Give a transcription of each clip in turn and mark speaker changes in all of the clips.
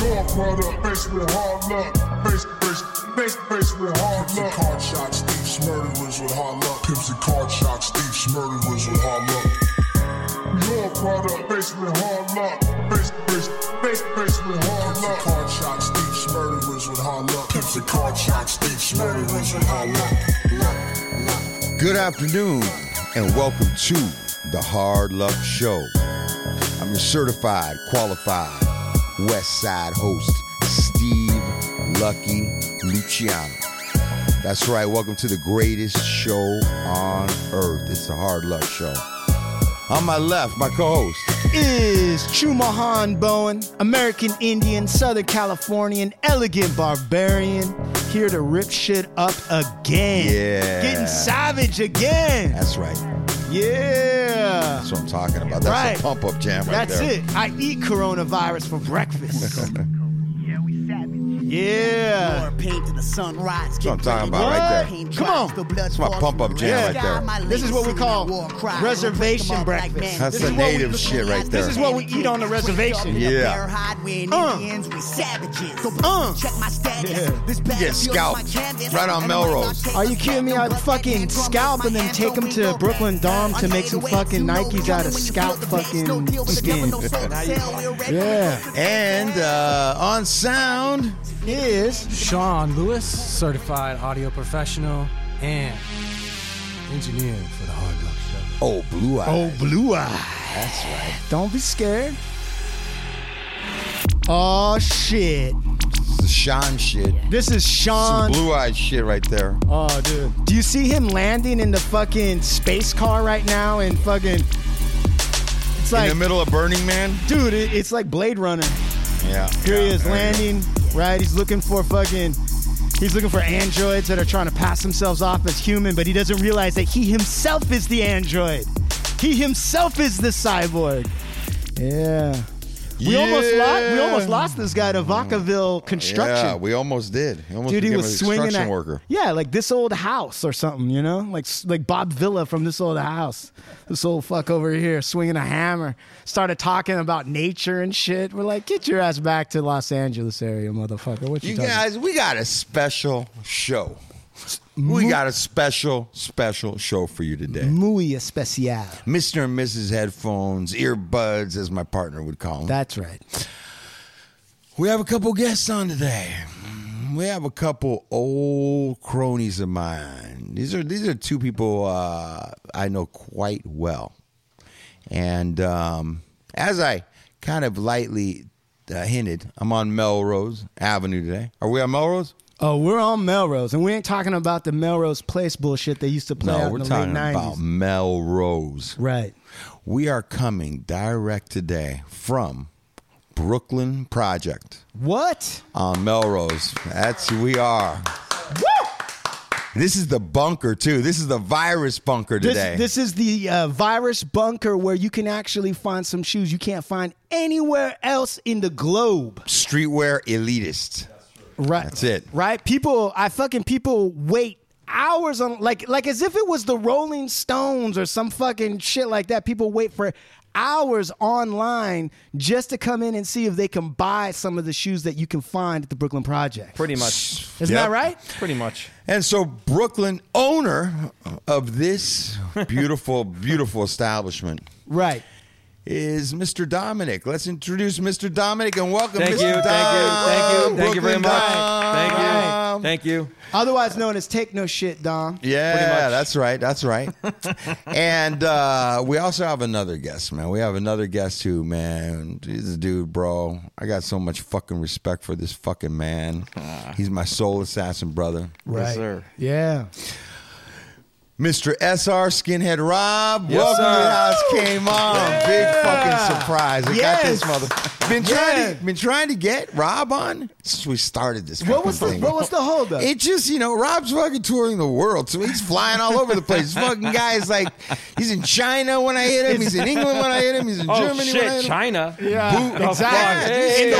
Speaker 1: North product, face with hard luck. Face, face, face, face with hard luck. Card shots, thieves, murderers with hard luck. Pimps and card shots, thieves, murderers with hard luck. North product, face with hard luck. Face, face, face, face with hard luck. Card shots, thieves, murderers with hard luck. Pimps and card shots, thieves, murderers with hard luck.
Speaker 2: Good afternoon, and welcome to the Hard Luck Show. I'm your certified, qualified West Side host, Steve Lucky Luciano. That's right, welcome to the greatest show on earth. It's the Hard Luck Show. On my left, my co host,
Speaker 3: is Chumahan Bowen, American Indian, Southern Californian, elegant barbarian, here to rip shit up again.
Speaker 2: Yeah.
Speaker 3: Getting savage again.
Speaker 2: that's right,
Speaker 3: Yeah.
Speaker 2: that's what I'm talking about. That's
Speaker 3: Right.
Speaker 2: a pump up jam right
Speaker 3: That's
Speaker 2: there.
Speaker 3: it. I eat coronavirus for breakfast. yeah.
Speaker 4: Pain to the sunrise.
Speaker 2: That's what I'm talking about
Speaker 3: What?
Speaker 2: right there.
Speaker 4: Pain
Speaker 3: Come
Speaker 4: drops,
Speaker 3: on.
Speaker 4: the blood
Speaker 2: That's my
Speaker 4: falls
Speaker 2: pump-up
Speaker 4: from the
Speaker 2: jam
Speaker 4: red
Speaker 2: right
Speaker 4: sky.
Speaker 2: there.
Speaker 4: My
Speaker 3: This is
Speaker 4: lady
Speaker 3: what we
Speaker 4: singing
Speaker 3: call
Speaker 4: war cry.
Speaker 3: reservation
Speaker 4: Break 'em up like
Speaker 3: breakfast.
Speaker 4: men.
Speaker 2: That's
Speaker 4: This
Speaker 2: the
Speaker 4: is what we-
Speaker 2: native shit right
Speaker 3: This is
Speaker 2: there.
Speaker 3: what we eat on the reservation.
Speaker 2: Yeah.
Speaker 4: Hide we ain't
Speaker 3: Uh.
Speaker 4: Indians, we savages.
Speaker 3: Uh.
Speaker 4: Check my status.
Speaker 3: Yeah.
Speaker 4: This
Speaker 2: Get
Speaker 4: bag feels
Speaker 2: scalped.
Speaker 4: my canvas.
Speaker 2: Right on
Speaker 4: And the money
Speaker 2: Melrose.
Speaker 4: I take
Speaker 3: Are you
Speaker 4: is
Speaker 3: kidding me?
Speaker 4: platinum,
Speaker 3: I'd
Speaker 4: but
Speaker 3: fucking
Speaker 4: that hand drum
Speaker 3: scalp
Speaker 4: on
Speaker 3: and
Speaker 4: my
Speaker 3: then
Speaker 4: hand,
Speaker 3: take
Speaker 4: so
Speaker 3: 'em
Speaker 4: we
Speaker 3: to
Speaker 4: go
Speaker 3: Brooklyn
Speaker 4: back.
Speaker 3: Dom to make some
Speaker 4: Unfaded waves,
Speaker 3: fucking
Speaker 4: you know,
Speaker 3: Nikes out of
Speaker 4: coming when you
Speaker 3: scalp
Speaker 4: feel the bass,
Speaker 3: fucking
Speaker 4: no deal with the devil, no
Speaker 3: skin.
Speaker 4: soul to sell, we're ready.
Speaker 3: Yeah.
Speaker 2: And uh, on sound,
Speaker 3: Is
Speaker 5: Sean Lewis, certified audio professional and engineer for the Hard Luck Show.
Speaker 2: oh, blue eyes.
Speaker 3: blue eye.
Speaker 2: That's right.
Speaker 3: Don't be scared. Oh shit.
Speaker 2: It's the Sean shit.
Speaker 3: This is
Speaker 2: Some
Speaker 3: Sean.
Speaker 2: blue eyed shit right there.
Speaker 3: Oh, dude. Do you see him landing in the fucking space car right now and fucking. It's
Speaker 2: In
Speaker 3: like,
Speaker 2: the middle of Burning Man?
Speaker 3: dude, it, it's like Blade Runner.
Speaker 2: Yeah.
Speaker 3: Here he
Speaker 2: Yeah,
Speaker 3: is
Speaker 2: there you go.
Speaker 3: landing, right? He's looking for fucking. He's looking for androids that are trying to pass themselves off as human, but he doesn't realize that he himself is the android. He himself is the cyborg. Yeah. We almost lost. We
Speaker 2: Yeah.
Speaker 3: almost lost this guy to Vacaville Construction.
Speaker 2: Yeah, we almost did. He almost
Speaker 3: Dude, he
Speaker 2: became a
Speaker 3: was swinging
Speaker 2: construction
Speaker 3: at
Speaker 2: worker.
Speaker 3: yeah, like this old house or something, you know, like like Bob Villa from this old house. This old fuck over here swinging a hammer, started talking about nature and shit. We're like, get your ass back to Los Angeles area, motherfucker. What you,
Speaker 2: You
Speaker 3: talking
Speaker 2: guys, we got a special show. We got a special, special show for you today.
Speaker 3: Muy especial.
Speaker 2: Mr. and Mrs. Headphones, earbuds, as my partner would call them.
Speaker 3: That's right.
Speaker 2: We have a couple guests on today. We have a couple old cronies of mine. These are these are two people uh, I know quite well, and um, as I kind of lightly uh, hinted, I'm on Melrose Avenue today. Are we on Melrose?
Speaker 3: Oh, we're on Melrose, and we ain't talking about the Melrose Place bullshit they used to play out
Speaker 2: No,
Speaker 3: in
Speaker 2: we're
Speaker 3: the
Speaker 2: talking
Speaker 3: late 90s.
Speaker 2: about Melrose.
Speaker 3: right.
Speaker 2: We are coming direct today from Brooklyn Project.
Speaker 3: What?
Speaker 2: on Melrose. That's who we are. This is the bunker too. This is the virus bunker today.
Speaker 3: This, this is the uh, virus bunker where you can actually find some shoes you can't find anywhere else in the globe.
Speaker 2: streetwear elitist.
Speaker 3: Right.
Speaker 2: That's it.
Speaker 3: Right? People, I fucking people wait hours on like like as if it was the Rolling Stones or some fucking shit like that. People wait for hours online just to come in and see if they can buy some of the shoes that you can find at the Brooklyn Project.
Speaker 6: Pretty much.
Speaker 3: Isn't
Speaker 2: Yep.
Speaker 3: that right?
Speaker 6: Pretty much.
Speaker 2: And so Brooklyn owner of this beautiful beautiful establishment
Speaker 3: Right.
Speaker 2: is Mr. Dominic. Let's introduce Mr. Dominic and welcome
Speaker 6: Thank
Speaker 2: Mr. Dom.
Speaker 6: you, thank you, thank you, thank you very
Speaker 2: Brooklyn
Speaker 6: much.
Speaker 2: Dom.
Speaker 6: Thank you, thank you.
Speaker 3: Otherwise known as Take No Shit, Dom.
Speaker 6: Pretty
Speaker 2: Yeah,
Speaker 6: much.
Speaker 2: that's right. That's right. and uh, we also have another guest, man. We have another guest who, man, he's a dude, bro. I got so much fucking respect for this fucking man.
Speaker 3: Ah.
Speaker 2: He's my soul assassin brother.
Speaker 3: Right.
Speaker 6: sir.
Speaker 3: Yeah.
Speaker 2: Mr. SR Skinhead Rob,
Speaker 6: Yes,
Speaker 2: welcome
Speaker 6: sir.
Speaker 2: to the house came on. Big fucking surprise. I got
Speaker 3: Yes.
Speaker 2: this mother. Been trying,
Speaker 3: Yeah.
Speaker 2: to, been trying to get Rob on since we started this.
Speaker 3: What
Speaker 2: fucking
Speaker 3: was the
Speaker 2: thing.
Speaker 3: what was the holdup?
Speaker 2: It just, you know, Rob's fucking touring the world, so he's flying all over the place. fucking guy is like, he's in China when I hit him, he's in England when I hit him, he's in
Speaker 6: Oh
Speaker 2: Germany when I hit
Speaker 6: shit,
Speaker 2: him.
Speaker 6: China.
Speaker 3: Yeah,
Speaker 6: The
Speaker 3: exactly.
Speaker 6: fuck?
Speaker 3: In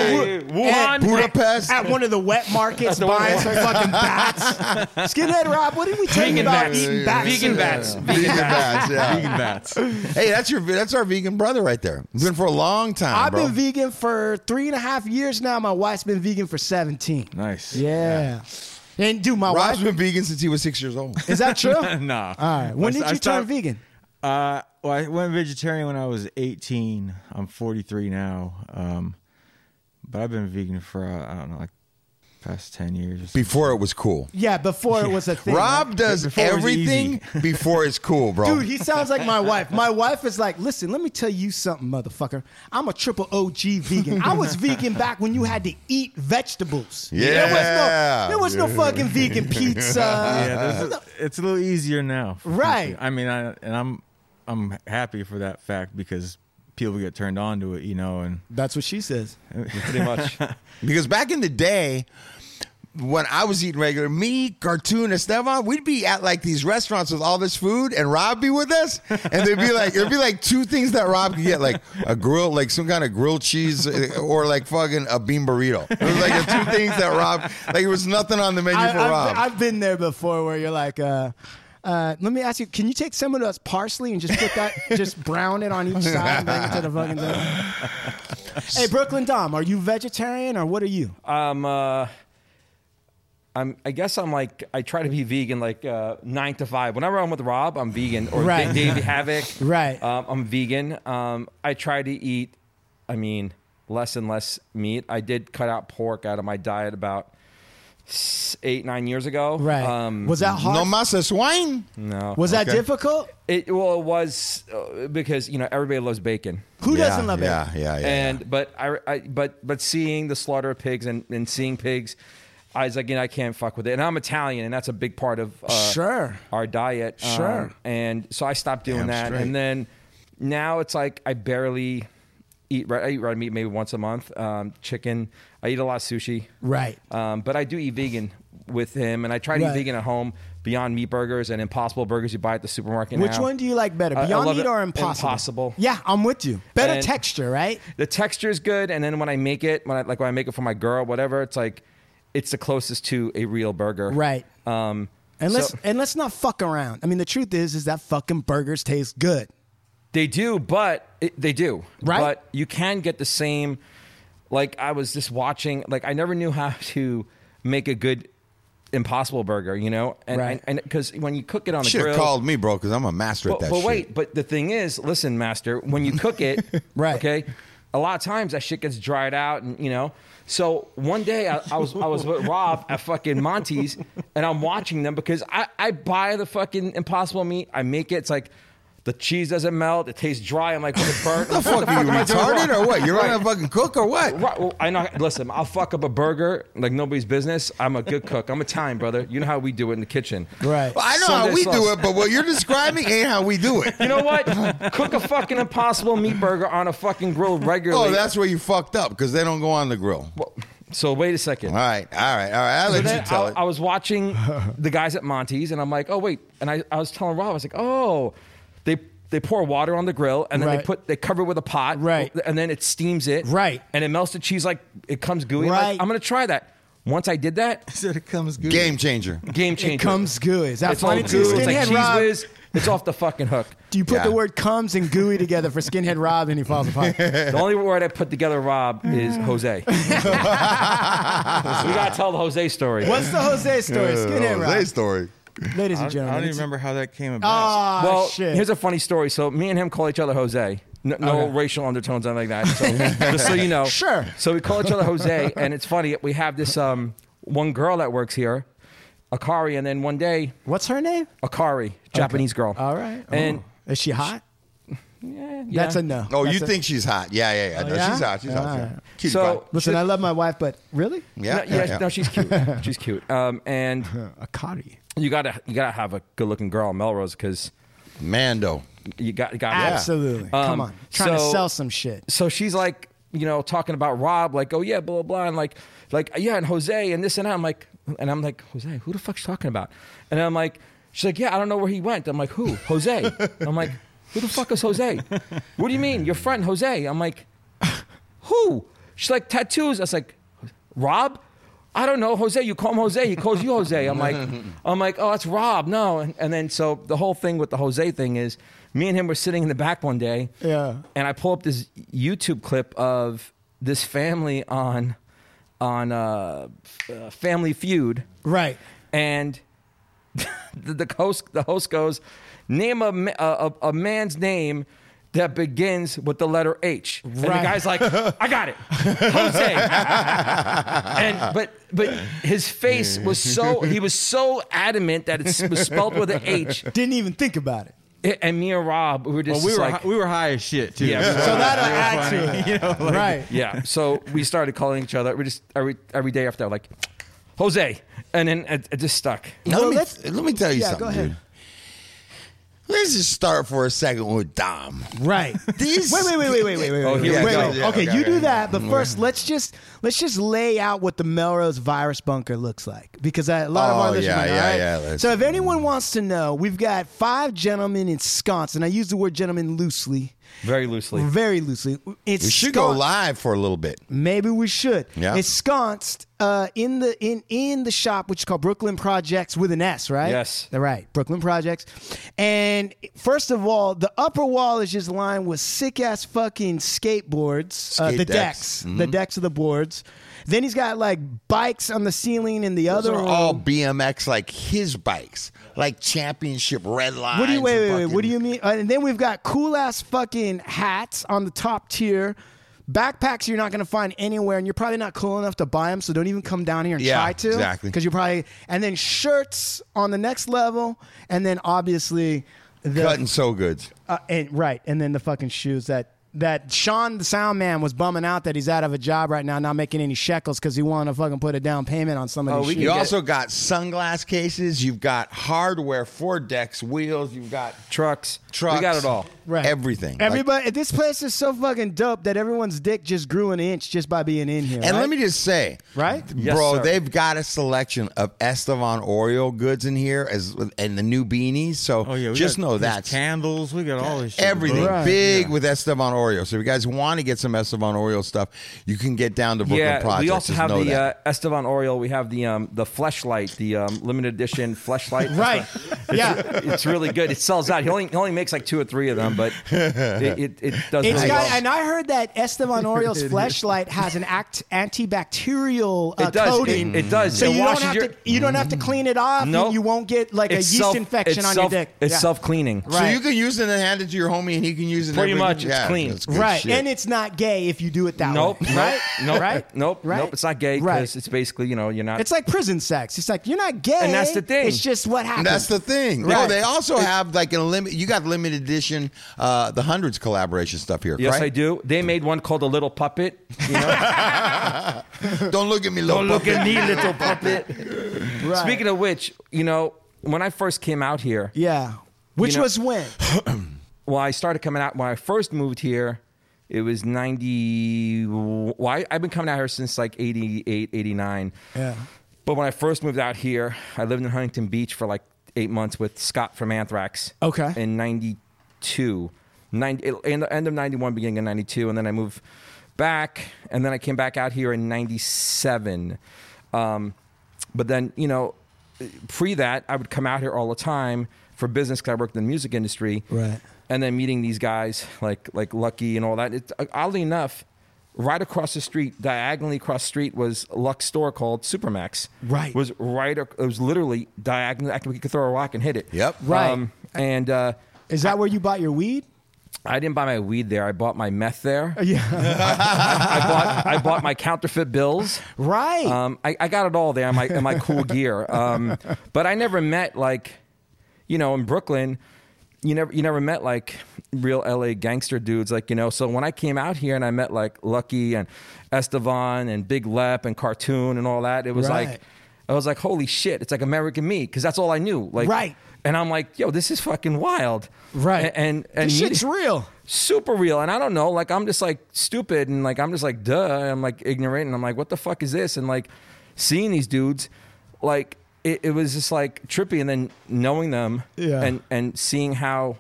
Speaker 3: the
Speaker 6: Hey,
Speaker 3: Wu-
Speaker 6: Wuhan.
Speaker 2: Budapest.
Speaker 3: at one of the wet markets
Speaker 6: the wet
Speaker 3: buying some fucking bats. Skinhead Rob, what did we tell you
Speaker 6: Vegan
Speaker 3: about
Speaker 6: bats.
Speaker 3: eating bats?
Speaker 6: Vegan
Speaker 3: today?
Speaker 6: bats.
Speaker 2: Vegan bats, yeah.
Speaker 6: bats.
Speaker 2: Hey, that's your that's our vegan brother right there. Been
Speaker 7: for a long time,
Speaker 3: I've
Speaker 7: bro.
Speaker 3: been vegan for three and a half years now. My wife's been vegan for 17.
Speaker 6: Nice.
Speaker 3: Yeah. And dude, my
Speaker 7: Rob's
Speaker 3: wife.
Speaker 7: been vegan since he was six years old.
Speaker 3: Is that true?
Speaker 6: nah.
Speaker 3: All right.
Speaker 6: I-
Speaker 3: When did
Speaker 6: I
Speaker 3: you turn
Speaker 6: stopped-
Speaker 3: vegan?
Speaker 6: Uh, well, I went vegetarian when I was 18. I'm 43 now. Um, but I've been vegan for uh, I don't know, like past 10 years. or something.
Speaker 2: Before it was cool.
Speaker 3: Yeah, before it was a thing.
Speaker 2: Rob does
Speaker 6: Before it was
Speaker 2: everything before it's cool, bro.
Speaker 3: Dude, he sounds like my wife. My wife is like, listen, let me tell you something, motherfucker. I'm a triple OG vegan. I was vegan back when you had to eat vegetables.
Speaker 2: Yeah.
Speaker 3: There was no, there was no fucking vegan pizza.
Speaker 6: yeah, there's a- it's a little easier now.
Speaker 3: Right.
Speaker 6: I mean, I and I'm I'm happy for that fact because people get turned on to it, you know, and
Speaker 3: That's what she says.
Speaker 2: pretty much. because back in the day, when I was eating regular, me, Cartoon, and Esteban, we'd be at like these restaurants with all this food, and Rob be with us, and there'd be like there'd be like two things that Rob could get, like a grill, like some kind of grilled cheese, uh, or like fucking a bean burrito. It was like the two things that Rob, like it was nothing on the menu
Speaker 3: I,
Speaker 2: for
Speaker 3: have
Speaker 2: Rob.
Speaker 3: I've been there before where you're like, uh, uh, let me ask you, can you take some of those parsley and just put that, just brown it on each side and bring it to the fucking thing? hey, Brooklyn Dom, are you vegetarian or what are you?
Speaker 8: Um, uh, I'm. I guess I'm like. I try to be vegan, like uh, nine to five. Whenever I'm with Rob, I'm vegan. Or
Speaker 3: Right.
Speaker 8: Da- Davey Havoc,
Speaker 3: Right.
Speaker 8: Um, I'm vegan. Um, I try to eat. I mean, less and less meat. I did cut out pork out of my diet about s- eight nine years ago.
Speaker 3: Right.
Speaker 8: Um,
Speaker 3: was that hard?
Speaker 7: no mas es wine.
Speaker 8: no.
Speaker 3: was that difficult?
Speaker 8: it? Well, it was uh, because you know everybody loves bacon.
Speaker 3: Who
Speaker 7: Yeah,
Speaker 3: doesn't love
Speaker 7: yeah,
Speaker 3: it?
Speaker 7: Yeah, yeah, yeah.
Speaker 8: and but I, I but but seeing the slaughter of pigs and, and seeing pigs I was like you know I can't fuck with it and I'm Italian and that's a big part of uh,
Speaker 3: Sure.
Speaker 8: our diet um,
Speaker 3: Sure.
Speaker 8: and so I stopped doing
Speaker 7: Damn
Speaker 8: that
Speaker 7: straight.
Speaker 8: and then now it's like I barely eat red, I eat red meat maybe once a month um, chicken I eat a lot of sushi
Speaker 3: Right.
Speaker 8: um, but I do eat vegan with him and I try to
Speaker 3: Right.
Speaker 8: eat vegan at home Beyond Meat burgers and Impossible burgers you buy at the supermarket
Speaker 3: Which
Speaker 8: now.
Speaker 3: one do you like better,
Speaker 8: I- I
Speaker 3: Beyond
Speaker 8: love
Speaker 3: Meat
Speaker 8: it.
Speaker 3: or Impossible?
Speaker 8: Impossible
Speaker 3: Yeah, I'm with you. Better
Speaker 8: And-
Speaker 3: texture, right?
Speaker 8: the texture is good and then when i make it when i like when i make it for my girl whatever it's like it's the closest to a real burger
Speaker 3: Right.
Speaker 8: um
Speaker 3: And let's
Speaker 8: so-
Speaker 3: and let's not fuck around. I mean, the truth is, is that fucking burgers taste good.
Speaker 8: they do but it, they do
Speaker 3: Right.
Speaker 8: but you can get the same like i was just watching like i never knew how to make a good impossible burger you know and
Speaker 3: Right.
Speaker 8: and because when you cook it on a
Speaker 2: Should
Speaker 8: grill
Speaker 2: have called me, bro, because I'm a master
Speaker 8: but,
Speaker 2: at that
Speaker 8: but
Speaker 2: shit.
Speaker 8: wait but the thing is listen master when you cook it
Speaker 3: Right.
Speaker 8: okay a lot of times that shit gets dried out and you know so one day I, I was I was with Rob at fucking Monty's and I'm watching them because I, I buy the fucking impossible meat I make it it's like the cheese doesn't melt it tastes dry I'm like what the burnt
Speaker 2: the fuck are you retarded or what? You're not a fucking cook or what?
Speaker 8: Right, well, I know. Listen, I'll fuck up a burger like nobody's business. I'm a good cook. I'm Italian, brother. You know how we do it in the kitchen.
Speaker 3: Right.
Speaker 2: Well, I know how
Speaker 8: Sunday
Speaker 2: we do
Speaker 8: sauce.
Speaker 2: it, but what you're describing ain't how we do it.
Speaker 8: You know what? Cook a fucking impossible meat burger on a fucking grill regularly.
Speaker 2: Oh, that's where you fucked up because they don't go on the grill.
Speaker 8: Well, so wait a second.
Speaker 2: All right, all right, all right. I'll
Speaker 8: So
Speaker 2: let
Speaker 8: then
Speaker 2: you tell
Speaker 8: I,
Speaker 2: it.
Speaker 8: I was watching the guys at Monty's, and I'm like, oh wait, and I, I was telling Rob, I was like, oh, they they pour water on the grill, and then
Speaker 3: Right.
Speaker 8: they put they cover it with a pot,
Speaker 3: Right.
Speaker 8: and then it steams it,
Speaker 3: Right.
Speaker 8: and it melts the cheese like it comes gooey. I'm like,
Speaker 3: Right.
Speaker 8: I'm gonna try that. Once I did that,
Speaker 6: So it comes good.
Speaker 2: Game changer.
Speaker 8: game changer.
Speaker 3: It comes good. Is that
Speaker 8: It's all
Speaker 3: funny
Speaker 8: gooey.
Speaker 3: to
Speaker 8: It's like
Speaker 3: skinhead
Speaker 8: cheese
Speaker 3: Rob?
Speaker 8: whiz. It's off the fucking hook.
Speaker 3: Do you put
Speaker 2: Yeah.
Speaker 3: the word "comes" and "gooey" together for skinhead Rob, and he falls apart?
Speaker 8: The only word I put together, Rob, is Jose. we gotta tell the Jose story.
Speaker 3: What's the Jose story?
Speaker 2: Jose
Speaker 3: Skinhead Rob,
Speaker 2: Oh, story. Oh,
Speaker 3: ladies
Speaker 6: I
Speaker 3: and
Speaker 6: don't,
Speaker 3: gentlemen.
Speaker 6: I don't even
Speaker 3: it's-
Speaker 6: remember how that came about.
Speaker 3: Ah,
Speaker 8: well,
Speaker 3: shit.
Speaker 8: here's a funny story. So me and him call each other Jose. No, no racial undertones, nothing like that. So, just so you know.
Speaker 3: Sure.
Speaker 8: So we call each other Jose, and it's funny. We have this um, one girl that works here, Akari, and then one day,
Speaker 3: What's her name?
Speaker 8: Akari, Japanese girl.
Speaker 3: All right.
Speaker 8: And
Speaker 3: Is she hot?
Speaker 8: yeah,
Speaker 3: That's a no.
Speaker 2: Oh,
Speaker 3: That's
Speaker 2: you
Speaker 3: a-
Speaker 2: think she's hot? Yeah, yeah, yeah. No,
Speaker 3: yeah?
Speaker 2: She's hot. She's hot.
Speaker 3: Alright.
Speaker 2: yeah. Cutie
Speaker 8: So-
Speaker 2: pie.
Speaker 3: Listen, I love my wife, but really,
Speaker 2: yeah,
Speaker 8: no,
Speaker 2: yeah, yeah.
Speaker 8: no, she's cute. She's cute. Um, and
Speaker 3: a Akari.
Speaker 8: you gotta you gotta have a good looking girl, in Melrose, because
Speaker 2: Mando.
Speaker 8: you got got
Speaker 3: Absolutely. Come
Speaker 8: Um,
Speaker 3: on, trying to
Speaker 8: so-
Speaker 3: sell some shit.
Speaker 8: so she's like, you know, talking about Rob, like, oh yeah, blah blah blah, and like, like yeah, and Jose and this and that. I'm like, and I'm like, Jose, who the fuck's talking about? And I'm like, she's like, yeah, I don't know where he went. I'm like, who? Jose. I'm like, who the fuck is Jose? What do you mean, your friend Jose? I'm like, who? She's like tattoos. I was like, Rob. I don't know, Jose. You call him Jose. He calls you Jose. I'm like, I'm like, oh, that's Rob. No, and, and then so the whole thing with the Jose thing is, me and him were sitting in the back one day,
Speaker 3: Yeah.
Speaker 8: and I pull up this YouTube clip of this family on, on uh, uh, Family Feud,
Speaker 3: Right.
Speaker 8: and the, the host the host goes, name a, ma- a a a man's name that begins with the letter H. And the
Speaker 3: Right.
Speaker 8: guy's like, I got it, Jose. and but but his face was so he was so adamant that it was spelled with an H.
Speaker 3: Didn't even think about it.
Speaker 8: And me and Rob, we were just
Speaker 6: Well, we were
Speaker 8: like.
Speaker 6: hi- we were high as shit too.
Speaker 8: Yeah.
Speaker 3: So that'll add to it. right.
Speaker 8: yeah. So we started calling each other. We just every every day after like, Jose, and then it, it just stuck.
Speaker 2: Now,
Speaker 3: Well,
Speaker 2: let,
Speaker 3: let's-
Speaker 2: me, let me tell you
Speaker 3: Yeah,
Speaker 2: something,
Speaker 3: go ahead.
Speaker 2: dude. Let's just start for a second with Dom.
Speaker 3: Right.
Speaker 2: These-
Speaker 3: Wait, wait, wait, wait, wait, wait, wait.
Speaker 8: Oh,
Speaker 3: wait,
Speaker 8: here
Speaker 3: wait,
Speaker 8: we
Speaker 3: wait,
Speaker 8: go.
Speaker 3: wait.
Speaker 2: Yeah, Mm-hmm.
Speaker 3: okay,
Speaker 2: okay,
Speaker 3: you do
Speaker 2: okay.
Speaker 3: that, but first let's just let's just lay out what the Melrose virus bunker looks like because I, a lot of
Speaker 2: Oh,
Speaker 3: our listeners.
Speaker 2: yeah,
Speaker 3: might not,
Speaker 2: yeah,
Speaker 3: right?
Speaker 2: yeah, let's-
Speaker 3: So if anyone wants to know, we've got five gentlemen in sconce, and I use the word gentlemen loosely,
Speaker 8: Very loosely.
Speaker 3: very loosely. It's
Speaker 2: We should go
Speaker 3: sconce-
Speaker 2: live for a little bit.
Speaker 3: Maybe we should.
Speaker 2: Yeah.
Speaker 3: Ensconced uh, in the in in the shop, which is called Brooklyn Projects with an S, right?
Speaker 8: Yes.
Speaker 3: Right. Brooklyn Projects. And first of all, the upper wall is just lined with sick ass fucking skateboards. uh,
Speaker 2: Skate
Speaker 3: the decks.
Speaker 2: decks. Mm-hmm.
Speaker 3: The decks of the boards. Then he's got like bikes on the ceiling in the
Speaker 2: Those
Speaker 3: other
Speaker 2: are
Speaker 3: room.
Speaker 2: all BMX, like his bikes, like championship red lines.
Speaker 3: What do you wait,
Speaker 2: and
Speaker 3: wait, wait?
Speaker 2: fucking-
Speaker 3: What do you mean? Uh, and then we've got cool ass fucking hats on the top tier. Backpacks you're not going to find anywhere, and you're probably not cool enough to buy them, so don't even come down here and
Speaker 2: Yeah,
Speaker 3: try to.
Speaker 2: exactly.
Speaker 3: Because you're probably and then shirts on the next level, and then obviously the
Speaker 2: Cutting so good.
Speaker 3: uh, and right, and then the fucking shoes that that Sean the sound man was bumming out that he's out of a job right now, not making any shekels because he wanted to fucking put a down payment on some of these
Speaker 8: we
Speaker 3: shoes.
Speaker 2: You
Speaker 8: get-
Speaker 2: also got sunglass cases. You've got hardware for decks, wheels. You've got
Speaker 8: Trucks.
Speaker 2: trucks.
Speaker 8: We got it all.
Speaker 3: Right.
Speaker 2: Everything. Like-
Speaker 3: Everybody, this place is so fucking dope that everyone's dick just grew an inch just by being in here.
Speaker 2: and
Speaker 3: right?
Speaker 2: let me just say,
Speaker 3: Right?
Speaker 8: Yes,
Speaker 2: bro,
Speaker 8: sir.
Speaker 2: they've got a selection of Estevan Oreo goods in here, as and the new beanies. So
Speaker 6: Oh yeah. We
Speaker 2: just
Speaker 6: got-
Speaker 2: know
Speaker 6: there's
Speaker 2: that's
Speaker 6: candles. We got all this. shit.
Speaker 2: everything
Speaker 3: Right.
Speaker 2: big with Estevan Oreo. So if you guys want to get some Estevan Oreo stuff, you can get down to Brooklyn
Speaker 8: yeah,
Speaker 2: Projects.
Speaker 8: we also
Speaker 2: Just
Speaker 8: have
Speaker 2: know
Speaker 8: the
Speaker 2: that.
Speaker 8: uh, Esteban Oriole. We have the um, the fleshlight, the um, limited edition fleshlight.
Speaker 3: Right. yeah.
Speaker 8: it's really good. It sells out. He only he only makes like two or three of them, but it, it, it does.
Speaker 3: It's
Speaker 8: really
Speaker 3: got,
Speaker 8: well.
Speaker 3: and I heard that Esteban Oriole's flashlight has an act antibacterial uh,
Speaker 8: It does. It-
Speaker 3: coating.
Speaker 8: it does.
Speaker 3: So
Speaker 8: It
Speaker 3: you don't
Speaker 8: washes
Speaker 3: have
Speaker 8: your-
Speaker 3: to you don't have
Speaker 2: Mm.
Speaker 3: to clean it off. and
Speaker 8: Nope.
Speaker 3: you won't get like a
Speaker 8: It's
Speaker 3: yeast
Speaker 8: self-
Speaker 3: infection
Speaker 8: it's
Speaker 3: on
Speaker 8: self-
Speaker 3: your dick.
Speaker 8: It's
Speaker 3: Yeah.
Speaker 8: self cleaning.
Speaker 3: Right.
Speaker 2: So you can use it and hand it to your homie, and he can use it.
Speaker 8: Pretty
Speaker 2: every-
Speaker 8: much, it's
Speaker 2: yeah,
Speaker 8: clean.
Speaker 2: that's good
Speaker 3: Right,
Speaker 2: shit.
Speaker 3: and it's not gay if you do it that
Speaker 8: Nope.
Speaker 3: way.
Speaker 8: nope,
Speaker 3: Right?
Speaker 8: Nope.
Speaker 3: Right?
Speaker 8: Nope.
Speaker 3: Right?
Speaker 8: Nope. It's not gay because
Speaker 3: Right.
Speaker 8: it's basically you know you're not.
Speaker 3: It's like prison sex. It's like you're not gay.
Speaker 8: And that's the thing.
Speaker 3: It's just what happens.
Speaker 2: That's the thing. No,
Speaker 3: Right.
Speaker 2: they also have like a limit. You got limited edition, uh, the hundreds collaboration stuff here.
Speaker 8: yes,
Speaker 2: right?
Speaker 8: I do. They made one called a little puppet. You know?
Speaker 2: Don't look at me, little
Speaker 8: Don't look
Speaker 2: puppy.
Speaker 8: at me, little puppet.
Speaker 3: Right.
Speaker 8: Speaking of which, you know when I first came out here,
Speaker 3: yeah. Which
Speaker 8: know-
Speaker 3: was when?
Speaker 8: well, I started coming out when I first moved here. It was 90. Well, I, I've been coming out here since like 88, 89.
Speaker 3: Yeah.
Speaker 8: But when I first moved out here, I lived in Huntington Beach for like eight months with Scott from Anthrax.
Speaker 3: Okay.
Speaker 8: In 92. 90, in the end of 91, beginning of 92. And then I moved back. And then I came back out here in 97. Um, but then, you know, pre that, I would come out here all the time for business because I worked in the music industry.
Speaker 3: Right.
Speaker 8: And then meeting these guys like like Lucky and all that. It, oddly enough, right across the street, diagonally across the street was Luck's store called Supermax.
Speaker 3: Right.
Speaker 8: Was right. ac- It was literally diagonally. I could, we could throw a rock and hit it.
Speaker 2: Yep.
Speaker 3: Right.
Speaker 8: and uh,
Speaker 3: Is that where you bought your weed?
Speaker 8: I didn't buy my weed there. I bought my meth there.
Speaker 3: Yeah.
Speaker 8: I bought I bought my counterfeit bills.
Speaker 3: right.
Speaker 8: Um, I, I got it all there in my in my cool gear. Um, but I never met like, you know, in Brooklyn, you never you never met like real LA gangster dudes like you know. So when I came out here and I met like Lucky and Estevan and Big Lep and Cartoon and all that, it was
Speaker 3: Right.
Speaker 8: like I was like, holy shit, it's like American me because that's all I knew. Like
Speaker 3: Right.
Speaker 8: And I'm like, yo, this is fucking wild.
Speaker 3: Right.
Speaker 8: A- And and
Speaker 3: this
Speaker 8: meeting-
Speaker 3: shit's real.
Speaker 8: super real. And I don't know, like I'm just like stupid and like I'm just like duh. And I'm like ignorant and I'm like, what the fuck is this? And like seeing these dudes, like it, it was just like trippy. And then knowing them
Speaker 3: Yeah.
Speaker 8: and and seeing how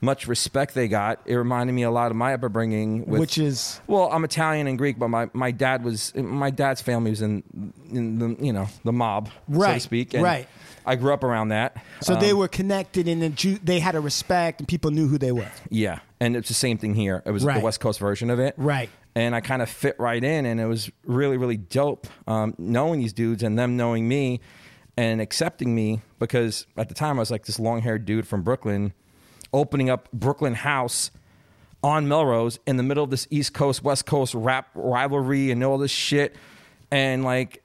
Speaker 8: much respect they got. It reminded me a lot of my upbringing, with,
Speaker 3: Which is-
Speaker 8: well, I'm Italian and Greek, but my, my dad was my dad's family was in in the you know the mob, so to
Speaker 3: Right,
Speaker 8: speak. And
Speaker 3: right.
Speaker 8: I grew up around that.
Speaker 3: So they were connected, and then Jew- they had a respect, and people knew who they were.
Speaker 8: Yeah, and it's the same thing here. It was
Speaker 3: Right.
Speaker 8: the West Coast version of it,
Speaker 3: Right.
Speaker 8: And I kind of fit right in, and it was really, really dope um, knowing these dudes and them knowing me and accepting me because at the time I was like this long-haired dude from Brooklyn, opening up Brooklyn House on Melrose in the middle of this East Coast West Coast rap rivalry and all this shit, and like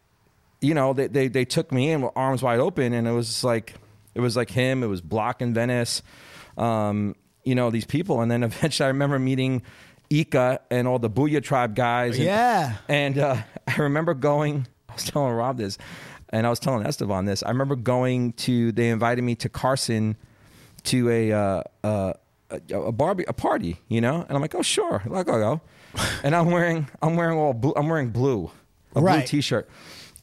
Speaker 8: you know, they, they they took me in with arms wide open, and it was just like it was like him. It was Block in Venice, um, you know, these people, and then eventually I remember meeting Ika and all the Booyah tribe guys. And,
Speaker 3: Yeah.
Speaker 8: and uh, I remember going. I was telling Rob this, and I was telling Esteban this. I remember going to. They invited me to Carson to a. Uh, uh, a, a barbie, a party, you know, and I'm like, oh sure, like I'll go, and I'm wearing, I'm wearing all, blue, I'm wearing blue, a blue
Speaker 3: Right.
Speaker 8: t-shirt t-shirt.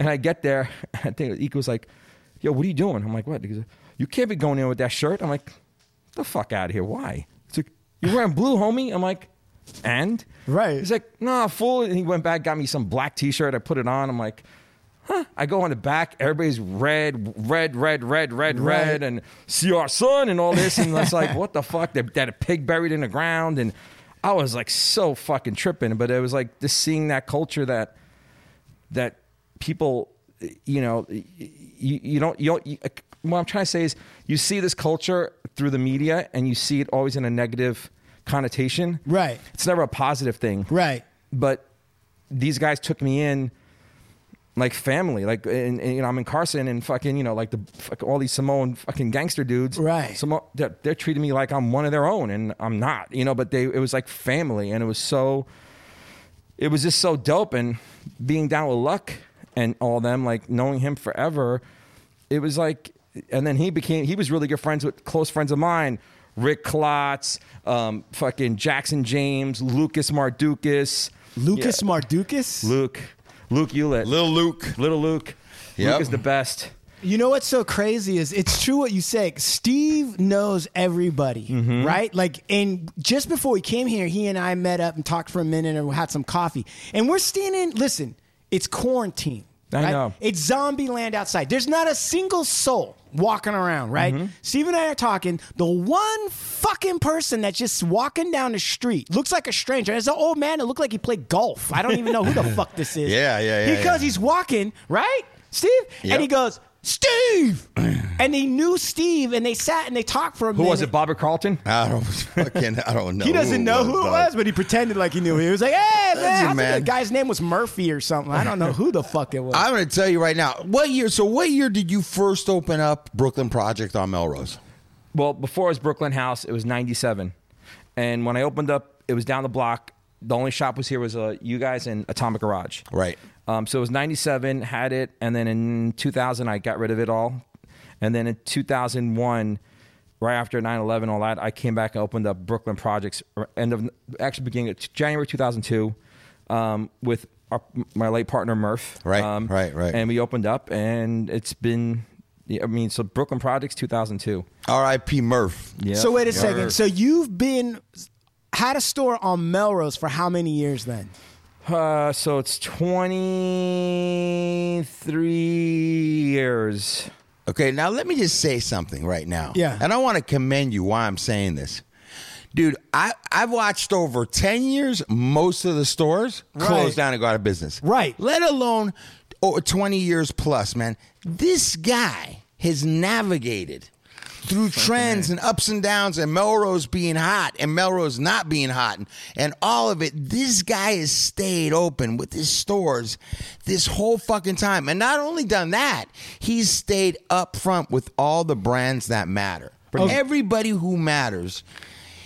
Speaker 8: And I get there, and I think Ike was like, "Yo, what are you doing?" I'm like, "What?" He goes, "You can't be going in with that shirt." I'm like, "The fuck out of here! Why?" He's like, "You're wearing blue, homie." I'm like, "And?"
Speaker 3: Right.
Speaker 8: He's like, "Nah, fool." And he went back, got me some black t-shirt. I put it on. I'm like, "Huh?" I go on the back. Everybody's red, red, red, red, red, red, and see our son and all this, and it's like, what the fuck? They they had a pig buried in the ground, and I was like so fucking tripping. But it was like just seeing that culture that that people, you know, you, you don't, you don't, you, uh, what I'm trying to say is you see this culture through the media and you see it always in a negative connotation.
Speaker 3: Right.
Speaker 8: It's never a positive thing.
Speaker 3: Right.
Speaker 8: But these guys took me in like family, like, and, and, you know, I'm in Carson and fucking, you know, like the, fuck, all these Samoan fucking gangster dudes.
Speaker 3: Right.
Speaker 8: Samo- they're, they're treating me like I'm one of their own and I'm not, you know, but they, it was like family and it was so, it was just so dope and being down with luck and all them like knowing him forever it was like and then he became he was really good friends with close friends of mine rick klotz um, fucking jackson james lucas mardukas
Speaker 3: Lucas Mardukas.
Speaker 8: luke luke hewlett
Speaker 7: Little Luke.
Speaker 8: little luke
Speaker 2: Yep.
Speaker 8: luke is the best
Speaker 3: You know what's so crazy is it's true what you say. Steve knows everybody,
Speaker 2: Mm-hmm.
Speaker 3: right? Like, and just before he came here, he and I met up and talked for a minute and had some coffee. And we're standing, listen, it's quarantine.
Speaker 8: I
Speaker 3: right?
Speaker 8: know.
Speaker 3: It's zombie land outside. There's not a single soul walking around, right?
Speaker 2: Mm-hmm.
Speaker 3: Steve and I are talking. The one fucking person that's just walking down the street looks like a stranger. It's an old man that looked like he played golf. I don't even know who the fuck this is.
Speaker 2: Yeah, yeah, yeah,
Speaker 3: He
Speaker 2: yeah.
Speaker 3: comes, he's walking, right? Steve?
Speaker 2: Yep.
Speaker 3: And he goes, Steve! and he knew Steve, and they sat and they talked for a
Speaker 8: who
Speaker 3: minute.
Speaker 8: was it bobby carlton
Speaker 2: I don't fucking. I don't know.
Speaker 3: He doesn't know who it
Speaker 2: dog.
Speaker 3: was, but he pretended like he knew. He was like, "Hey, man, I think
Speaker 2: man.
Speaker 3: the guy's name was Murphy or something. I don't know who the fuck it was."
Speaker 2: I'm going to tell you right now. What year? So what year did you first open up Brooklyn Project on Melrose?
Speaker 8: well before it was brooklyn house it was 97 and when i opened up it was down the block the only shop was here was uh, you guys in atomic garage
Speaker 2: Right.
Speaker 8: Um, so it was 97, had it, and then in 2000, I got rid of it all. And then in 2001, right after 9 11, all that, I came back and opened up Brooklyn Projects, or end of actually beginning of January 2002 um, with our, my late partner Murph. Um,
Speaker 2: Right, right, right.
Speaker 8: And we opened up, and it's been, I mean, so Brooklyn Projects 2002.
Speaker 2: R.I.P. Murph.
Speaker 8: Yeah.
Speaker 3: So wait a
Speaker 8: Yeah.
Speaker 3: second. So you've been had a store on Melrose for how many years then?
Speaker 8: Uh, so it's 23 years.
Speaker 2: Okay, now let me just say something right now.
Speaker 3: Yeah.
Speaker 2: And I want to commend you why I'm saying this. Dude, I, I've watched over 10 years, most of the stores close
Speaker 3: Right.
Speaker 2: closed down and go out of business.
Speaker 3: Right.
Speaker 2: Let alone oh, 20 years plus, man. This guy has navigated through trends and ups and downs and Melrose being hot and Melrose not being hot and, and all of it. This guy has stayed open with his stores this whole fucking time. And not only done that, he's stayed up front with all the brands that matter. Everybody who matters.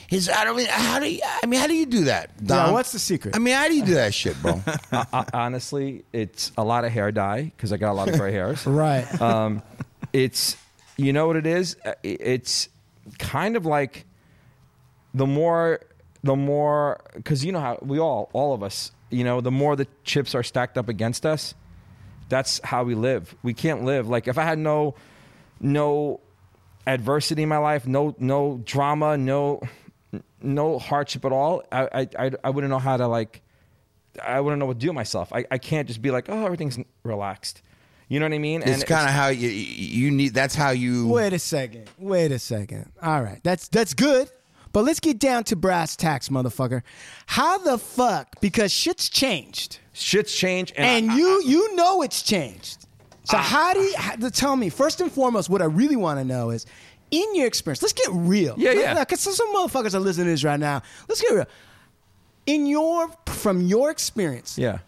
Speaker 2: His, I don't mean, how do you, I mean, how do you do that? Dom?
Speaker 3: what's the secret?
Speaker 2: I mean, how do you do that shit, bro?
Speaker 8: Uh, honestly, it's a lot of hair dye because I got a lot of gray hairs.
Speaker 3: Right.
Speaker 8: Um, it's you know what it is. Uh, i- It's kind of like the more the more because you know how we all all of us you know the more the chips are stacked up against us. That's how we live. We can't live like if I had no no adversity in my life, no no drama, no no hardship at all, I I I, I wouldn't know how to like. I wouldn't know what to do with myself. I, I can't just be like, oh, everything's relaxed. You know what I mean?
Speaker 2: It's kind of how you you need. That's how you.
Speaker 3: Wait a second. Wait a second. All right. That's that's good. But let's get down to brass tacks, motherfucker. How the fuck? Because shit's changed.
Speaker 8: shit's changed. And,
Speaker 3: and
Speaker 8: I-
Speaker 3: you you know it's changed. So
Speaker 8: Ah.
Speaker 3: how do you how, to tell me first and foremost? What I really want to know is, in your experience, let's get real.
Speaker 8: Yeah, yeah.
Speaker 3: Because some motherfuckers are listening to this right now. Let's get real. In your from your experience,
Speaker 8: yeah.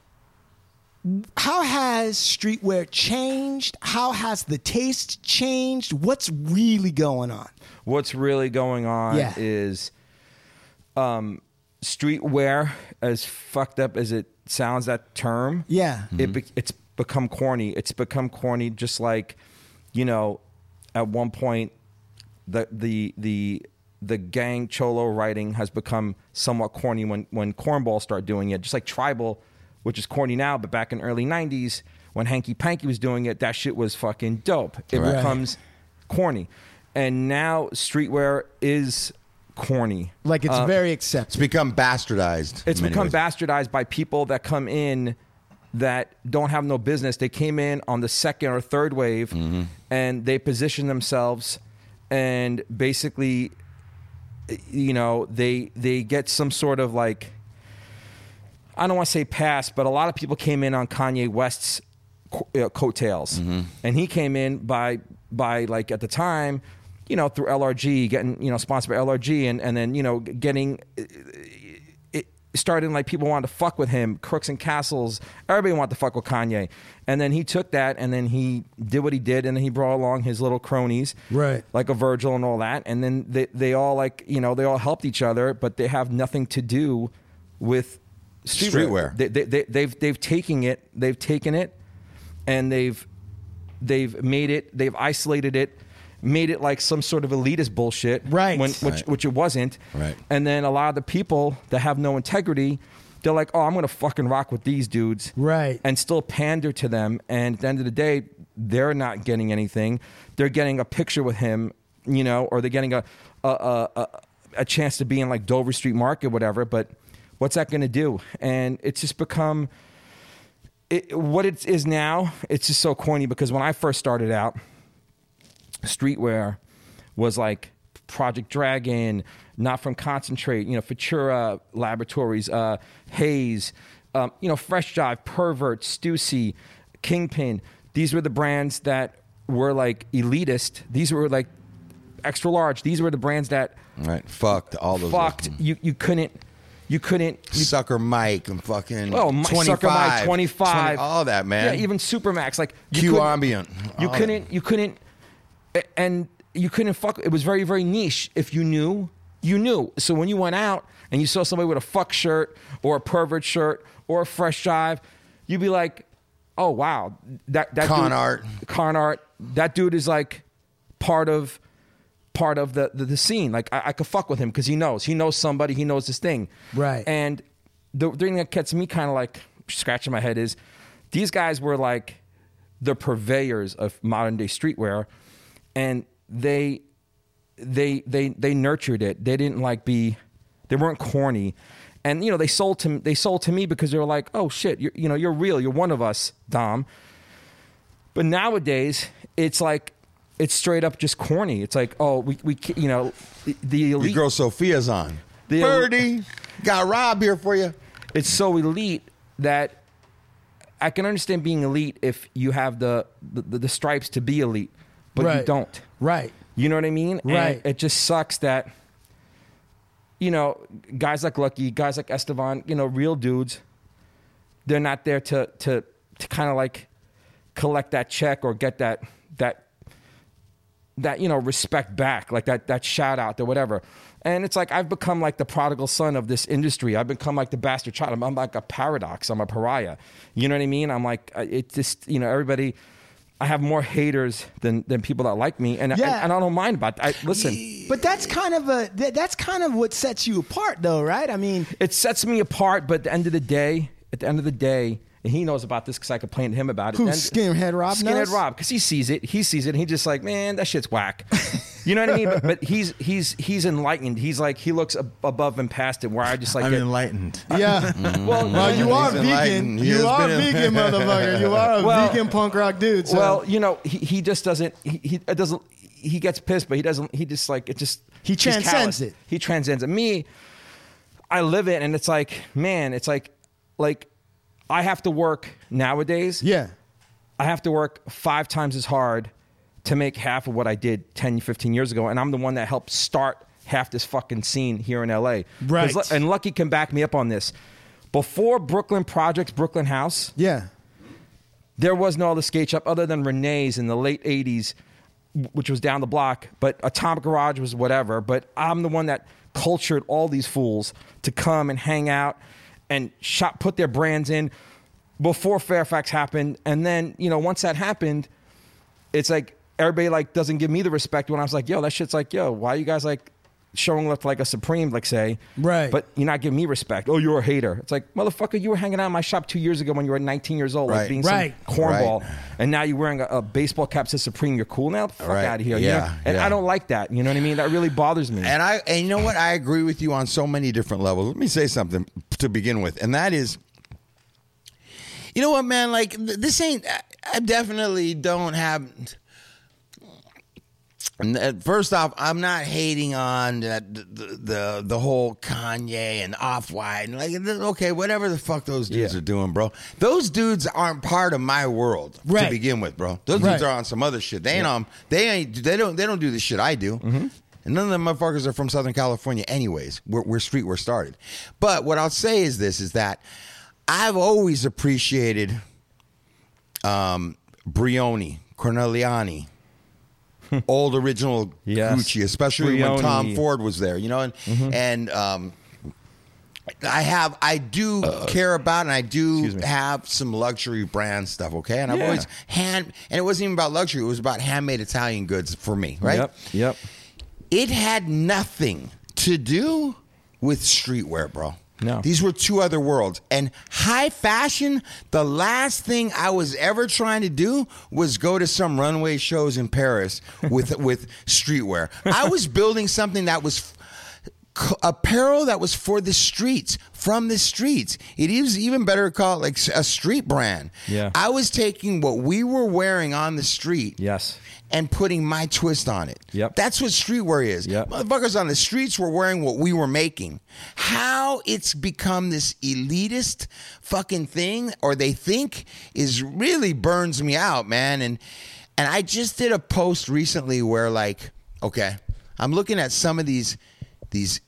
Speaker 3: how has streetwear changed? How has the taste changed? What's really going on?
Speaker 8: what's really going on
Speaker 3: Yeah.
Speaker 8: is um, streetwear as fucked up as it sounds that term
Speaker 3: Yeah.
Speaker 8: it be- it's become corny it's become corny just like you know at one point the the the the gang cholo writing has become somewhat corny when when cornball started doing it just like tribal which is corny now but back in early 90s when hanky panky was doing it that shit was fucking dope it becomes corny and now streetwear is corny
Speaker 3: Like it's very
Speaker 2: It's
Speaker 3: acceptable.
Speaker 2: become bastardized.
Speaker 8: it's
Speaker 2: in many
Speaker 8: become
Speaker 2: ways.
Speaker 8: bastardized by people that come in that don't have no business. They came in on the second or third wave
Speaker 2: Mm-hmm.
Speaker 8: and they position themselves and basically you know, they they get some sort of like I don't want to say pass, but a lot of people came in on Kanye West's co- uh, coattails,
Speaker 2: Mm-hmm.
Speaker 8: and he came in by by like at the time, you know, through LRG, getting you know sponsored by LRG, and and then you know getting it started like people wanted to fuck with him. Crooks and Castles, everybody wanted to fuck with Kanye, and then he took that and then he did what he did, and then he brought along his little cronies,
Speaker 5: Right.
Speaker 8: like a Virgil and all that, and then they they all like you know they all helped each other, but they have nothing to do with
Speaker 2: Streetwear.
Speaker 8: They, they, they, they've they've taken it, they've taken it, and they've they've made it, they've isolated it, made it like some sort of elitist bullshit,
Speaker 3: Right.
Speaker 8: When, which
Speaker 2: Right.
Speaker 8: which it wasn't,
Speaker 2: Right.
Speaker 8: And then a lot of the people that have no integrity, they're like, oh, I'm gonna fucking rock with these dudes,
Speaker 3: Right.
Speaker 8: And still pander to them, and at the end of the day, they're not getting anything. They're getting a picture with him, you know, or they're getting a a a, a, a chance to be in like Dover Street Market, whatever. But what's that gonna do? And it's just become it, what it is now, it's just so corny because when I first started out, streetwear was like Project Dragon, Not From Concentrate, you know, Futura Laboratories, uh, Hayes, um, you know, Fresh Dive, Pervert, Stussy, Kingpin. These were the brands that were like elitist. These were like extra large. These were the brands that
Speaker 2: right. Fucked all those
Speaker 8: fucked. You you couldn't you couldn't you
Speaker 2: sucker Mike and fucking
Speaker 8: Oh, my,
Speaker 2: 25,
Speaker 8: Sucker Mike, 25,
Speaker 2: 20 all that man.
Speaker 8: Yeah, even Supermax, like
Speaker 2: Q
Speaker 8: couldn't-
Speaker 2: ambient.
Speaker 8: You
Speaker 2: all that.
Speaker 8: couldn't, you couldn't, a- and you couldn't fuck. It was very, very niche. If you knew, you knew. So when you went out and you saw somebody with a fuck shirt or a pervert shirt or a fresh drive, you'd be like, "Oh wow, that that
Speaker 2: Con
Speaker 8: dude-
Speaker 2: art.
Speaker 8: con art. That dude is like part of." part of the, the, the scene like I, I could fuck with him because he knows he knows somebody he knows this thing
Speaker 3: Right.
Speaker 8: and and the thing that gets me kind of like scratching my head is these guys were like the purveyors of modern day streetwear, and they they they they nurtured it. They didn't like be they weren't corny, and you know they sold to they sold to me because they were like, oh shit, you're, you know you're real, you're one of us, Dom. But nowadays, it's like it's straight up just corny. It's like oh we we ca- you know the- the
Speaker 2: Your
Speaker 8: elite
Speaker 2: girl Sophia's on.
Speaker 8: The-
Speaker 2: Birdie got Rob here for you.
Speaker 8: it's so elite that I can understand being elite if you have the the, the stripes to be elite, but you
Speaker 3: Right.
Speaker 8: don't.
Speaker 3: Right.
Speaker 8: You know what I mean? And
Speaker 3: Right.
Speaker 8: it just sucks that you know guys like Lucky, guys like Estevan, you know, real dudes. They're not there to to to kind of like collect that check or get that that that you know respect back like that that shout out or whatever and it's like i've become like the prodigal son of this industry i've become like the bastard child i'm, I'm like a paradox i'm a pariah you know what i mean i'm like uh, it just you know everybody i have more haters than than people that like me and,
Speaker 3: Yeah.
Speaker 8: and, and i don't mind about that I, listen
Speaker 3: But that's kind of a that, that's kind of what sets you apart, though, right? I mean,
Speaker 8: it sets me apart but at the end of the day at the end of the day and he knows about this because I complained to him about it.
Speaker 3: Who,
Speaker 8: Then-
Speaker 3: Skinhead Rob
Speaker 8: Skinhead
Speaker 3: knows?
Speaker 8: Rob, because he sees it. He sees it. And he's just like, man, that shit's whack. You know what I mean? But, but he's he's he's enlightened. He's like he looks ab- above and past it. Where I just like
Speaker 6: I'm
Speaker 8: get-
Speaker 6: enlightened.
Speaker 3: Yeah.
Speaker 8: well,
Speaker 3: Well, Oh, you are
Speaker 7: He's
Speaker 3: vegan.
Speaker 7: enlightened. He has
Speaker 3: You are
Speaker 7: been-
Speaker 3: vegan, motherfucker. You are a
Speaker 8: Well-
Speaker 3: vegan punk rock dude. So.
Speaker 8: Well, you know, he, he just doesn't. He, he it doesn't. He gets pissed, but he doesn't. He just like it. Just
Speaker 3: He
Speaker 8: he's
Speaker 3: transcends
Speaker 8: callous.
Speaker 3: it.
Speaker 8: He transcends it. Me, I live it, and it's like, man, it's like, like, I have to work nowadays.
Speaker 3: yeah.
Speaker 8: I have to work five times as hard to make half of what I did 10, 15 years ago. And I'm the one that helped start half this fucking scene here in LA. 'Cause
Speaker 3: Right.
Speaker 8: lu- And Lucky can back me up on this. Before Brooklyn Projects, Brooklyn House,
Speaker 3: Yeah.
Speaker 8: there was no other skate shop other than Renee's in the late 80s, which was down the block. But Atomic Garage was whatever. But I'm the one that cultured all these fools to come and hang out and shop, put their brands in before Fairfax happened. And then, you know, once that happened, it's like everybody like doesn't give me the respect when I was like, yo, that shit's like, yo, why you guys like showing up like a supreme, like say,
Speaker 3: Right.
Speaker 8: But you're not giving me respect. Oh, you're a hater. It's like, motherfucker, you were hanging out in my shop two years ago when you were 19 years old, like
Speaker 2: Right.
Speaker 8: being
Speaker 3: Right.
Speaker 8: some cornball, and now you're wearing a, a baseball cap says Supreme. You're cool now. Fuck
Speaker 2: Right.
Speaker 8: out of here. you
Speaker 2: Yeah,
Speaker 8: know? and
Speaker 2: yeah.
Speaker 8: I don't like that. You know what I mean? That really bothers me.
Speaker 2: And I and you know what? I agree with you on so many different levels. Let me say something to begin with, and that is, you know what, man? Like th- this ain't. I, I definitely don't have. And, uh, First off, I'm not hating on that the, the the whole Kanye and Off White and like th- okay, whatever the fuck those dudes are doing, bro. Those dudes aren't part of my world
Speaker 3: Right.
Speaker 2: to begin with, bro. Those
Speaker 3: Right.
Speaker 2: dudes are on some other shit. They ain't on. They ain't. They don't. They don't do the shit I do.
Speaker 8: Mm-hmm.
Speaker 2: And none of them motherfuckers are from Southern California, anyways. We're, we're street. We're started. But what I'll say is this: is that I've always appreciated um, Brioni, Corneliani, old original
Speaker 8: Yes.
Speaker 2: Gucci, especially when Tom
Speaker 8: Brioni. Mm-hmm.
Speaker 2: Ford was there. You know, and and um, I have, I do
Speaker 8: Uh,
Speaker 2: care about, and I do have some luxury brand stuff. Okay, and I've
Speaker 8: Yeah.
Speaker 2: always hand, and it wasn't even about luxury; it was about handmade Italian goods for me. Right?
Speaker 8: Yep. Yep.
Speaker 2: It had nothing to do with streetwear, bro.
Speaker 8: No.
Speaker 2: These were two other worlds. And high fashion, the last thing I was ever trying to do was go to some runway shows in Paris with with streetwear. I was building something that was c- apparel that was for the streets, from the streets. It is even better to call it like s- a street brand.
Speaker 8: Yeah.
Speaker 2: I was taking what we were wearing on the street
Speaker 8: Yes.
Speaker 2: and putting my twist on it.
Speaker 8: Yep.
Speaker 2: That's what streetwear is.
Speaker 8: Yep.
Speaker 2: Motherfuckers on the streets were wearing what we were making. How it's become this elitist fucking thing, or they think, is really burns me out, man. And and I just did a post recently where like, okay, I'm looking at some of these these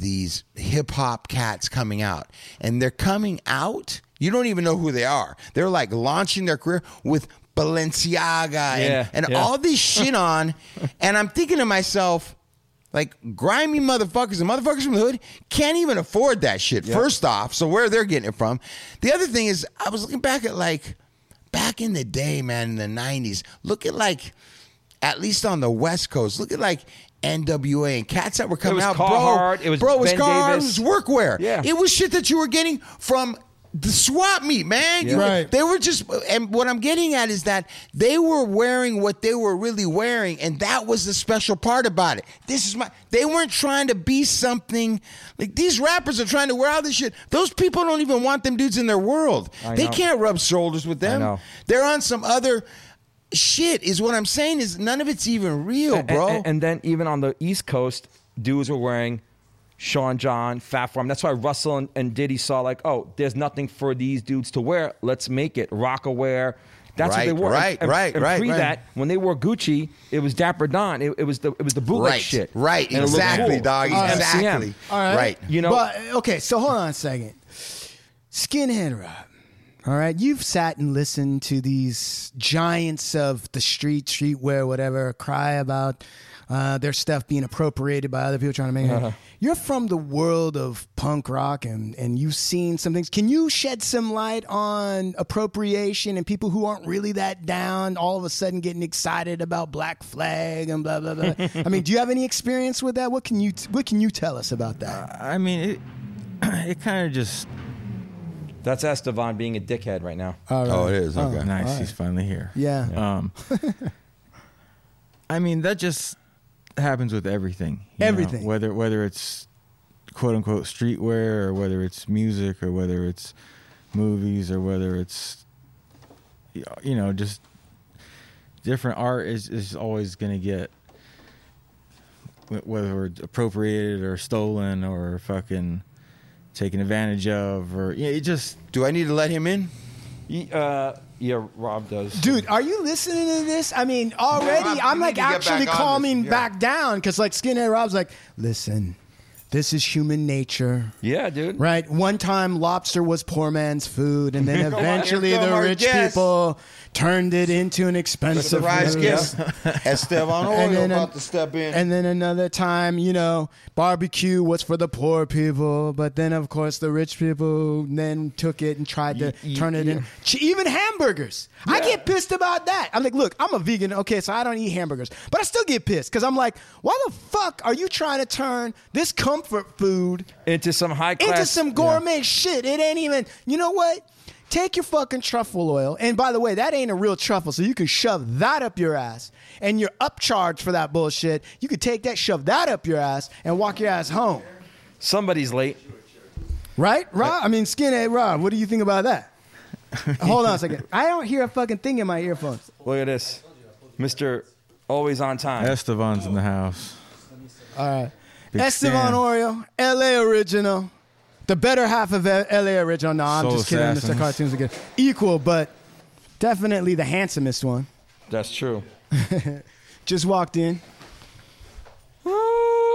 Speaker 2: these hip hop cats coming out, and they're coming out. You don't even know who they are. They're like launching their career with Balenciaga
Speaker 8: Yeah,
Speaker 2: and, and
Speaker 8: yeah.
Speaker 2: all this shit on. and I'm thinking to myself, like grimy motherfuckers and motherfuckers from the hood can't even afford that shit. First off, so where they're getting it from. The other thing is, I was looking back at like back in the day, man, in the '90s. Look at like at least on the West Coast. Look at like. NWA and cats that were coming
Speaker 8: was
Speaker 2: out,
Speaker 8: Carhartt,
Speaker 2: bro.
Speaker 8: it was
Speaker 2: bro, it was
Speaker 8: Ben
Speaker 2: Carhartt,
Speaker 8: Davis.
Speaker 2: it was workwear.
Speaker 8: Yeah.
Speaker 2: it was shit that you were getting from the swap meet, man. You-
Speaker 3: Right.
Speaker 2: They were just, and what I'm getting at is that they were wearing what they were really wearing, and that was the special part about it. This is my. They weren't trying to be something. Like these rappers are trying to wear all this shit. Those people don't even want them dudes in their world. they
Speaker 8: know.
Speaker 2: can't rub shoulders with them.
Speaker 8: know.
Speaker 2: They're on some other shit. Is what I'm saying. Is none of it's even real,
Speaker 8: And-
Speaker 2: bro.
Speaker 8: And, and then even on the East Coast, dudes were wearing Sean John, Fat Farm. That's why Russell and, and Diddy saw like, oh, there's nothing for these dudes to wear. Let's make it rock aware. That's
Speaker 2: Right,
Speaker 8: what they wore.
Speaker 2: right,
Speaker 8: and,
Speaker 2: right,
Speaker 8: and
Speaker 2: right,
Speaker 8: Pre
Speaker 2: right.
Speaker 8: that, when they wore Gucci, it was Dapper Don. It, it was the it was the bootleg
Speaker 2: right,
Speaker 8: shit.
Speaker 2: right,
Speaker 8: And it looked
Speaker 2: exactly,
Speaker 8: cool. Uh,
Speaker 2: dog,
Speaker 8: It was
Speaker 2: exactly,
Speaker 8: MCM.
Speaker 3: All right.
Speaker 2: right.
Speaker 8: You know-
Speaker 3: But, okay, so hold on a second. Skinhead Rob. All right, you've sat and listened to these giants of the street, streetwear, whatever, cry about uh, their stuff being appropriated by other people trying to make it.
Speaker 8: Uh-huh.
Speaker 3: You're from the world of punk rock and, and you've seen some things. Can you shed some light on appropriation and people who aren't really that down all of a sudden getting excited about Black Flag and blah, blah, blah? I mean, do you have any experience with that? What can you, what can you tell us about that?
Speaker 6: I mean, it it kind of just
Speaker 8: That's Estevan being a dickhead right now.
Speaker 2: Oh, it is okay.
Speaker 6: nice. He's finally here.
Speaker 3: Yeah.
Speaker 6: Um, I mean, Um, that just happens with everything. you know?
Speaker 3: Everything.
Speaker 6: whether whether it's quote unquote streetwear or whether it's music or whether it's movies or whether it's you know just different art is is always going to get wh- whether appropriated or stolen or fucking taken advantage of or yeah it just
Speaker 2: Do I need to let him in?
Speaker 8: Y- uh, yeah, Rob does.
Speaker 3: Dude, are you listening to this? I mean, already
Speaker 2: Rob,
Speaker 3: I'm
Speaker 2: you
Speaker 3: like
Speaker 2: need to get
Speaker 3: actually
Speaker 2: back on
Speaker 3: calming
Speaker 2: this. Yeah.
Speaker 3: back down because like Skinhead Rob's like, listen, this is human nature.
Speaker 8: yeah, dude.
Speaker 3: Right. One time, lobster was poor man's food, and then
Speaker 2: on,
Speaker 3: eventually
Speaker 2: here come
Speaker 3: the
Speaker 2: our
Speaker 3: rich
Speaker 2: guest.
Speaker 3: people turned it into an expensive
Speaker 2: Surprise
Speaker 3: food.
Speaker 2: guest, Esteban
Speaker 3: And
Speaker 2: Oil
Speaker 3: then,
Speaker 2: about
Speaker 3: an-
Speaker 2: to step in.
Speaker 3: And then another time, you know, barbecue was for the poor people, but then of course the rich people then took it and tried to turn it in. Ch- Even hamburgers, I get pissed about that. I'm like, look, I'm a vegan, okay, so I don't eat hamburgers, but I still get pissed because I'm like, why the fuck are you trying to turn this comfort food
Speaker 8: Into some high class.
Speaker 3: into some gourmet shit? It ain't even. You know what? Take your fucking truffle oil, and by the way, that ain't a real truffle, so you can shove that up your ass, and you're upcharged for that bullshit. You could take that, shove that up your ass, and walk your ass home,
Speaker 8: Somebody's late.
Speaker 3: right? Rob, I mean, skinhead Rob, what do you think about that? Hold on a second. I don't hear a fucking thing in my earphones.
Speaker 8: Look at this, Mister. Always on time.
Speaker 6: Esteban's in the house Big
Speaker 3: Esteban
Speaker 6: Stan.
Speaker 3: Oreo, LA original, the better half of L- LA original. No, I'm
Speaker 6: Soul
Speaker 3: just kidding. Mr.
Speaker 6: Assassins.
Speaker 3: Cartoons are good. Equal, but definitely the handsomest one.
Speaker 8: That's true.
Speaker 3: Just walked in.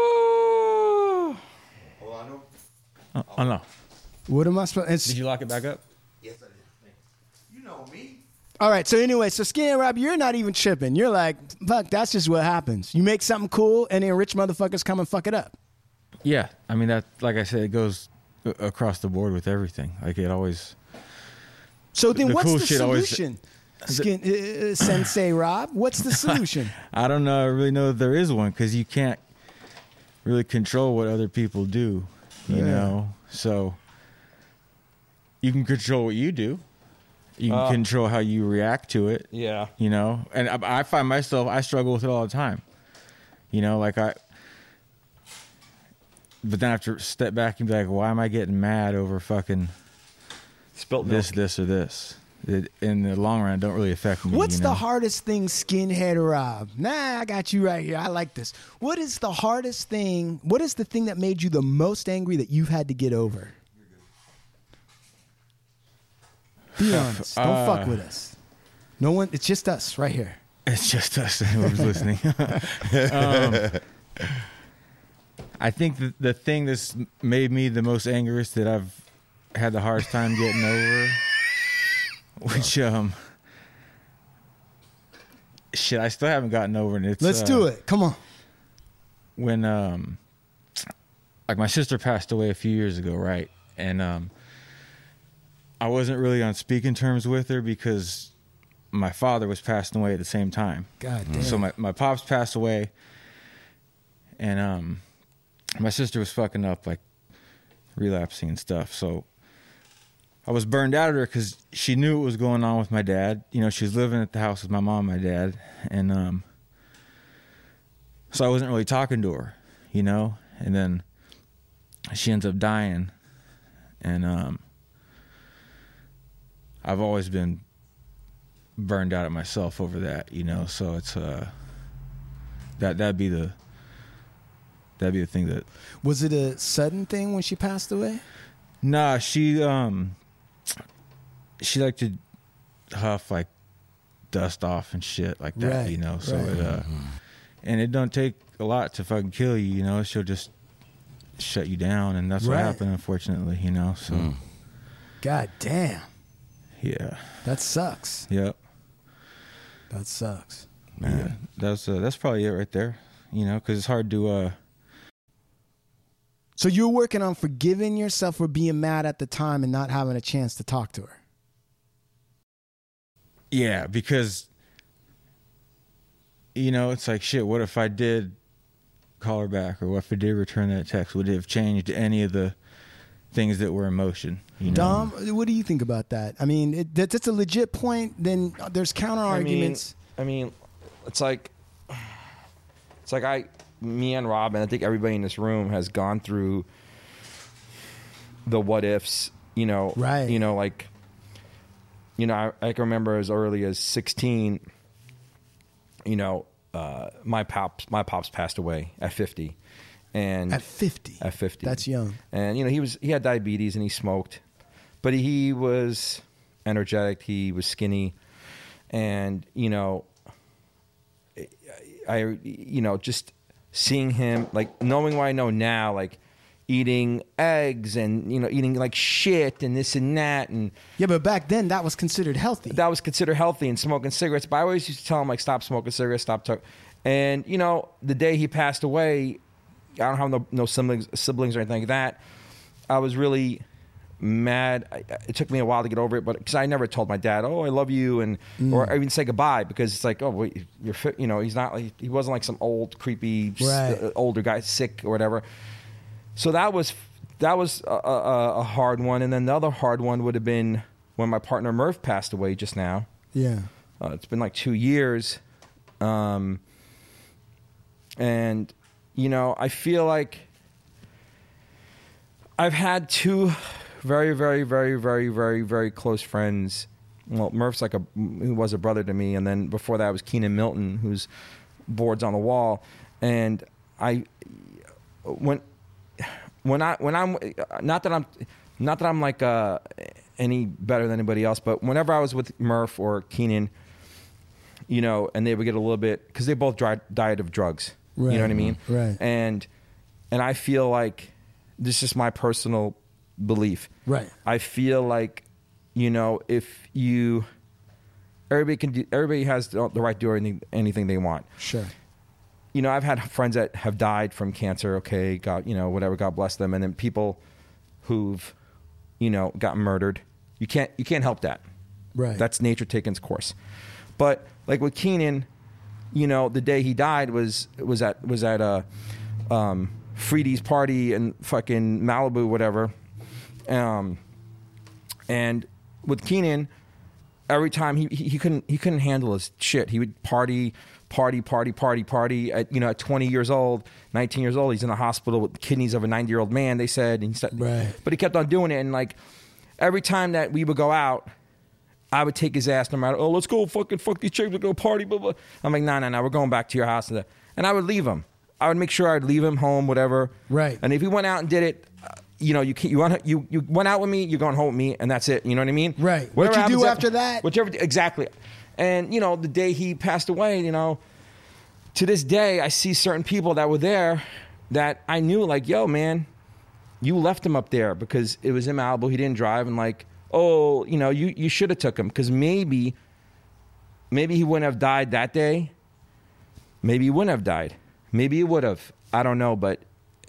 Speaker 8: Ooh.
Speaker 6: oh, oh, no
Speaker 3: What am I supposed?
Speaker 8: Did
Speaker 3: It's,
Speaker 8: you lock it back up?
Speaker 3: all right. So anyway, so Skinny Rob, you're not even tripping. You're like, fuck. That's just what happens. You make something cool, and then rich motherfuckers come and fuck it up.
Speaker 6: Yeah, I mean that. Like I said, it goes a- across the board with everything. Like it always.
Speaker 3: So then,
Speaker 6: The
Speaker 3: what's
Speaker 6: cool
Speaker 3: the
Speaker 6: shit always-
Speaker 3: solution? Skin, uh, uh, Sensei Rob, what's the solution?
Speaker 6: I don't know. I really know that there is one because you can't really control what other people do. You know, so you can control what you do. You can
Speaker 3: Uh.
Speaker 6: control how you react to it.
Speaker 8: Yeah.
Speaker 6: you know and I, I find myself i struggle with it all the time you know like i but then i have to step back and be like why am i getting mad over fucking
Speaker 3: Oh,
Speaker 8: Spilt milk.
Speaker 6: this this or this it, in the long run it don't really affect me
Speaker 3: What's
Speaker 6: you
Speaker 3: the
Speaker 6: know?
Speaker 3: hardest thing, Skinhead Rob? Nah, I got you right here. I like this. What is the hardest thing? What is the thing that made you the most angry that you've had to get over? Be honest. Don't
Speaker 6: uh,
Speaker 3: fuck with us. No one. It's just us right here.
Speaker 6: it's just us whoever's listening Um, i think the, the thing that's made me the most angriest that i've had the hardest time getting over which um shit i still haven't gotten over and it's
Speaker 3: Let's
Speaker 6: uh,
Speaker 3: do it. Come on.
Speaker 6: when um like my sister passed away a few years ago, right? And um I wasn't really on speaking terms with her because my father was passing away at the same time.
Speaker 3: God damn.
Speaker 6: So my, my pops passed away and um my sister was fucking up like relapsing and stuff. So I was burned out at her cuz she knew what was going on with my dad. You know, she was living at the house with my mom and my dad and um so I wasn't really talking to her, you know. And then she ends up dying, and um, I've always been burned out at myself over that, you know. So it's uh, that that'd be the that'd be the thing that
Speaker 3: Was it a sudden thing when she passed away?
Speaker 6: Nah, she um she liked to huff like dust off and shit like that,
Speaker 3: Right,
Speaker 6: you know. So
Speaker 3: right.
Speaker 6: it uh and it don't take a lot to fucking kill you, you know. She'll just shut you down and that's
Speaker 3: Right.
Speaker 6: what happened unfortunately, you know. So
Speaker 3: God damn.
Speaker 6: yeah.
Speaker 3: That sucks.
Speaker 6: Yep.
Speaker 3: That sucks.
Speaker 6: Yeah. That's uh, that's probably it right there. You know, cuz it's hard to uh
Speaker 3: So you're working on forgiving yourself for being mad at the time and not having a chance to talk to her.
Speaker 6: Yeah, because you know, it's like shit, what if I did call her back or what if I did return that text? Would it have changed any of the things that were in motion? You know?
Speaker 3: Dom, what do you think about that? I mean, it, that, that's a legit point. Then there's counter
Speaker 8: I mean-
Speaker 3: arguments.
Speaker 8: I mean, it's like, it's like I, me and Rob, and I think everybody in this room has gone through the what ifs. You know,
Speaker 3: Right.
Speaker 8: You know, like, you know, I, I can remember as early as sixteen. You know, uh, my pops, my pops passed away at fifty, and
Speaker 3: At 50?
Speaker 8: at fifty,
Speaker 3: That's young.
Speaker 8: And you know, he was he had diabetes and he smoked, but he was energetic. He was skinny, and you know, I you know just seeing him like knowing what I know now like eating eggs and you know eating like shit and this and that and
Speaker 3: Yeah, but back then that was considered healthy.
Speaker 8: that was considered healthy and smoking cigarettes but I always used to tell him like stop smoking cigarettes stop talking and you know the day he passed away I don't have no, no siblings siblings or anything like that I was really mad I, it took me a while to get over it but because I never told my dad oh I love you and or even say goodbye because it's like oh wait, you're fi-, you know he's not like he wasn't like some old creepy s-
Speaker 3: Right.
Speaker 8: uh, older guy sick or whatever so that was that was a, a, a hard one, and another hard one would have been when my partner Murph passed away just now.
Speaker 3: yeah.
Speaker 8: Uh, it's been like two years, um, and you know I feel like I've had two very, very, very, very, very, very close friends. Well, Murph's like a who was a brother to me, and then before that was Keenan Milton, who's boards on the wall, and I when when I when I'm not that I'm not that I'm like uh, any better than anybody else, but whenever I was with Murph or Keenan, you know, and they would get a little bit because they both dri- died of drugs. You
Speaker 3: Right.
Speaker 8: know what I mean?
Speaker 3: Right.
Speaker 8: And and I feel like this is my personal belief.
Speaker 3: Right.
Speaker 8: I feel like you know if you everybody can do, everybody has the the right to do anything anything they want
Speaker 3: Sure.
Speaker 8: you know, I've had friends that have died from cancer. Okay, God, you know, whatever, God bless them. And then people who've, you know, got murdered. You can't, you can't help that.
Speaker 3: Right.
Speaker 8: That's nature taking its course. But like with Keenan, you know, the day he died was was at was at a um, Freedy's party in fucking Malibu, whatever. Um, and with Keenan, every time he, he he couldn't he couldn't handle his shit. He would party, party, party, party, party. At you know, at 20 years old, 19 years old, he's in the hospital with the kidneys of a 90 year old man. They said, and he said,
Speaker 3: Right.
Speaker 8: but he kept on doing it. And like every time that we would go out, I would take his ass no matter. Oh, let's go fucking fuck these chicks. We're gonna party. Blah blah. I'm like, nah, nah, nah. We're going back to your house. And I would leave him. I would make sure I'd leave him home, whatever.
Speaker 3: Right.
Speaker 8: And if he went out and did it, uh, you know, you can't, you want you you went out with me, you're going home with me, and that's it. You know what I mean?
Speaker 3: Right. What
Speaker 8: Whatever
Speaker 3: you do
Speaker 8: happens
Speaker 3: after that-
Speaker 8: whichever exactly. And you know, the day he passed away, you know, to this day, I see certain people that were there that I knew, like, yo, man, you left him up there because it was in Malibu. He didn't drive, and like, oh, you know, you you should have took him because maybe, maybe he wouldn't have died that day. Maybe he wouldn't have died. Maybe he would have. I don't know, but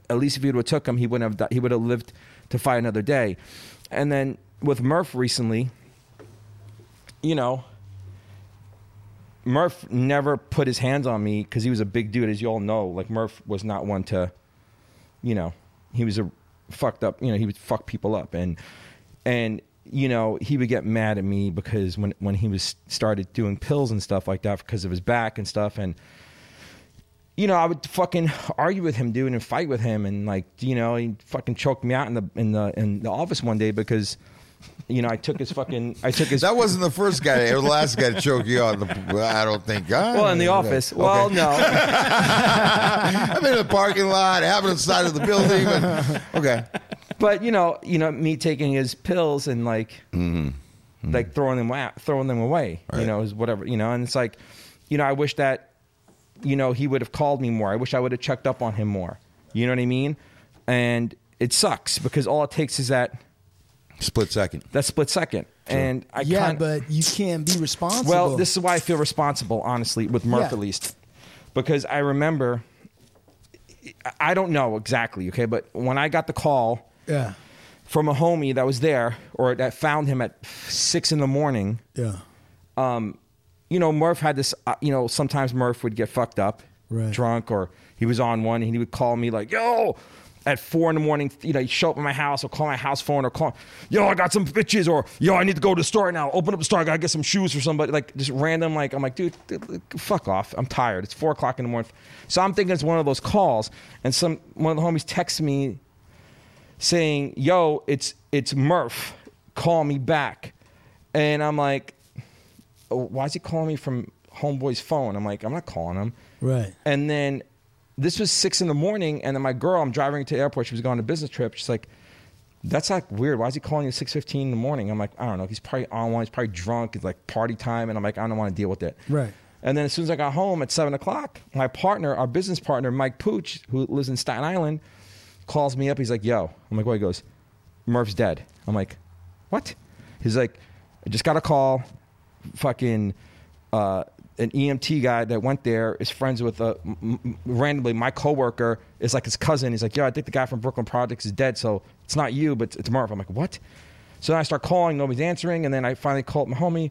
Speaker 8: at least if he would have took him, he wouldn't have. Di- he would have lived to fight another day. And then with Murph recently, you know, Murph never put his hands on me because he was a big dude, as you all know. Like Murph was not one to, you know, he was a fucked up. You know, he would fuck people up, and and you know he would get mad at me because when when he was started doing pills and stuff like that because of his back and stuff, and you know I would fucking argue with him, dude, and fight with him, and like you know he fucking choked me out in the in the in the office one day because. You know, I took his fucking. I took his.
Speaker 2: That wasn't the first guy, or the last guy to choke you out. in the- I don't think. I-
Speaker 8: Well, in the office. Well,
Speaker 2: Okay.
Speaker 8: no.
Speaker 2: I've been in the parking lot. It happened on the side of the building. But, okay.
Speaker 8: but you know, you know, me taking his pills and like,
Speaker 2: Mm-hmm.
Speaker 8: like throwing them out, throwing them away. You know, is whatever. You know, and it's like, you know, I wish that, you know, he would have called me more. I wish I would have checked up on him more. You know what I mean? And it sucks because all it takes is that
Speaker 2: Split second.
Speaker 8: that split second. And I
Speaker 3: yeah,
Speaker 8: kind
Speaker 3: but you can't be responsible.
Speaker 8: Well, this is why I feel responsible, honestly, with Murph
Speaker 3: Yeah.
Speaker 8: at least, because I remember. I- I don't know exactly, okay, but when I got the call
Speaker 3: Yeah.
Speaker 8: from a homie that was there or that found him at six in the morning,
Speaker 3: Yeah.
Speaker 8: you know, Murph had this, uh, you know, sometimes Murph would get fucked up,
Speaker 3: Right.
Speaker 8: drunk, or he was on one and he would call me like, yo, at four in the morning, you know, you show up at my house or call my house phone or call, yo, I got some bitches or yo, I need to go to the store now. Open up the store, I gotta get some shoes for somebody. Like just random, like I'm like, dude, dude, fuck off. I'm tired. It's four o'clock in the morning. So I'm thinking it's one of those calls, and some one of the homies texts me saying, yo, it's it's Murph. Call me back. And I'm like, oh, why is he calling me from homeboy's phone? I'm like, I'm not calling him.
Speaker 3: Right.
Speaker 8: And then this was six in the morning, and then my girl, I'm driving her to the airport. She was going on a business trip. She's like, "That's like weird. Why is he calling you at six fifteen in the morning?" I'm like, "I don't know. He's probably on one. He's probably drunk. It's like party time." And I'm like, "I don't want to deal with it."
Speaker 3: Right.
Speaker 8: And then as soon as I got home at seven o'clock, my partner, our business partner, Mike Pooch, who lives in Staten Island, calls me up. He's like, "Yo," I'm like, "What?" He goes, "Murph's dead." I'm like, "What?" He's like, "I just got a call. Fucking." uh, an EMT guy that went there is friends with a m- m- randomly my coworker is like his cousin. He's like, "Yo, I think the guy from Brooklyn Projects is dead, so it's not you, but it's Murph." I'm like, "What?" So then I start calling, nobody's answering, and then I finally called my homie,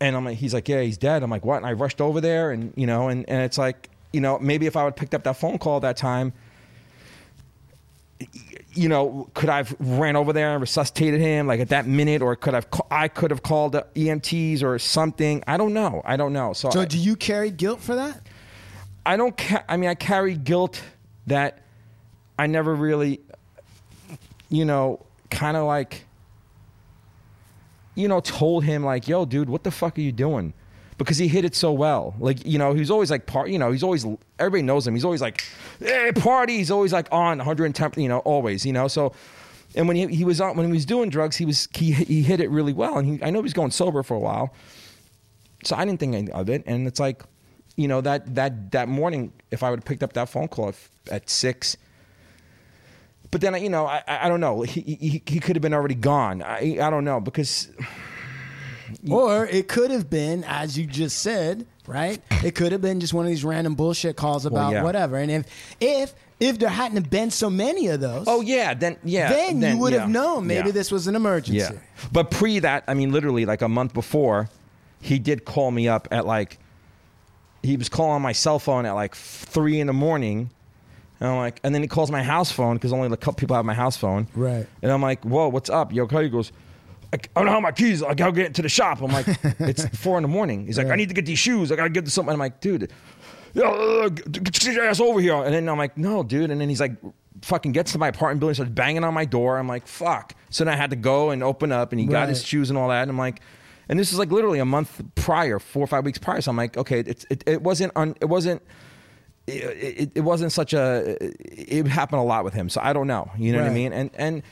Speaker 8: and I'm like, "He's like, yeah, he's dead." I'm like, "What?" And I rushed over there, and you know, and and it's like, you know, maybe if I would have picked up that phone call that time, you know, could I've ran over there and resuscitated him like at that minute, or could I've ca- I could have called the EMTs or something? I don't know. I don't know. So,
Speaker 3: So
Speaker 8: I,
Speaker 3: do you carry guilt for that?
Speaker 8: I don't. Ca- I mean, I carry guilt that I never really, you know, kind of like, you know, told him like, "Yo, dude, what the fuck are you doing?" Because he hit it so well. Like, you know, he's always like part. You know, he's always everybody knows him. He's always like, "Hey, party!" He's always like on 110. You know, always. You know, so. And when he, he was on when he was doing drugs, he was he, he hit it really well. And he, I know he was going sober for a while, so I didn't think any of it. And it's like, you know, that that that morning, if I would have picked up that phone call if, at six, but then you know, I I I don't know. He he, he could have been already gone. I I don't know because
Speaker 3: Or it could have been, as you just said, right? It could have been just one of these random bullshit calls about
Speaker 8: yeah.
Speaker 3: whatever. And if if if there hadn't have been so many of those,
Speaker 8: oh yeah, then yeah,
Speaker 3: then, you would have
Speaker 8: yeah.
Speaker 3: known maybe
Speaker 8: Yeah.
Speaker 3: this was an emergency.
Speaker 8: Yeah. But pre that, I mean, literally, like a month before, he did call me up at like, he was calling my cell phone at like three in the morning. And I'm like, and then he calls my house phone because only a couple people have my house phone.
Speaker 3: Right.
Speaker 8: And I'm like, whoa, what's up? Yo, he goes, I I don't have my keys. I gotta get to the shop. I'm like, it's four in the morning. He's like, I need to get these shoes. I gotta get to something. I'm like, dude, yo, uh, get your ass over here. And then I'm like, no, dude. And then he's like, fucking gets to my apartment building, starts banging on my door. I'm like, fuck. So then I had to go and open up, and he got his
Speaker 3: Right.
Speaker 8: shoes and all that. And I'm like, and this is like literally a month prior, four or five weeks prior. So I'm like, okay, it's, it, it wasn't un, it wasn't it, it, it wasn't such a it happened a lot with him so i don't know you know what i
Speaker 3: Right.
Speaker 8: mean and and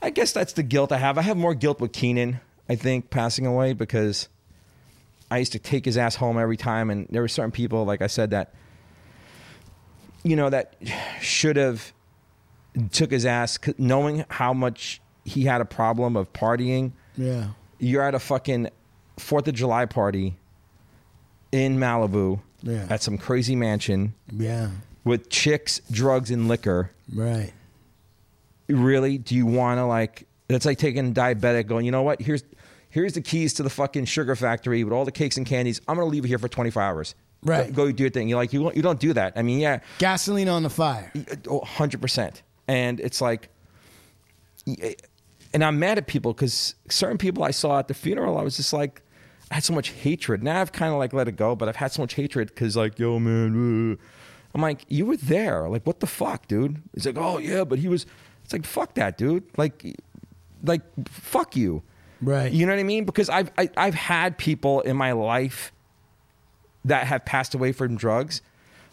Speaker 8: i guess that's the guilt i have i have more guilt with keenan i think passing away because i used to take his ass home every time and there were certain people like i said that you know that should have took his ass 'cause knowing how much he had a problem of partying
Speaker 3: Yeah.
Speaker 8: you're at a fucking fourth of july party in malibu
Speaker 3: Yeah.
Speaker 8: at some crazy mansion
Speaker 3: Yeah.
Speaker 8: with chicks, drugs, and liquor.
Speaker 3: Right.
Speaker 8: Really? Do you want to like? That's like taking a diabetic, going, you know what? Here's here's the keys to the fucking sugar factory with all the cakes and candies. I'm gonna leave you here for 24 hours.
Speaker 3: Right.
Speaker 8: Go, go do your thing. You're like you won't- you don't do that. I mean, yeah,
Speaker 3: Gasoline on the fire.
Speaker 8: Oh, hundred percent. And it's like, and I'm mad at people because certain people I saw at the funeral, I was just like, I had so much hatred. Now I've kind of like let it go, but I've had so much hatred because like, yo man, uh," I'm like, you were there. Like, what the fuck, dude? It's like, oh yeah, but he was. It's like, fuck that, dude. Like, like, fuck you.
Speaker 3: Right.
Speaker 8: You know what I mean? Because I've I, I've had people in my life that have passed away from drugs,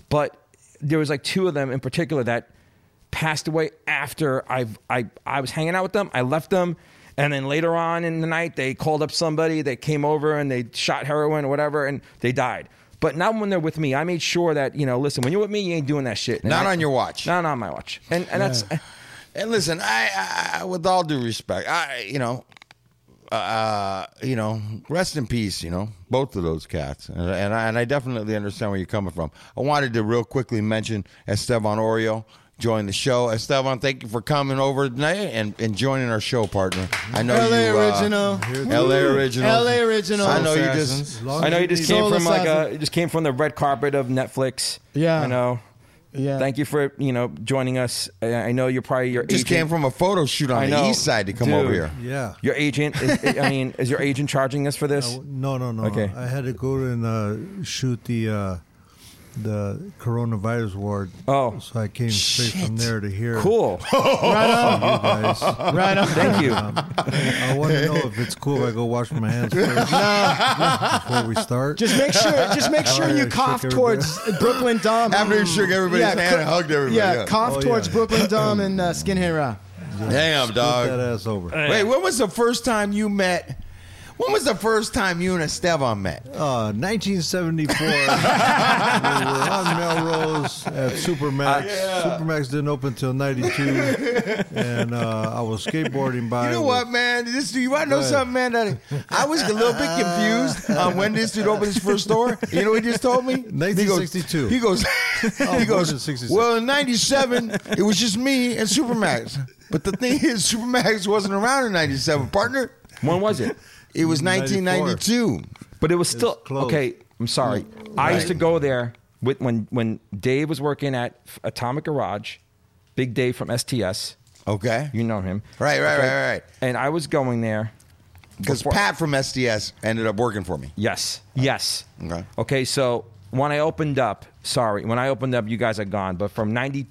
Speaker 8: but there was like two of them in particular that passed away after I've I I was hanging out with them. I left them, and then later on in the night they called up somebody. They came over and they shot heroin or whatever, and they died. But not when they're with me. I made sure that you know, listen, when you're with me, you ain't doing that shit. And
Speaker 2: Not
Speaker 8: I-
Speaker 2: on your watch.
Speaker 8: Not on my watch. And and that's
Speaker 2: And listen, I, I, I with all due respect, I, you know, uh, you know, rest in peace, you know, both of those cats, and, and I and I definitely understand where you're coming from. I wanted to real quickly mention Esteban Oreo joined the show. Esteban, thank you for coming over tonight and, and joining our show, partner. I know
Speaker 3: LA
Speaker 2: you, uh,
Speaker 3: original.
Speaker 2: LA original,
Speaker 3: LA original.
Speaker 2: I know you
Speaker 5: Assassins.
Speaker 2: just
Speaker 5: Long
Speaker 8: I know you
Speaker 5: as
Speaker 8: just
Speaker 5: need-
Speaker 8: came
Speaker 3: Soul
Speaker 8: from like
Speaker 3: Assassin.
Speaker 8: a, you just came from the red carpet of Netflix.
Speaker 3: Yeah.
Speaker 8: I know.
Speaker 3: Yeah.
Speaker 8: Thank you for you know joining us. I- I know you're probably your
Speaker 2: Just
Speaker 8: agent.
Speaker 2: came from a photo shoot on
Speaker 8: I
Speaker 2: the
Speaker 8: know.
Speaker 2: east side to come
Speaker 8: Dude.
Speaker 2: over here.
Speaker 9: Yeah.
Speaker 8: Your agent. Is, I mean, is your agent charging us for this?
Speaker 9: No, no, no.
Speaker 8: Okay.
Speaker 9: I had to go and uh, shoot the uh, the coronavirus ward.
Speaker 8: Oh.
Speaker 9: so I came straight from there to here.
Speaker 8: Cool.
Speaker 9: You guys.
Speaker 3: Right on.
Speaker 8: Thank you.
Speaker 9: Um, I want to know if it's cool if I go wash my hands first before we start.
Speaker 3: Just make sure. Just make sure
Speaker 9: Alright,
Speaker 3: you
Speaker 9: shake
Speaker 3: cough
Speaker 9: everybody.
Speaker 3: towards Brooklyn Dom.
Speaker 2: After he shook everybody's
Speaker 3: Yeah,
Speaker 2: hand
Speaker 3: co-
Speaker 2: and hugged everybody.
Speaker 3: yeah,
Speaker 2: Yeah.
Speaker 3: cough
Speaker 9: Oh,
Speaker 3: towards
Speaker 9: yeah.
Speaker 3: Brooklyn Dom and uh, Skinhead Rock.
Speaker 2: Damn,
Speaker 9: Flip that
Speaker 2: dog.
Speaker 9: ass over.
Speaker 2: Wait, when was the first time you met? When was the first time you and Esteban met?
Speaker 9: Uh, 1974. we were on Melrose at Supermax. Supermax didn't open until 92. and uh, I was skateboarding by.
Speaker 2: You know
Speaker 9: with-
Speaker 2: what, man? This dude, you want to know
Speaker 9: Go ahead.
Speaker 2: something, man? That I was a little bit confused on when this dude opened his first store. You know what he just told me? He goes-
Speaker 9: 1962.
Speaker 2: He goes, he
Speaker 9: Oh, more
Speaker 2: goes,
Speaker 9: than 66.
Speaker 2: well, in 97, it was just me and Supermax. But the thing is, Supermax wasn't around in 97, partner.
Speaker 8: When was it?
Speaker 2: It was 1992.
Speaker 8: But it was still
Speaker 9: closed.
Speaker 8: okay. I'm sorry. I used to go there with when when Dave was working at Atomic Garage, Big Dave from STS.
Speaker 2: Okay.
Speaker 8: You know him,
Speaker 2: Right, right, right, right.
Speaker 8: And I was going there.
Speaker 2: Because
Speaker 8: before-
Speaker 2: Pat from SDS ended up working for me.
Speaker 8: Yes. Yes.
Speaker 2: Okay.
Speaker 8: Okay. So when I opened up, sorry, when I opened up, you guys are gone. But from 90,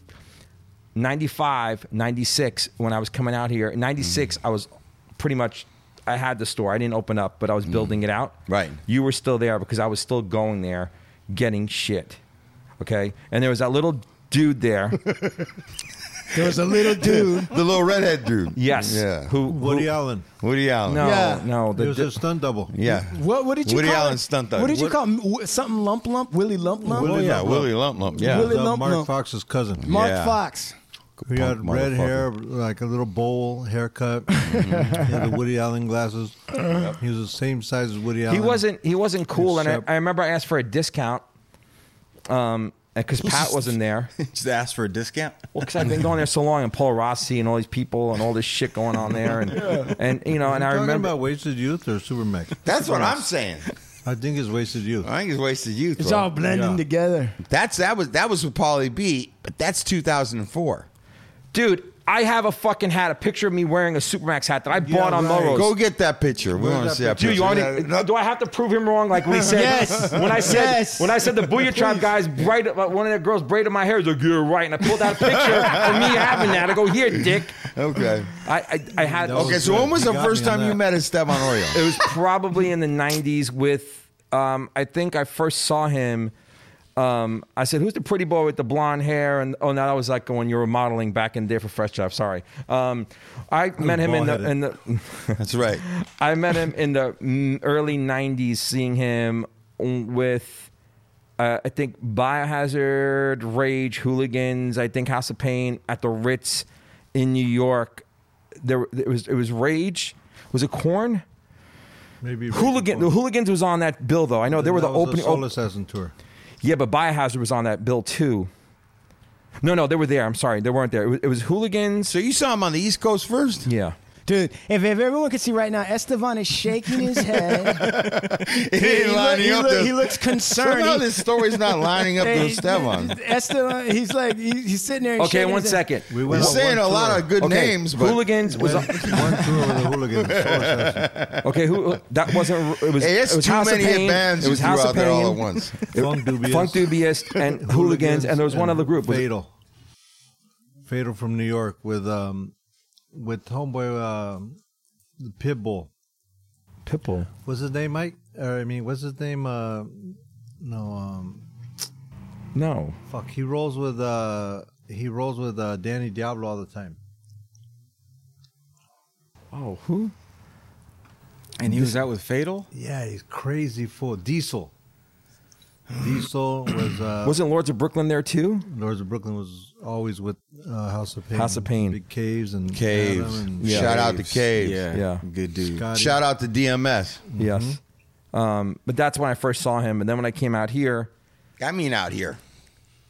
Speaker 8: 95, 96, when I was coming out here, in
Speaker 2: Mm.
Speaker 8: 96, I was pretty much, I had the store. I didn't open up, but I was building it out.
Speaker 2: Mm. Right.
Speaker 8: You were still there because I was still going there getting shit. Okay. And there was that little dude there.
Speaker 3: There was a little dude.
Speaker 2: The little redhead dude.
Speaker 8: yes.
Speaker 2: Yeah.
Speaker 8: Who,
Speaker 9: Woody
Speaker 8: who-
Speaker 9: Allen.
Speaker 2: Woody Allen.
Speaker 8: No,
Speaker 3: Yeah.
Speaker 8: no.
Speaker 9: It
Speaker 8: The,
Speaker 9: was a stunt double.
Speaker 2: Yeah.
Speaker 3: What, what did you
Speaker 2: Woody
Speaker 3: call
Speaker 2: Allen
Speaker 3: it?
Speaker 2: stunt
Speaker 3: What did you
Speaker 2: What-
Speaker 3: call him? W- something lump lump? Willie lump lump?
Speaker 2: Oh,
Speaker 9: Willie
Speaker 2: yeah.
Speaker 9: Lump Lump.
Speaker 2: Willie Lump Lump. Yeah.
Speaker 3: Willie
Speaker 9: It was, uh,
Speaker 3: Lump
Speaker 9: Mark
Speaker 3: Lump.
Speaker 9: Fox's cousin.
Speaker 3: Mark
Speaker 2: Yeah.
Speaker 3: Fox.
Speaker 9: He had
Speaker 2: Punk
Speaker 9: red
Speaker 2: motherfucker.
Speaker 9: hair, like a little bowl haircut. he had the Woody Allen glasses. He was the same size as Woody Allen.
Speaker 8: He wasn't. He wasn't cool, and
Speaker 9: Except-
Speaker 8: I, I remember I asked for a discount, um, because Pat wasn't there.
Speaker 6: Just ask for a discount.
Speaker 8: Well, because I've been going there so long, and Paul Rossi and all these people and all this shit going on there, and and you know, and I
Speaker 9: Talking
Speaker 8: remember.
Speaker 9: about wasted youth or Supermax?
Speaker 2: That's what I'm saying.
Speaker 9: I think it's wasted youth.
Speaker 2: I think it's wasted youth.
Speaker 3: It's
Speaker 2: bro.
Speaker 3: all blending
Speaker 9: Yeah.
Speaker 3: together.
Speaker 2: That's that was that was with Pauly B, but that's 2004.
Speaker 8: Dude, I have a fucking hat, a picture of me wearing a Supermax hat that I bought on
Speaker 9: right.
Speaker 8: Melrose.
Speaker 2: Go get that picture. We want to
Speaker 9: that
Speaker 2: see that picture.
Speaker 8: Dude, you already, do I have to prove him wrong? Like we said,
Speaker 3: Yes.
Speaker 8: When I said
Speaker 3: Yes.
Speaker 8: when I said the booyah trap guys braided uh, one of the girls braided my hair, he's like you're right, and I pulled out a picture of me having that. I go here, dick.
Speaker 2: okay.
Speaker 8: I I, I had
Speaker 9: was
Speaker 2: Okay, so
Speaker 9: good.
Speaker 2: when was
Speaker 9: You
Speaker 2: the
Speaker 9: got
Speaker 2: first
Speaker 9: me on
Speaker 2: time you
Speaker 9: that.
Speaker 2: met Esteban Oriol?
Speaker 8: It was probably in the 90s with, um, I think I first saw him. Um, I said, Who's the pretty boy with the blonde hair? And oh, no, that was like when you were modeling back in there for Fresh Job. Sorry. Um, I met him in the, in the
Speaker 2: That's right.
Speaker 8: I met him in the mm, early 90s, seeing him with, uh, I think, Biohazard, Rage, Hooligans, I think House of Pain at the Ritz in New York. There, it was it was Rage. Was it Corn?
Speaker 9: Maybe
Speaker 8: Hooligan, the Hooligans was on that bill though. I know they were the
Speaker 9: That was
Speaker 8: opening.
Speaker 9: a Soul Assassin tour.
Speaker 8: yeah, but Biohazard was on that bill too. No, no, they were there. I'm sorry, they weren't there. It was, it was Hooligans.
Speaker 2: So you saw him on the East Coast first?
Speaker 8: yeah,
Speaker 3: Dude, if, if everyone could see right now, Estevan is shaking his head.
Speaker 2: It ain't lining
Speaker 3: he,
Speaker 2: up.
Speaker 3: look-
Speaker 2: to-
Speaker 3: he looks concerned.
Speaker 2: Somehow
Speaker 3: He-
Speaker 2: this story's not lining up to
Speaker 3: Hey,
Speaker 2: Esteban.
Speaker 3: Esteban, he's like, he, he's sitting there. And
Speaker 8: Okay,
Speaker 3: shaking
Speaker 8: one
Speaker 3: his head.
Speaker 8: second.
Speaker 9: We
Speaker 2: He's
Speaker 9: on
Speaker 2: saying
Speaker 9: one
Speaker 2: a lot
Speaker 9: tour.
Speaker 2: of good
Speaker 8: okay,
Speaker 2: names, but
Speaker 8: Hooligans was on,
Speaker 9: Went- one tour with the Hooligans. Soul Assassin.
Speaker 8: Okay, who that wasn't? It was.
Speaker 2: Hey, it's
Speaker 8: it was
Speaker 2: too
Speaker 8: House
Speaker 2: many
Speaker 8: of
Speaker 2: hit
Speaker 8: Pain,
Speaker 2: bands
Speaker 8: It was
Speaker 2: you threw
Speaker 8: House
Speaker 2: out
Speaker 8: of Pain
Speaker 2: there all at once.
Speaker 9: Funk Dubious.
Speaker 8: Funk Dubious, and Hooligans, and there was one other group. Was it-
Speaker 9: Fatal. Fatal from New York with um with homeboy um the Pitbull.
Speaker 8: Pitbull.
Speaker 9: What's his name, Mike? Or I mean, what's his name? Uh, no, um,
Speaker 8: No,
Speaker 9: fuck. He rolls with uh he rolls with uh Danny Diablo all the time.
Speaker 8: oh who?
Speaker 6: And he was out with Fatal.
Speaker 9: Yeah, he's crazy fool. Diesel. Diesel was uh
Speaker 8: Wasn't Lords of Brooklyn there too?
Speaker 9: Lords of Brooklyn was always with uh, House of Pain.
Speaker 8: House of Pain.
Speaker 9: Big caves and
Speaker 2: Caves.
Speaker 9: Adam and
Speaker 2: Yeah. Shout out to Caves.
Speaker 6: Yeah,
Speaker 8: Yeah.
Speaker 6: good dude.
Speaker 9: Scotty.
Speaker 2: Shout out to DMS.
Speaker 8: Yes. Um, but that's when I first saw him, and then when I came out here,
Speaker 2: I mean out here.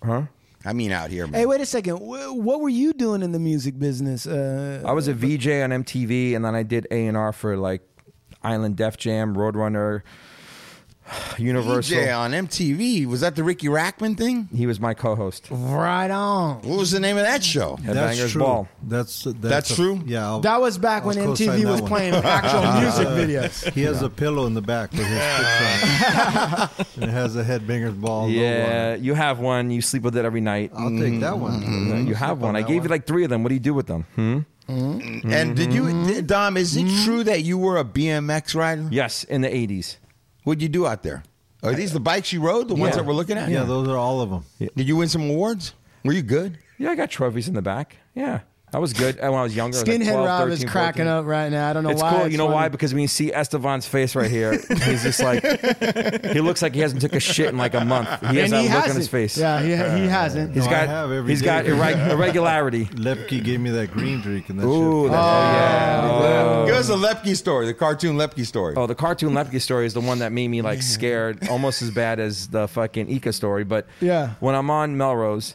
Speaker 8: huh?
Speaker 2: I mean out here, man.
Speaker 3: Hey, wait a second. Wh- What were you doing in the music business? Uh,
Speaker 8: I was a VJ on MTV, and then I did A and R for like Island Def Jam, Roadrunner, Universal.
Speaker 2: DJ on MTV. Was that the Ricky Rackman thing?
Speaker 8: He was my co-host.
Speaker 3: Right on.
Speaker 2: What was the name of that show?
Speaker 9: That's
Speaker 8: Headbangers
Speaker 9: true.
Speaker 8: Ball.
Speaker 9: That's that's,
Speaker 2: That's
Speaker 9: a-
Speaker 2: true?
Speaker 9: Yeah, I'll-
Speaker 3: That was back
Speaker 9: I'll
Speaker 3: when
Speaker 9: co-sign
Speaker 3: MTV
Speaker 9: that
Speaker 3: was
Speaker 9: one.
Speaker 3: playing actual music
Speaker 9: Uh,
Speaker 3: videos.
Speaker 9: He has a pillow in the back with his picture on. and it has a headbangers ball. logo on it.
Speaker 8: Yeah, you have one. You sleep with it every night. Mm,
Speaker 9: I'll take that one.
Speaker 8: You have one. I gave you like three of them. What do you do with them? Hmm?
Speaker 2: And did
Speaker 8: Mm-hmm.
Speaker 2: you, Dom? Is it true that you were a BMX rider?
Speaker 8: Yes, in the '80s.
Speaker 2: What'd you do out there? Are these the bikes you rode? The ones
Speaker 8: Yeah.
Speaker 2: that we're looking at?
Speaker 9: Yeah, those are all of them.
Speaker 2: Did you win some awards? Were you good?
Speaker 8: Yeah, I got trophies in the back. Yeah, I was good uh, when I was younger. I was, like,
Speaker 3: Skinhead
Speaker 8: 12,
Speaker 3: Rob is
Speaker 8: 13,
Speaker 3: cracking
Speaker 8: 14.
Speaker 3: up right now. I don't know
Speaker 8: It's
Speaker 3: why.
Speaker 8: cool. You know
Speaker 3: funny.
Speaker 8: why? Because when you see Estevan's face right here, he's just like, he looks like he hasn't took a shit in like a month. He has
Speaker 3: And
Speaker 8: that
Speaker 3: he
Speaker 8: look
Speaker 3: hasn't.
Speaker 8: on his face.
Speaker 3: Yeah, he, he hasn't.
Speaker 8: He's
Speaker 9: No, Oh, I
Speaker 8: got,
Speaker 9: have every
Speaker 8: he's
Speaker 9: day.
Speaker 8: got irreg- irregularity.
Speaker 9: Lepke gave me that green drink and that
Speaker 8: Ooh,
Speaker 9: shit.
Speaker 8: that's, oh, yeah.
Speaker 2: Give us a Lepke story, the cartoon Lepke story.
Speaker 8: Oh, the cartoon Lepke story is the one that made me like scared, almost as bad as the fucking Ika story. But
Speaker 3: Yeah.
Speaker 8: when I'm on Melrose,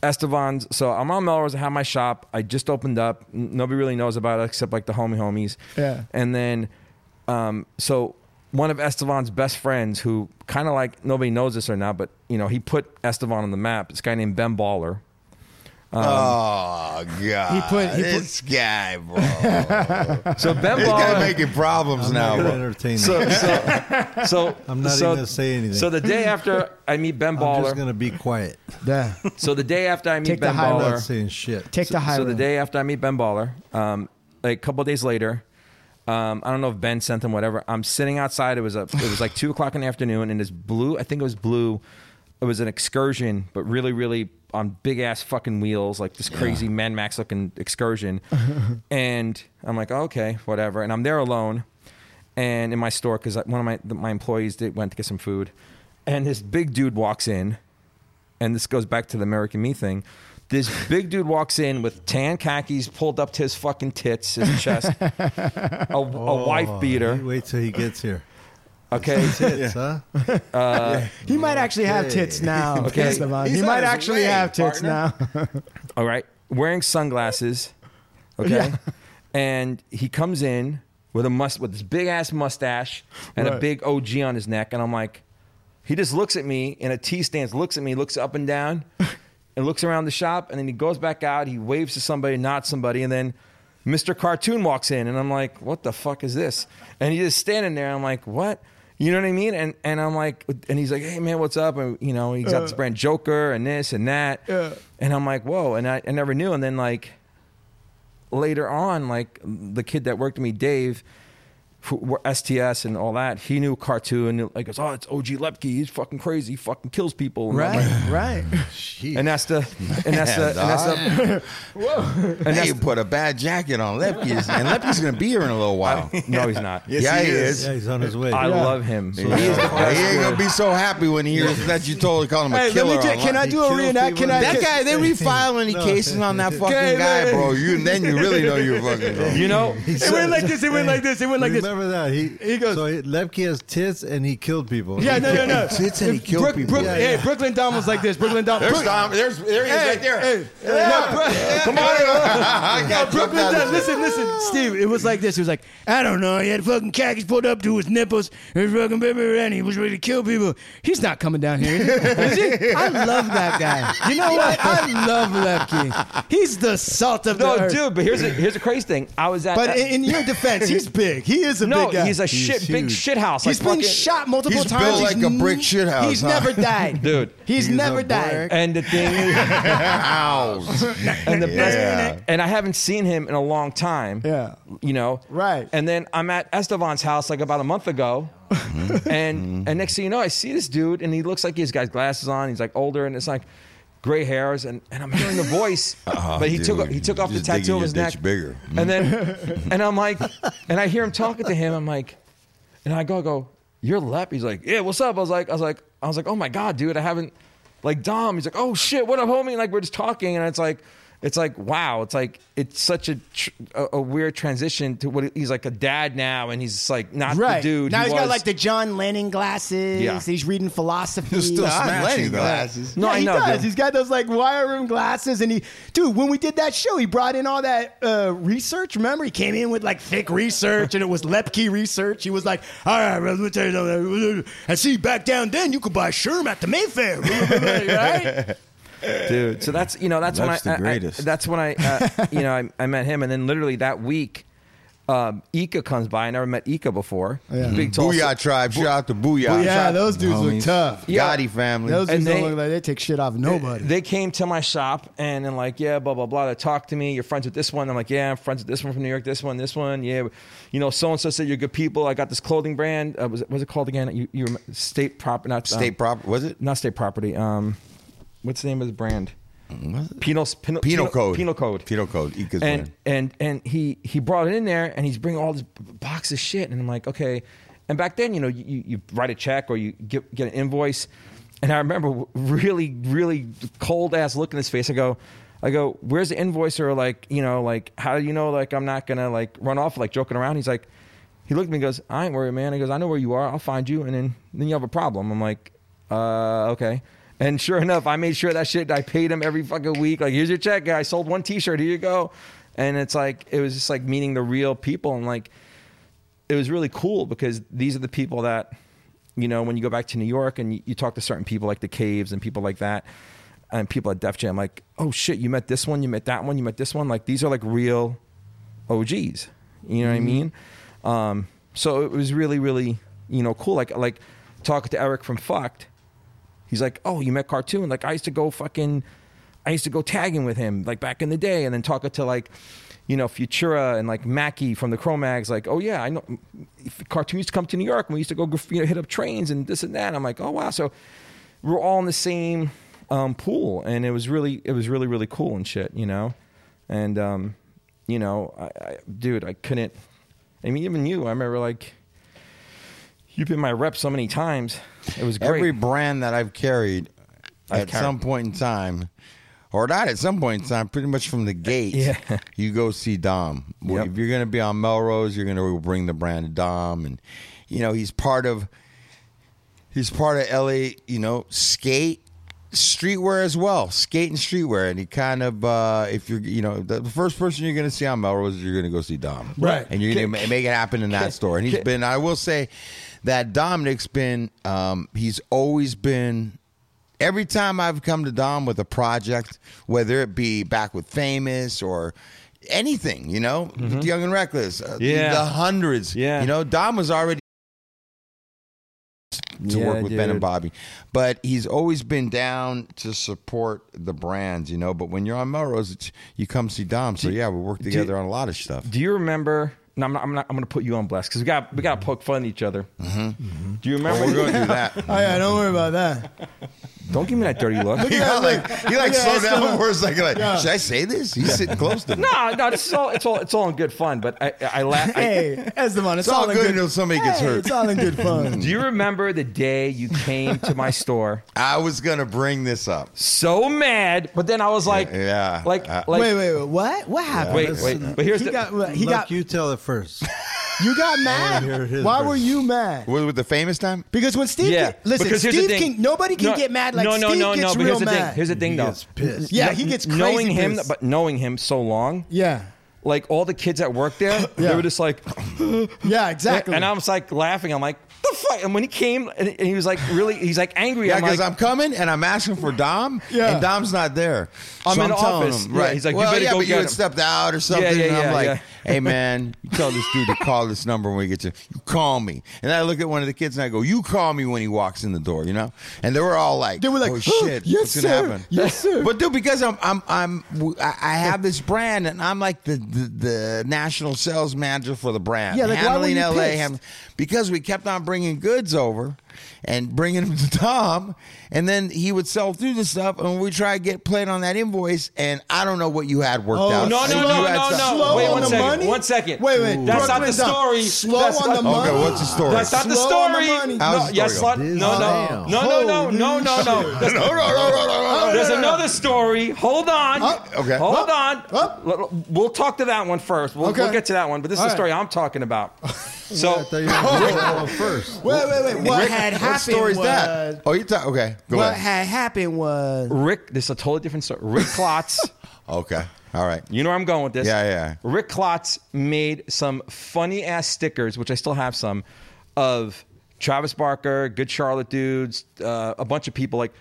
Speaker 8: Estevan's. So I'm on Melrose. I have my shop. I just opened up. N- Nobody really knows about it except like the homie homies.
Speaker 3: Yeah.
Speaker 8: And then, um, so one of Estevan's best friends, who kind of like nobody knows this or not, but you know, he put Estevan on the map. This guy named Ben Baller.
Speaker 2: Oh, God.
Speaker 3: He put- he put-
Speaker 2: this guy, bro. this
Speaker 8: So Ben
Speaker 2: guy
Speaker 8: Baller.
Speaker 2: making problems
Speaker 9: I'm
Speaker 2: now,
Speaker 9: not gonna
Speaker 2: bro.
Speaker 9: entertain that.
Speaker 8: so, so, so
Speaker 9: I'm not even
Speaker 8: so,
Speaker 9: gonna say anything.
Speaker 8: So the day after I meet Ben
Speaker 9: I'm
Speaker 8: Baller,
Speaker 9: just gonna be quiet.
Speaker 3: Yeah.
Speaker 8: So the day after I meet
Speaker 3: Take the
Speaker 8: Ben
Speaker 3: high
Speaker 9: I'm
Speaker 3: road.
Speaker 9: not
Speaker 8: Baller,
Speaker 9: saying shit.
Speaker 3: Take the high
Speaker 8: so the
Speaker 3: road.
Speaker 8: day after I meet Ben Baller, um, like a couple days later, um, I don't know if Ben sent him whatever. I'm sitting outside. It was a, it was like two o'clock in the afternoon, and this blue. I think it was blue. It was an excursion, but really, really on big ass fucking wheels, like this crazy Man Max looking excursion. and I'm like, oh, okay, whatever. And I'm there alone, and in my store because one of my my employees did, went to get some food, and this big dude walks in and this goes back to the American Me thing. This big dude walks in with tan khakis pulled up to his fucking tits, his chest, a, a wife
Speaker 9: You
Speaker 8: beater.
Speaker 9: Wait till he gets here.
Speaker 8: Okay,
Speaker 9: Tits, huh?
Speaker 3: He might actually have tits now.
Speaker 8: Okay.
Speaker 3: Esteban. He
Speaker 2: He's on
Speaker 3: might
Speaker 2: his
Speaker 3: actually
Speaker 2: way,
Speaker 3: have tits
Speaker 2: partner.
Speaker 3: now.
Speaker 8: all right, wearing sunglasses. Okay, and he comes in with a must with this big ass mustache and a
Speaker 3: Right.
Speaker 8: big OG on his neck, and I'm like, he just looks at me in a T stance, looks at me, looks up and down, and looks around the shop, and then he goes back out. He waves to somebody, not somebody, and then Mr. Cartoon walks in, and I'm like, what the fuck is this? And he's just standing there. And I'm like, what? You know what I mean? And and I'm like, and he's like, hey man, what's up? And you know, he's got this brand Joker and this and that.
Speaker 3: Uh. Yeah.
Speaker 8: And I'm like, whoa. And I, I never knew. And then like later on, like the kid that worked with me, Dave, who, were STS and all that, he knew cartoon. Like, it's, oh, it's OG Lepke. He's fucking crazy. He fucking kills people. And I'm like-
Speaker 3: Right, right.
Speaker 8: and that's the, and that's the, and that's the,
Speaker 2: And now you put a bad jacket on Lepke's, and Lepke's going to be here in a little while.
Speaker 8: no, he's not.
Speaker 2: yeah, he is.
Speaker 9: Yeah, he's on his way.
Speaker 8: I love him.
Speaker 2: He,
Speaker 8: He is the best
Speaker 2: ain't
Speaker 8: dude.
Speaker 2: gonna be so happy when he hears that you totally called him a
Speaker 3: Hey, let
Speaker 2: killer.
Speaker 3: me just, can
Speaker 2: online.
Speaker 3: I do a
Speaker 9: He kills
Speaker 3: reenact?
Speaker 9: people.
Speaker 3: Can I
Speaker 2: that
Speaker 3: just,
Speaker 2: guy, they refile any cases on that fucking
Speaker 3: Okay,
Speaker 2: guy,
Speaker 3: man.
Speaker 2: bro. You then you really know you're fucking. Bro.
Speaker 8: You know,
Speaker 3: It went like this. It went like this. It went like this.
Speaker 9: Remember that he,
Speaker 3: He goes-
Speaker 9: So he, Lepke has tits and he killed people.
Speaker 3: Yeah,
Speaker 9: He
Speaker 3: no, no, no.
Speaker 2: Tits and he killed
Speaker 3: Brook-
Speaker 2: people.
Speaker 3: Brook-
Speaker 9: Yeah,
Speaker 3: Hey,
Speaker 9: yeah.
Speaker 3: Brooklyn Dom was like this. Brooklyn Dom.
Speaker 2: There's
Speaker 3: Brook-
Speaker 2: Tom. There's there he is
Speaker 3: Hey,
Speaker 2: right there.
Speaker 3: hey.
Speaker 2: Yeah.
Speaker 3: No, Bro-
Speaker 2: Come on. I got
Speaker 3: No,
Speaker 2: jumped
Speaker 3: Brooklyn
Speaker 2: out
Speaker 3: Dom.
Speaker 2: of
Speaker 3: Listen, listen, Steve. It was like this. He was like, I don't know. He had fucking khakis pulled up to his nipples. His fucking baby, and he was ready to kill people. He's not coming down here. Is he? Is he? I love that guy. You know what? I love Lepke. He's the salt of the
Speaker 8: no,
Speaker 3: earth.
Speaker 8: dude. But here's a, here's a crazy thing. I was at,
Speaker 3: But in, in your defense, he's big. He is a
Speaker 8: no,
Speaker 3: big guy.
Speaker 8: he's a shit, big
Speaker 9: huge.
Speaker 8: shit house.
Speaker 3: He's
Speaker 8: like
Speaker 3: been
Speaker 8: fucking-
Speaker 3: shot multiple
Speaker 2: He's
Speaker 3: times.
Speaker 2: built like a
Speaker 3: n-
Speaker 2: brick shit house,
Speaker 3: He's
Speaker 2: huh?
Speaker 3: never died,
Speaker 8: Dude.
Speaker 3: He's,
Speaker 9: He's
Speaker 3: never
Speaker 9: a
Speaker 3: died.
Speaker 8: And the thing is, and the
Speaker 2: Yeah.
Speaker 8: best, and I haven't seen him in a long time.
Speaker 3: Yeah.
Speaker 8: you know,
Speaker 3: Right.
Speaker 8: And then I'm at Estevan's house like about a month ago,
Speaker 2: Mm-hmm.
Speaker 8: and and next thing you know, I see this dude, and he looks like he's got glasses on. He's like older, and it's like gray hairs, and, and I'm hearing the voice, but he took
Speaker 2: Uh-huh, dude,
Speaker 8: he took off the
Speaker 2: just
Speaker 8: tattoo
Speaker 2: digging
Speaker 8: on his
Speaker 2: your
Speaker 8: neck
Speaker 2: ditch bigger.
Speaker 8: and then and I'm like, and I hear him talking to him. I'm like, and I go, I go, you're Lep. He's like, yeah, what's up? I was like, I was like, I was like, oh my god, dude, I haven't like Dom. He's like, oh shit, what up, homie? And like we're just talking, and it's like, it's like wow it's like it's such a tr- a, a weird transition to what he's like a dad now and he's just like not
Speaker 3: Right.
Speaker 8: the dude
Speaker 3: now
Speaker 8: he
Speaker 3: he's
Speaker 8: was.
Speaker 3: got like the John Lennon glasses.
Speaker 8: Yeah.
Speaker 3: He's reading philosophy.
Speaker 7: He'll still
Speaker 3: Yeah,
Speaker 7: smash you,
Speaker 2: Lenny
Speaker 7: though.
Speaker 2: glasses.
Speaker 8: no I
Speaker 3: he
Speaker 8: know
Speaker 3: does.
Speaker 8: dude.
Speaker 3: He's got those like wire room glasses, and he, dude, when we did that show, he brought in all that uh, research. Remember, he came in with like thick research, and it was Lepke research. He was like, "All right, let me tell you something. And see, back down then, you could buy Sherm at the Mayfair, right?
Speaker 8: dude. So that's you know that's when I,
Speaker 6: That's the
Speaker 8: I- I-
Speaker 6: greatest.
Speaker 8: that's when I uh, you know I, I met him, and then literally that week, um, Ika comes by. I never met Ika before.
Speaker 3: Oh,
Speaker 8: Big tall.
Speaker 2: Booyah tribe. Shout out to Booyah.
Speaker 3: Yeah, those dudes look
Speaker 2: Homies.
Speaker 3: tough.
Speaker 8: Yeah.
Speaker 2: Gotti family.
Speaker 3: Those
Speaker 8: And
Speaker 3: dudes don't
Speaker 8: they-
Speaker 3: look like they take shit off nobody.
Speaker 8: They came to my shop and then like yeah blah blah blah. They talked to me. You're friends with this one. I'm like yeah I'm friends with this one from New York. This one this one yeah. You know so and so said you're good people. I got this clothing brand. Uh, was it was it called again? You you rem- state prop not um,
Speaker 2: State prop was it?
Speaker 8: not state property. Um, what's the name of the brand? Penal, penal,
Speaker 2: Penal code.
Speaker 8: Penal code.
Speaker 2: Penal code. Ika's
Speaker 8: and
Speaker 2: brand.
Speaker 8: and and he he brought it in there, and he's bringing all this box of shit, and I'm like, okay. And back then, you know, you, you- you write a check or you get get an invoice, and I remember really really cold ass look in his face. I go. I go, where's the invoice? Or like, you know, like, how do you know, like, I'm not gonna like run off, like, joking around? He's like, he looked at me and goes, I ain't worried, man. He goes, I know where you are. I'll find you. And then, then you have a problem. I'm like, uh, okay. And sure enough, I made sure that shit, I paid him every fucking week. Like, here's your check. guy. I sold one t shirt. Here you go. And it's like, it was just like meeting the real people. And like, it was really cool because these are the people that, you know, when you go back to New York and you, you talk to certain people like the Caves and people like that and people at Def Jam, like, oh shit, you met this one, you met that one, you met this one. Like, these are like real OGs. You know what I mean? Um, so it was really, really, you know, cool. Like, like talking to Eric from Fucked, he's like, "Oh, you met Cartoon? Like, I used to go fucking, I used to go tagging with him like back in the day." And then talking to like, you know, Futura and like Mackie from the Chromags, like, "Oh yeah, I know." Cartoon used to come to New York, and we used to go, graf- you know, hit up trains and this and that. I'm like, "Oh wow!" So we're all in the same um, pool, and it was really, it was really, really cool and shit, you know. And um, you know, I, I, dude, I couldn't. I mean, even you, I remember like. You've been my rep so many times. It was great.
Speaker 2: Every brand that I've carried
Speaker 8: I've
Speaker 2: at
Speaker 8: carried.
Speaker 2: some point in time, or not at some point in time, pretty much from the gate,
Speaker 8: Yeah.
Speaker 2: you go see Dom. Well,
Speaker 8: Yep.
Speaker 2: If you're going to be on Melrose, you're going to bring the brand to Dom, and you know he's part of he's part of LA. You know, skate streetwear as well, skate and streetwear, and he kind of uh, if you're you know the first person you're going to see on Melrose, is you're going to go see Dom,
Speaker 3: Right.
Speaker 2: And you're going to make it happen in that store. And he's been, I will say that Dominic's been, um, he's always been. Every time I've come to Dom with a project, whether it be back with Famous or anything, you know, Young and Reckless, uh,
Speaker 8: Mm-hmm. Yeah.
Speaker 2: the hundreds,
Speaker 8: Yeah.
Speaker 2: you know, Dom was already to
Speaker 8: Yeah,
Speaker 2: work with Ben and
Speaker 8: dude.
Speaker 2: Bobby. But he's always been down to support the brands, you know. But when you're on Melrose, it's, you come see Dom. So yeah, we work together on a lot of stuff.
Speaker 8: Do you remember? No, I'm not. I'm, not, I'm going to put you on blast because we got we got to poke fun at each other.
Speaker 3: Mm-hmm.
Speaker 8: Do you remember?
Speaker 2: We're going to do that.
Speaker 3: Oh yeah, don't worry about that.
Speaker 8: Don't give me that dirty look.
Speaker 2: He got like he like
Speaker 3: Yeah,
Speaker 2: slowed
Speaker 3: it's
Speaker 2: down
Speaker 3: gonna-
Speaker 2: for a second. Like, should I say this? He's sitting close to me.
Speaker 8: no, no. This is all. It's all. It's all in good fun. But I, I laugh. I-
Speaker 3: Hey, Esdemon,
Speaker 2: It's
Speaker 3: it's,
Speaker 2: all
Speaker 3: in
Speaker 2: good until somebody gets
Speaker 3: Hey,
Speaker 2: hurt.
Speaker 3: It's all in good fun.
Speaker 8: do you remember the day you came to my store
Speaker 2: I was gonna bring this up.
Speaker 8: so mad? But then I was like,
Speaker 2: yeah.
Speaker 8: like,
Speaker 2: Uh,
Speaker 8: like,
Speaker 3: wait, wait, wait, what? What happened?
Speaker 8: wait,
Speaker 9: That's-
Speaker 8: wait. But here's
Speaker 3: He
Speaker 8: the.
Speaker 3: got he
Speaker 9: Look,
Speaker 3: got
Speaker 9: you tell it first.
Speaker 3: You got
Speaker 9: hear
Speaker 3: mad.
Speaker 9: his
Speaker 3: Why
Speaker 9: version.
Speaker 3: were you mad?
Speaker 2: Was it with the famous time?
Speaker 3: Because when Steve,
Speaker 8: yeah,
Speaker 3: get- listen,
Speaker 8: because here's the
Speaker 3: Steve
Speaker 8: thing.
Speaker 3: can nobody can
Speaker 8: No,
Speaker 3: get mad like
Speaker 8: no, no,
Speaker 3: Steve
Speaker 8: no,
Speaker 3: gets
Speaker 8: no. But
Speaker 3: real
Speaker 8: here's the
Speaker 3: mad.
Speaker 8: thing. Here's the thing,
Speaker 9: He
Speaker 8: though.
Speaker 9: gets pissed.
Speaker 3: Yeah, he gets crazy
Speaker 8: knowing him,
Speaker 3: pissed.
Speaker 8: but knowing him so long,
Speaker 3: yeah,
Speaker 8: like all the kids that work there,
Speaker 3: Yeah.
Speaker 8: they were just like,
Speaker 3: yeah, exactly.
Speaker 8: And I was like laughing. I'm like, the fuck. And when he came, and and he was like, really, he's like angry.
Speaker 2: Yeah,
Speaker 8: I'm
Speaker 2: because
Speaker 8: like,
Speaker 2: I'm coming and I'm asking for Dom,
Speaker 3: Yeah.
Speaker 2: and Dom's not there.
Speaker 8: I'm
Speaker 2: so
Speaker 8: in
Speaker 2: I'm telling
Speaker 8: office.
Speaker 2: him,
Speaker 8: Yeah,
Speaker 2: right?
Speaker 8: he's like, you
Speaker 2: well,
Speaker 8: better
Speaker 2: yeah,
Speaker 8: go
Speaker 2: but you
Speaker 8: get
Speaker 2: had
Speaker 8: him.
Speaker 2: stepped out or something.
Speaker 8: yeah,
Speaker 2: and I'm
Speaker 8: yeah,
Speaker 2: like,
Speaker 8: yeah.
Speaker 2: hey man, you tell this dude to call this number when we get you. You call me, and I look at one of the kids and I go, you call me when he walks in the door, you know? And they were all like,
Speaker 3: They were like,
Speaker 2: oh shit,
Speaker 3: yes,
Speaker 2: what's gonna
Speaker 3: sir.
Speaker 2: happen?
Speaker 3: Yes, sir.
Speaker 2: But dude, because I'm I'm I'm I I have this brand and I'm like the the, the national sales manager for the brand.
Speaker 3: Yeah, like, why were
Speaker 2: handling
Speaker 3: you
Speaker 2: LA,
Speaker 3: pissed?
Speaker 2: handling- because we kept on bringing goods over and bringing them to Tom, and then he would sell through the stuff, and we try to get played on that invoice, and I don't know what you had worked
Speaker 3: Oh,
Speaker 2: out.
Speaker 8: No,
Speaker 2: You
Speaker 8: no, no,
Speaker 2: had
Speaker 8: no,
Speaker 2: some-
Speaker 8: no. Wait
Speaker 3: on
Speaker 8: one
Speaker 3: the
Speaker 8: second.
Speaker 3: money?
Speaker 8: One second.
Speaker 3: Wait, wait.
Speaker 8: Ooh. That's not the
Speaker 3: Brooklyn Dom.
Speaker 8: story.
Speaker 3: Slow
Speaker 8: That's
Speaker 3: on
Speaker 8: not-
Speaker 3: the money.
Speaker 2: Okay, what's the story?
Speaker 8: That's not the
Speaker 3: Slow on the
Speaker 8: story.
Speaker 3: money.
Speaker 2: How's
Speaker 8: No,
Speaker 2: the
Speaker 8: yes,
Speaker 2: story
Speaker 8: not,
Speaker 9: go?
Speaker 8: no, no,
Speaker 9: Damn.
Speaker 8: no, no, no, no,
Speaker 3: Holy
Speaker 8: no. There's,
Speaker 2: Oh,
Speaker 8: there's another story. Hold on.
Speaker 3: Up.
Speaker 2: Okay.
Speaker 8: Hold
Speaker 3: Up. Up.
Speaker 8: on. L- l- We'll talk to that one first. We'll,
Speaker 3: Okay.
Speaker 8: we'll get to that one. But this is
Speaker 5: All
Speaker 8: the
Speaker 5: right.
Speaker 8: story I'm talking about.
Speaker 9: I
Speaker 8: So
Speaker 9: thought you were going to go first.
Speaker 3: Wait, wait, wait. What
Speaker 2: Rick,
Speaker 3: had
Speaker 2: what
Speaker 3: happened
Speaker 2: story's
Speaker 3: was
Speaker 2: that? Oh, you thought okay. Go
Speaker 3: what
Speaker 2: ahead.
Speaker 3: had happened was
Speaker 8: Rick, this is a totally different story. Rick Klotz.
Speaker 2: okay. All right.
Speaker 8: You know where I'm going with this.
Speaker 2: Yeah, yeah.
Speaker 8: Rick Klotz made some funny ass stickers, which I still have some, of Travis Barker, Good Charlotte dudes, uh, a bunch of people like,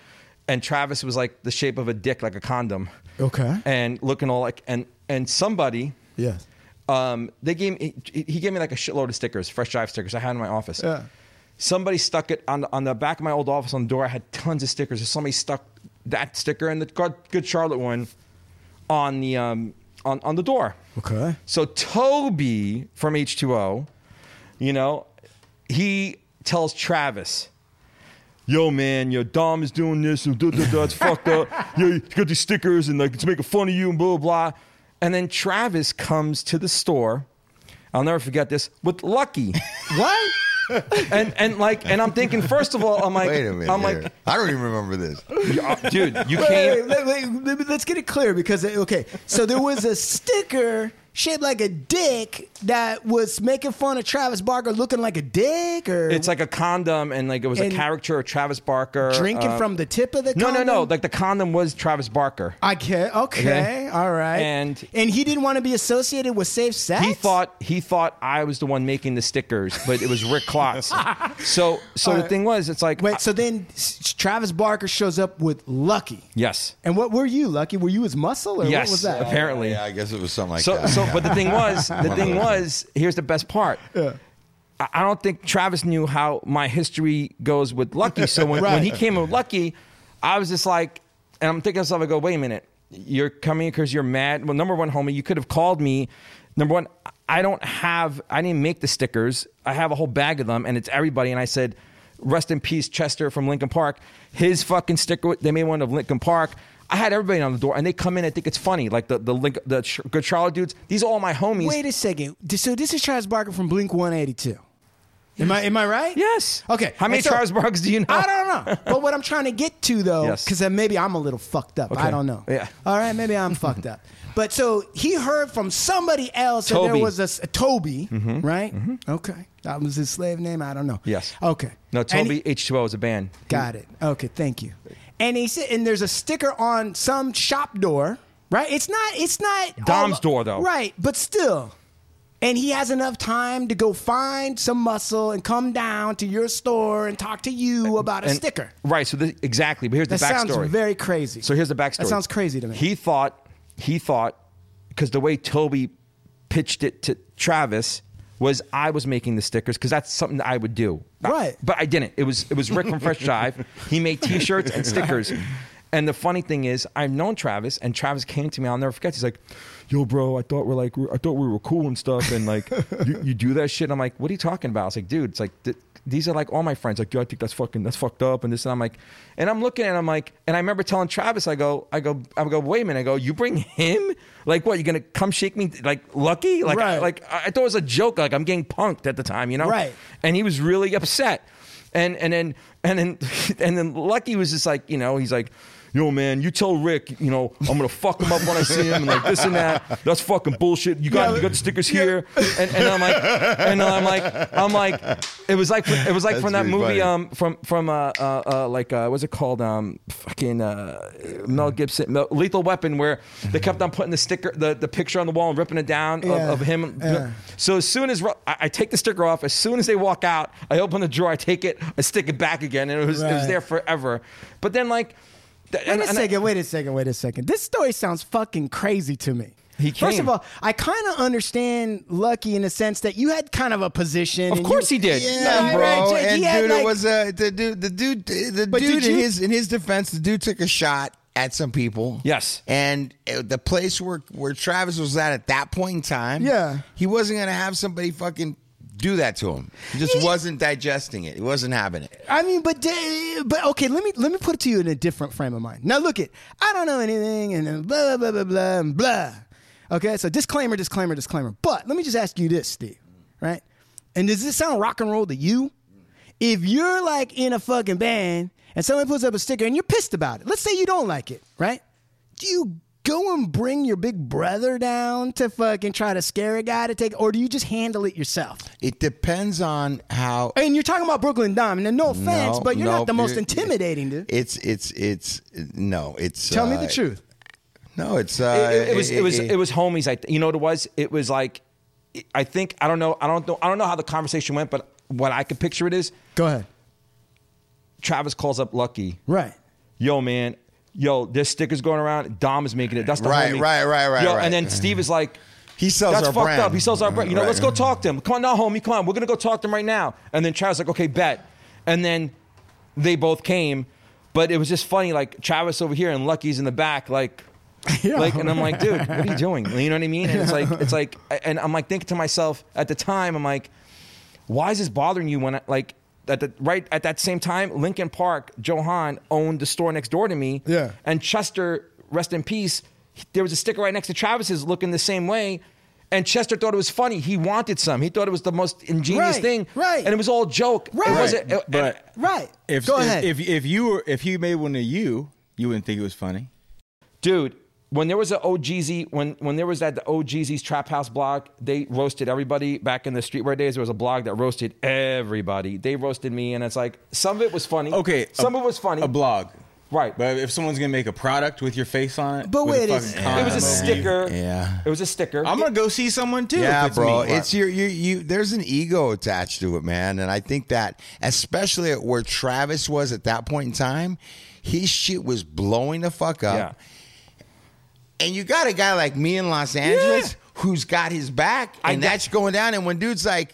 Speaker 8: and Travis was like the shape of a dick, like a condom.
Speaker 3: Okay.
Speaker 8: And looking all like and and somebody.
Speaker 3: yeah.
Speaker 8: Um, they gave me, he he gave me like a shitload of stickers, fresh drive stickers I had in my office.
Speaker 3: Yeah.
Speaker 8: Somebody stuck it on the, on the back of my old office on the door. I had tons of stickers. Somebody stuck that sticker and the Good Good Charlotte one on the um, on on the door.
Speaker 3: Okay.
Speaker 8: So Toby from H2O, you know, he tells Travis, yo man, yo Dom is doing this and da, da, da, it's fucked up. Yo, you got these stickers and like it's making fun of you and blah blah. blah." And then Travis comes to the store. I'll never forget this with Lucky.
Speaker 3: What?
Speaker 8: and and like and I'm thinking first of all I'm like
Speaker 2: Wait a minute.
Speaker 8: I'm
Speaker 2: here.
Speaker 8: like
Speaker 2: I don't even remember this.
Speaker 8: "Yeah, dude you
Speaker 3: Wait,
Speaker 8: can't
Speaker 3: wait, wait, wait, wait, let's get it clear because uh, okay, so there was a sticker shaped like a dick that was making fun of Travis Barker looking like a dick or
Speaker 8: it's like a condom and like it was a
Speaker 3: And-
Speaker 8: character of Travis Barker
Speaker 3: drinking
Speaker 8: um,
Speaker 3: from the tip of the
Speaker 8: No no no
Speaker 3: condom?
Speaker 8: like the condom was Travis Barker.
Speaker 3: I get okay,
Speaker 8: Okay.
Speaker 3: all right,
Speaker 8: And-
Speaker 3: and he didn't want to be associated with safe sex.
Speaker 8: He thought he thought I was the one making the stickers, but it was Rick Klotz. so so the thing was, it's like I-
Speaker 3: Wait, so then s- Travis Barker shows up with Lucky.
Speaker 8: yes,
Speaker 3: And what were you, Lucky? Were you his muscle or
Speaker 8: yes,
Speaker 3: what was that?
Speaker 8: apparently.
Speaker 2: Yeah, I guess it was something like
Speaker 8: so
Speaker 2: that.
Speaker 8: so,
Speaker 2: yeah.
Speaker 8: but the thing was, the
Speaker 2: of
Speaker 8: thing
Speaker 2: those.
Speaker 8: was, here's the best part. I I don't think Travis knew how my history goes with Lucky. So when, when he came with Lucky, I was just like, and I'm thinking to myself, I go, wait a minute, you're coming because you're mad. Well, number one, homie, you could have called me. Number one, I don't have, I didn't make the stickers. I have a whole bag of them, and it's everybody. And I said, rest in peace, Chester from Lincoln Park. His fucking sticker, they made one of Lincoln Park. I had everybody on the door, and they come in. I think it's funny, like the the Link, the Ch- Good Charlotte dudes. These are all my homies.
Speaker 3: Wait a second. So this is Travis Barker from Blink 182. Am I am I right?
Speaker 8: Yes.
Speaker 3: Okay.
Speaker 8: How many
Speaker 3: And so-
Speaker 8: Charles Barks do you know?
Speaker 3: I don't know. But what I'm trying to get to though,
Speaker 8: Yes.
Speaker 3: because maybe I'm a little fucked up. I
Speaker 8: Okay.
Speaker 3: don't know.
Speaker 8: Yeah.
Speaker 3: All right, maybe I'm fucked up. But so he heard from somebody else that there
Speaker 8: Toby. Mm-hmm.
Speaker 3: was a, s- a Toby, right? Okay. That was his slave name. I don't know.
Speaker 8: Yes.
Speaker 3: Okay.
Speaker 8: No,
Speaker 3: And
Speaker 8: Toby
Speaker 3: he-
Speaker 8: H2O is a band.
Speaker 3: Got it. Okay, thank you. And he said, and there's a sticker on some shop door, right? It's not, it's not
Speaker 8: Dom's
Speaker 3: all-
Speaker 8: door, though.
Speaker 3: right? But still, and he has enough time to go find some muscle and come down to your store and talk to you about a
Speaker 8: And-
Speaker 3: sticker.
Speaker 8: Right. So this, exactly. But here's
Speaker 3: That
Speaker 8: the backstory.
Speaker 3: sounds very crazy.
Speaker 8: so here's the backstory.
Speaker 3: That sounds crazy to me.
Speaker 8: He thought, he thought, because the way Toby pitched it to Travis was I was making the stickers because that's something that I would do. I-
Speaker 3: Right.
Speaker 8: but I didn't. It was it was Rick from Fresh Drive. He made T-shirts and stickers. And the funny thing is, I've known Travis, and Travis came to me. I'll never forget. He's like, "Yo, bro, I thought we're like, I thought we were cool and stuff, and like, you, you do that shit." And I'm like, "What are you talking about?" I was like, "Dude, it's like th- these are like all my friends. Like, yo, I think that's fucking, that's fucked up, and this." And I'm like, and I'm looking, and I'm like, and I remember telling Travis, I go, I go, I go, wait a minute, I go, you bring him? Like, what? You're gonna come shake me like lucky? Like,
Speaker 3: Right.
Speaker 8: like I I thought it was a joke. Like I'm getting punked at the time, you know?
Speaker 3: Right.
Speaker 8: And he was really upset. And and then and then and then Lucky was just like, you know, he's like, yo man, you tell Rick, you know, I'm gonna fuck him up when I see him and like this and that. That's fucking bullshit. You got you got the stickers here. And, and I'm like and I'm like I'm like it was like it was like
Speaker 2: That's
Speaker 8: from that
Speaker 2: pretty
Speaker 8: movie
Speaker 2: funny.
Speaker 8: um from from uh uh, uh like uh what's it called um fucking uh Mel Gibson Mel, Lethal Weapon where they kept on putting the sticker the, the picture on the wall and ripping it down
Speaker 3: Yeah.
Speaker 8: of, of him.
Speaker 3: Yeah.
Speaker 8: So as soon as Ro- I, I take the sticker off, as soon as they walk out, I open the drawer, I take it, I stick it back again, and it was it
Speaker 3: Right.
Speaker 8: was there forever. But then like, th-
Speaker 3: Wait
Speaker 8: and-
Speaker 3: a
Speaker 8: and I-
Speaker 3: second, wait a second, wait a second. This story sounds fucking crazy to me.
Speaker 8: He
Speaker 3: First of
Speaker 8: came.
Speaker 3: all, I kind of understand Lucky in the sense that you had kind of a position.
Speaker 8: Of
Speaker 3: and
Speaker 8: course
Speaker 3: you-
Speaker 8: he did.
Speaker 2: Yeah,
Speaker 3: Right,
Speaker 2: bro.
Speaker 3: right,
Speaker 2: And
Speaker 3: he had,
Speaker 2: dude,
Speaker 3: like-
Speaker 2: it was a the dude. The dude. The
Speaker 3: But
Speaker 2: dude.
Speaker 3: did
Speaker 2: In
Speaker 3: you-
Speaker 2: his in his defense, the dude took a shot at some people.
Speaker 8: Yes.
Speaker 2: And uh, the place where where Travis was at at that point in time.
Speaker 3: Yeah.
Speaker 2: He wasn't gonna have somebody fucking do that to him. He just wasn't digesting it. He wasn't having it.
Speaker 3: I mean, but da- but okay, let me let me put it to you in a different frame of mind. Now look it, I don't know anything, and then blah blah blah blah and blah. Okay, so disclaimer, disclaimer, disclaimer. But let me just ask you this, Steve, right? And does this sound rock and roll to you? If you're like in a fucking band and someone puts up a sticker and you're pissed about it, let's say you don't like it, right? Do you go and bring your big brother down to fucking try to scare a guy to take, or do you just handle it yourself?
Speaker 2: It depends on how
Speaker 3: And you're talking about Brooklyn Dom, and no offense,
Speaker 2: No,
Speaker 3: but you're
Speaker 2: no,
Speaker 3: not the most
Speaker 2: you're-
Speaker 3: intimidating, dude.
Speaker 2: it's it's it's no, it's
Speaker 3: Tell me
Speaker 2: uh,
Speaker 3: the truth.
Speaker 2: No, it's
Speaker 8: It-
Speaker 2: uh
Speaker 8: it, it was it was it was homies. I th- you know what it was. It was like I think I don't know I don't know I don't know how the conversation went, but what I could picture it is
Speaker 3: Go ahead.
Speaker 8: Travis calls up Lucky.
Speaker 3: Right.
Speaker 8: yo man yo there's stickers going around dom is making it that's the
Speaker 2: Right,
Speaker 8: homie.
Speaker 2: right, right, right,
Speaker 8: yo,
Speaker 2: right.
Speaker 8: and then steve is like
Speaker 2: He sells
Speaker 8: that's
Speaker 2: our
Speaker 8: fucked
Speaker 2: brand.
Speaker 8: up he sells our brand you know
Speaker 2: Right.
Speaker 8: let's go talk to him come on now homie come on we're gonna go talk to him right now and then travis like okay bet and then they both came but it was just funny like travis over here and lucky's in the back like like and i'm like dude what are you doing you know what i mean and it's like it's like and i'm like thinking to myself at the time i'm like why is this bothering you when I, like at the right at that same time Lincoln Park Johan owned the store next door to me
Speaker 3: Yeah.
Speaker 8: and Chester rest in peace there was a sticker right next to Travis's looking the same way and Chester thought it was funny he wanted some he thought it was the most ingenious
Speaker 3: Right,
Speaker 8: thing
Speaker 3: right.
Speaker 8: and it was all joke
Speaker 3: Right.
Speaker 8: it uh, wasn't, it-
Speaker 6: But
Speaker 3: Right.
Speaker 6: if
Speaker 3: Go
Speaker 6: if,
Speaker 3: ahead.
Speaker 6: if if you were if he made one of you, you wouldn't think it was funny.
Speaker 8: dude when there was an OGZ, when when there was that the OGZ's Trap House blog, they roasted everybody back in the street. Right days, there was a blog that roasted everybody. They roasted me, and it's like some of it was funny.
Speaker 6: Okay,
Speaker 8: some
Speaker 6: a-
Speaker 8: of it was funny.
Speaker 6: A blog,
Speaker 8: Right.
Speaker 6: But if someone's gonna make a product with your face on it,
Speaker 3: But
Speaker 6: with
Speaker 3: wait,
Speaker 6: a
Speaker 3: it's-
Speaker 6: fucking
Speaker 3: It
Speaker 8: It
Speaker 6: condom
Speaker 8: was a
Speaker 6: over you,
Speaker 8: sticker.
Speaker 2: Yeah.
Speaker 8: It was a sticker.
Speaker 6: I'm gonna go see someone too.
Speaker 2: Yeah,
Speaker 6: if it's
Speaker 2: bro.
Speaker 6: me.
Speaker 2: It's your you you there's an ego attached to it, man. And I think that especially at where Travis was at that point in time, his shit was blowing the fuck up.
Speaker 8: Yeah.
Speaker 2: And you got a guy like me in Los Angeles who's got his back,
Speaker 8: I
Speaker 2: and
Speaker 8: got-
Speaker 2: that's going down. And when dude's like,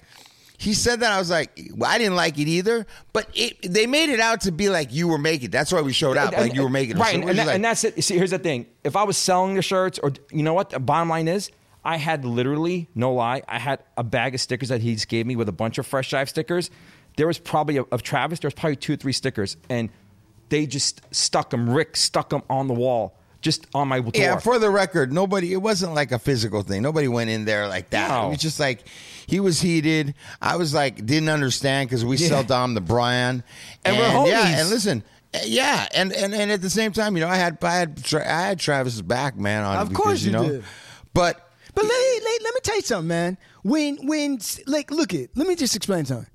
Speaker 2: he said that, I was like, well, I didn't like it either. But it, they made it out to be like you were making. That's why we showed up,
Speaker 8: And-
Speaker 2: like you were making. it.
Speaker 8: Right,
Speaker 2: So
Speaker 8: and,
Speaker 2: we're just
Speaker 8: that-
Speaker 2: like-
Speaker 8: and that's it. See, here's the thing: if I was selling the shirts, or you know what, the bottom line is, I had literally no lie, I had a bag of stickers that he just gave me with a bunch of fresh dive stickers. There was probably of Travis, there was probably two or three stickers, and they just stuck them. Rick stuck them on the wall, just on my door.
Speaker 2: Yeah, for the record, nobody. It wasn't like a physical thing. Nobody went in there like that.
Speaker 8: No.
Speaker 2: It was just like he was heated. I was like didn't understand because we sell Dom the brand,
Speaker 8: And we're homies.
Speaker 2: Yeah, and listen. eh, Yeah, and, and and at the same time, you know, I had I had Tra- I had Travis's back, man. On it
Speaker 3: Of
Speaker 2: because,
Speaker 3: course
Speaker 2: you
Speaker 3: you
Speaker 2: know,
Speaker 3: did.
Speaker 2: but
Speaker 3: but let me, let, let me tell you something, man. When when like look it, let me just explain something.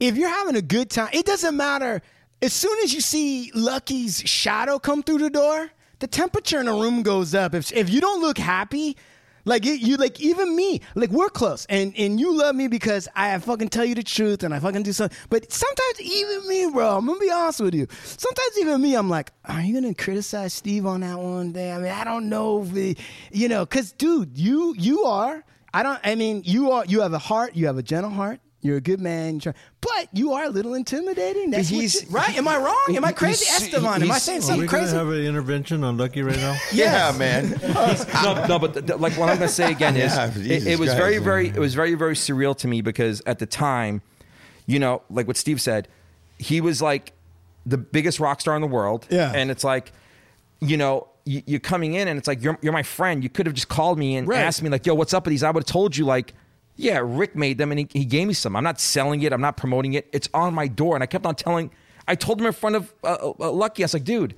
Speaker 3: If you're having a good time, it doesn't matter. As soon as you see Lucky's shadow come through the door, the temperature in the room goes up. If if you don't look happy, like it, you like even me, like we're close, and and you love me because I fucking tell you the truth and I fucking do something. But sometimes even me, bro, I'm gonna be honest with you. Sometimes even me, I'm like, are you gonna criticize Steve on that one day? I mean, I don't know, if it, you know, because dude, you you are. I don't. I mean, you are. You have a heart. You have a gentle heart. You're a good man, you're- but you are a little intimidating. That's what
Speaker 8: he's-
Speaker 3: you- right. Am I wrong? Am I
Speaker 8: he's-
Speaker 3: crazy, Esteban? Am I
Speaker 8: he's-
Speaker 3: saying
Speaker 9: Are we
Speaker 3: something
Speaker 9: going to
Speaker 3: crazy?
Speaker 9: have an intervention on Lucky right now?
Speaker 2: yeah, man.
Speaker 8: no, no, but th- th- like what I'm gonna say again is
Speaker 2: Yeah,
Speaker 8: it,
Speaker 2: Jesus
Speaker 8: it was
Speaker 2: Christ,
Speaker 8: very,
Speaker 2: man.
Speaker 8: very, it was very, very surreal to me because at the time, you know, like what Steve said, he was like the biggest rock star in the world,
Speaker 3: Yeah.
Speaker 8: and it's like, you know. you- You're coming in and it's like you're you're my friend. You could have just called me and
Speaker 3: Right.
Speaker 8: asked me like, "Yo, what's up with these?" I would have told you like, "Yeah, Rick made them and he, he gave me some. I'm not selling it. I'm not promoting it. It's on my door." And I kept on telling. I told him in front of uh, uh, Lucky. I was like, "Dude,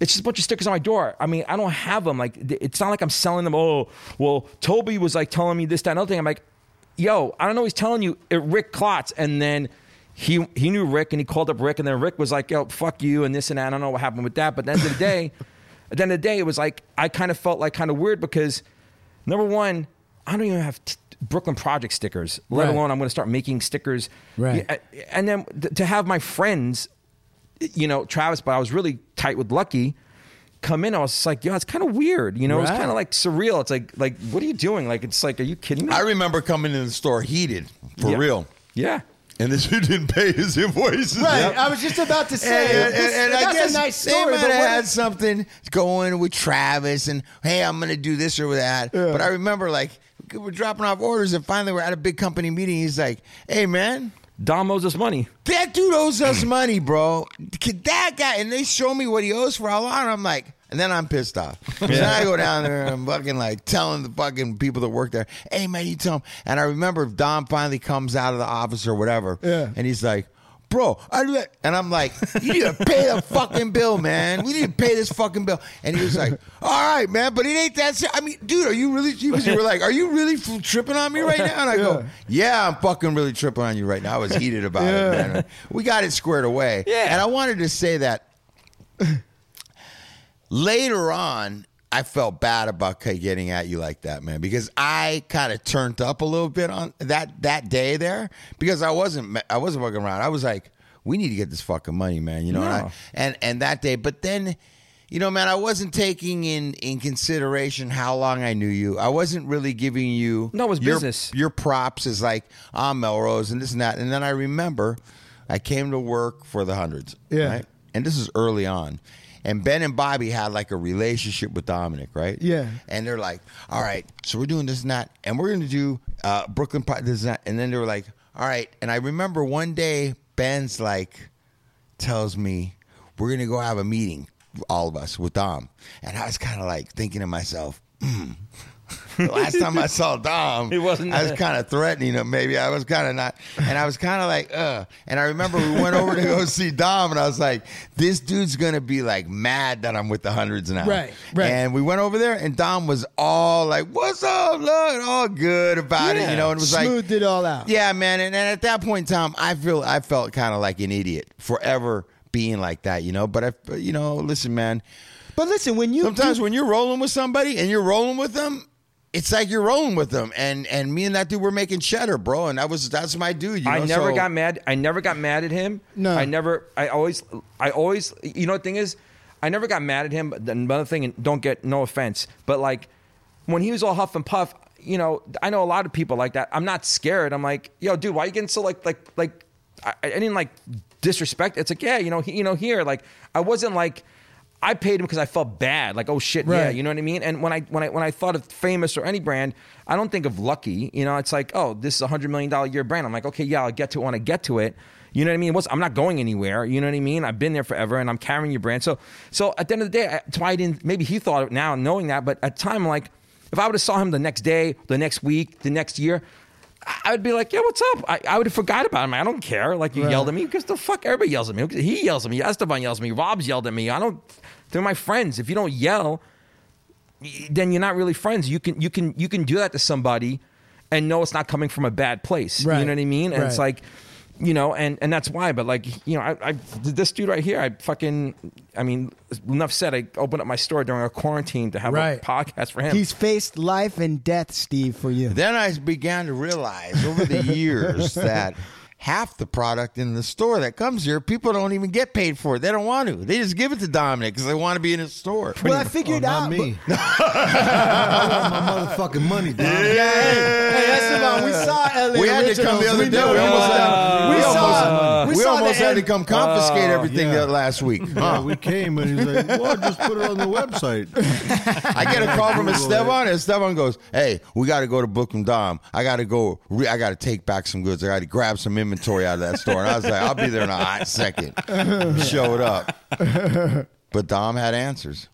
Speaker 8: it's just a bunch of stickers on my door. I mean, I don't have them. Like, th- it's not like I'm selling them. Oh, well, Toby was like telling me this, that, and other thing. I'm like, yo, I don't know. He's telling you it, Rick Klotz, and then he he knew Rick, and he called up Rick, and then Rick was like, yo, fuck you, and this and that. I don't know what happened with that, but at the end of the day, at the end of the day, it was like I kind of felt like kind of weird because number one, I don't even have. T- Brooklyn Project stickers, let
Speaker 3: Right.
Speaker 8: alone I'm going to start making stickers.
Speaker 3: Right.
Speaker 8: Yeah, And then th- to have my friends you know, Travis, but I was really tight with Lucky. Come in, I was just like, yo, it's kind of weird. You know, it's
Speaker 3: Right.
Speaker 8: kind of like surreal. It's like, like, what are you doing? Like, it's like, are you kidding me?
Speaker 2: I remember coming in the store heated for
Speaker 8: Yeah.
Speaker 2: real,
Speaker 8: yeah.
Speaker 2: and this dude didn't pay his invoices.
Speaker 3: Right.
Speaker 2: Yep.
Speaker 3: I was just about to say.
Speaker 2: and, and-
Speaker 3: this-
Speaker 2: and I
Speaker 3: that's
Speaker 2: guess
Speaker 3: a nice
Speaker 2: they
Speaker 3: story,
Speaker 2: might
Speaker 3: but
Speaker 2: have
Speaker 3: what-
Speaker 2: had something going with Travis and hey, I'm gonna do this or that. But I remember like we're dropping off orders, and finally we're at a big company meeting. He's like, "Hey, man,
Speaker 8: Dom owes us money.
Speaker 2: that dude owes us money, bro. Could That guy." And they show me what he owes for a lot, and I'm like. And then I'm pissed off. So then I go down there and I'm fucking like telling the fucking people that work there, hey man, you tell him. And I remember Dom finally comes out of the office or whatever.
Speaker 3: Yeah.
Speaker 2: And he's like, bro, I do that. And I'm like, you need to pay the fucking bill, man. We need to pay this fucking bill. And he was like, all right, man, but it ain't that. se- I mean, dude, are you really? You were like, are you really f- tripping on me right now? And I go, yeah, I'm fucking really tripping on you right now. I was heated about it, man. We got it squared away.
Speaker 8: Yeah.
Speaker 2: And I wanted to say that later on, I felt bad about Kay getting at you like that, man, because I kind of turned up a little bit on that that day there because I wasn't ma- I wasn't fucking around. I was like, we need to get this fucking money, man. You know, and, I,
Speaker 8: Yeah.
Speaker 2: and and that day, but then. You know, man, I wasn't taking in in consideration how long I knew you. I wasn't really giving you
Speaker 8: No, it was
Speaker 2: your-
Speaker 8: business.
Speaker 2: your props is like I'm Melrose and this and that. And then I remember I came to work for the hundreds.
Speaker 3: Yeah.
Speaker 2: Right? And this is early on. And Ben and Bobby had like a relationship with Dominic, right?
Speaker 3: Yeah.
Speaker 2: And they're like, all right, so we're doing this and that, and we're going to do uh, Brooklyn Pod, this and that. And then they were like, all right. And I remember one day, Ben's like, tells me we're gonna go have a meeting, all of us with Dom, and I was kind of like thinking to myself, hmm. The last time I saw Dom,
Speaker 8: It wasn't
Speaker 2: I was
Speaker 8: that.
Speaker 2: kind of threatening him. Maybe I was kind of not, and I was kind of like, uh. And I remember we went over to go see Dom, and I was like, this dude's gonna be like mad that I'm with the hundreds now,
Speaker 3: Right, right.
Speaker 2: And we went over there, and Dom was all like, "What's up, look, all good about it,"
Speaker 8: Yeah.
Speaker 2: you know, and it was like,
Speaker 3: Smoothed it all out.
Speaker 2: yeah, man. And, and at that point in time, I feel I felt kind of like an idiot forever being like that, you know. But I, you know, listen, man.
Speaker 3: But listen, when you
Speaker 2: Sometimes when you're rolling with somebody and you're rolling with them, it's like you're rolling with them. And and me and that dude were making cheddar, bro. And that was that's my dude. You know?
Speaker 8: I never
Speaker 2: so-
Speaker 8: got mad. I never got mad at him.
Speaker 3: No.
Speaker 8: I never. I always. I always. You know what the thing is, I never got mad at him. But then another thing, and don't get no offense, but like when he was all huff and puff, you know, I know a lot of people like that. I'm not scared. I'm like, yo, dude, why you getting so like like like? I, I didn't like disrespect. It's like, yeah, you know, he, you know, here, like, I wasn't like. I paid him because I felt bad, like oh shit, yeah,
Speaker 3: Right.
Speaker 8: you know what I mean. And when I when I when I thought of famous or any brand, I don't think of Lucky. You know, it's like oh, this is a hundred million dollar year brand. I'm like okay, yeah, I'll get to it when I get to it. You know what I mean? What's, I'm not going anywhere. You know what I mean? I've been there forever, and I'm carrying your brand. So so at the end of the day, I- that's why I didn't. Maybe he thought of it now knowing that, but at the time like if I would have saw him the next day, the next week, the next year. I- I would be like, yeah, what's up? I, I would have forgot about him. I don't care. Like you yelled at me because the fuck everybody yells at me. He yells at me. Esteban yells at me. Rob's yelled at me. I don't. They're my friends. If you don't yell, then you're not really friends. You can you can you can do that to somebody and know it's not coming from a bad place.
Speaker 3: Right.
Speaker 8: You know what I mean? And it's
Speaker 3: Right.
Speaker 8: like you know, and and that's why. But like, you know, I, I this dude right here, I fucking, I mean, enough said. I opened up my store during our quarantine to have
Speaker 5: Right.
Speaker 8: a podcast for him.
Speaker 3: he's faced life and death, Steve, for you.
Speaker 2: Then I began to realize over the years that half the product in the store that comes here, people don't even get paid for it. They don't want to. They just give it to Dominic because they want to be in his store.
Speaker 3: Well, I
Speaker 9: Oh,
Speaker 3: figured
Speaker 9: not
Speaker 3: out.
Speaker 9: me. I want my motherfucking money, dog.
Speaker 3: Hey, Esteban, we saw LA.
Speaker 2: We had to come the other day. We almost had, we
Speaker 3: We saw-
Speaker 2: almost,
Speaker 3: we
Speaker 2: we
Speaker 3: saw
Speaker 2: almost
Speaker 3: the
Speaker 2: had to
Speaker 3: end-
Speaker 2: come confiscate everything
Speaker 9: yeah.
Speaker 2: the- last week.
Speaker 9: Yeah, we came and he's like, "Well, just put it on the website."
Speaker 2: I get a call from
Speaker 9: Google
Speaker 2: Esteban, and Esteban goes, "Hey, we got to go to Brooklyn Dom. I got to go. Re- I got to take back some goods. I got to grab some inventory out of that store." And I was like, "I'll be there in a hot second. Showed up, but Dom had answers.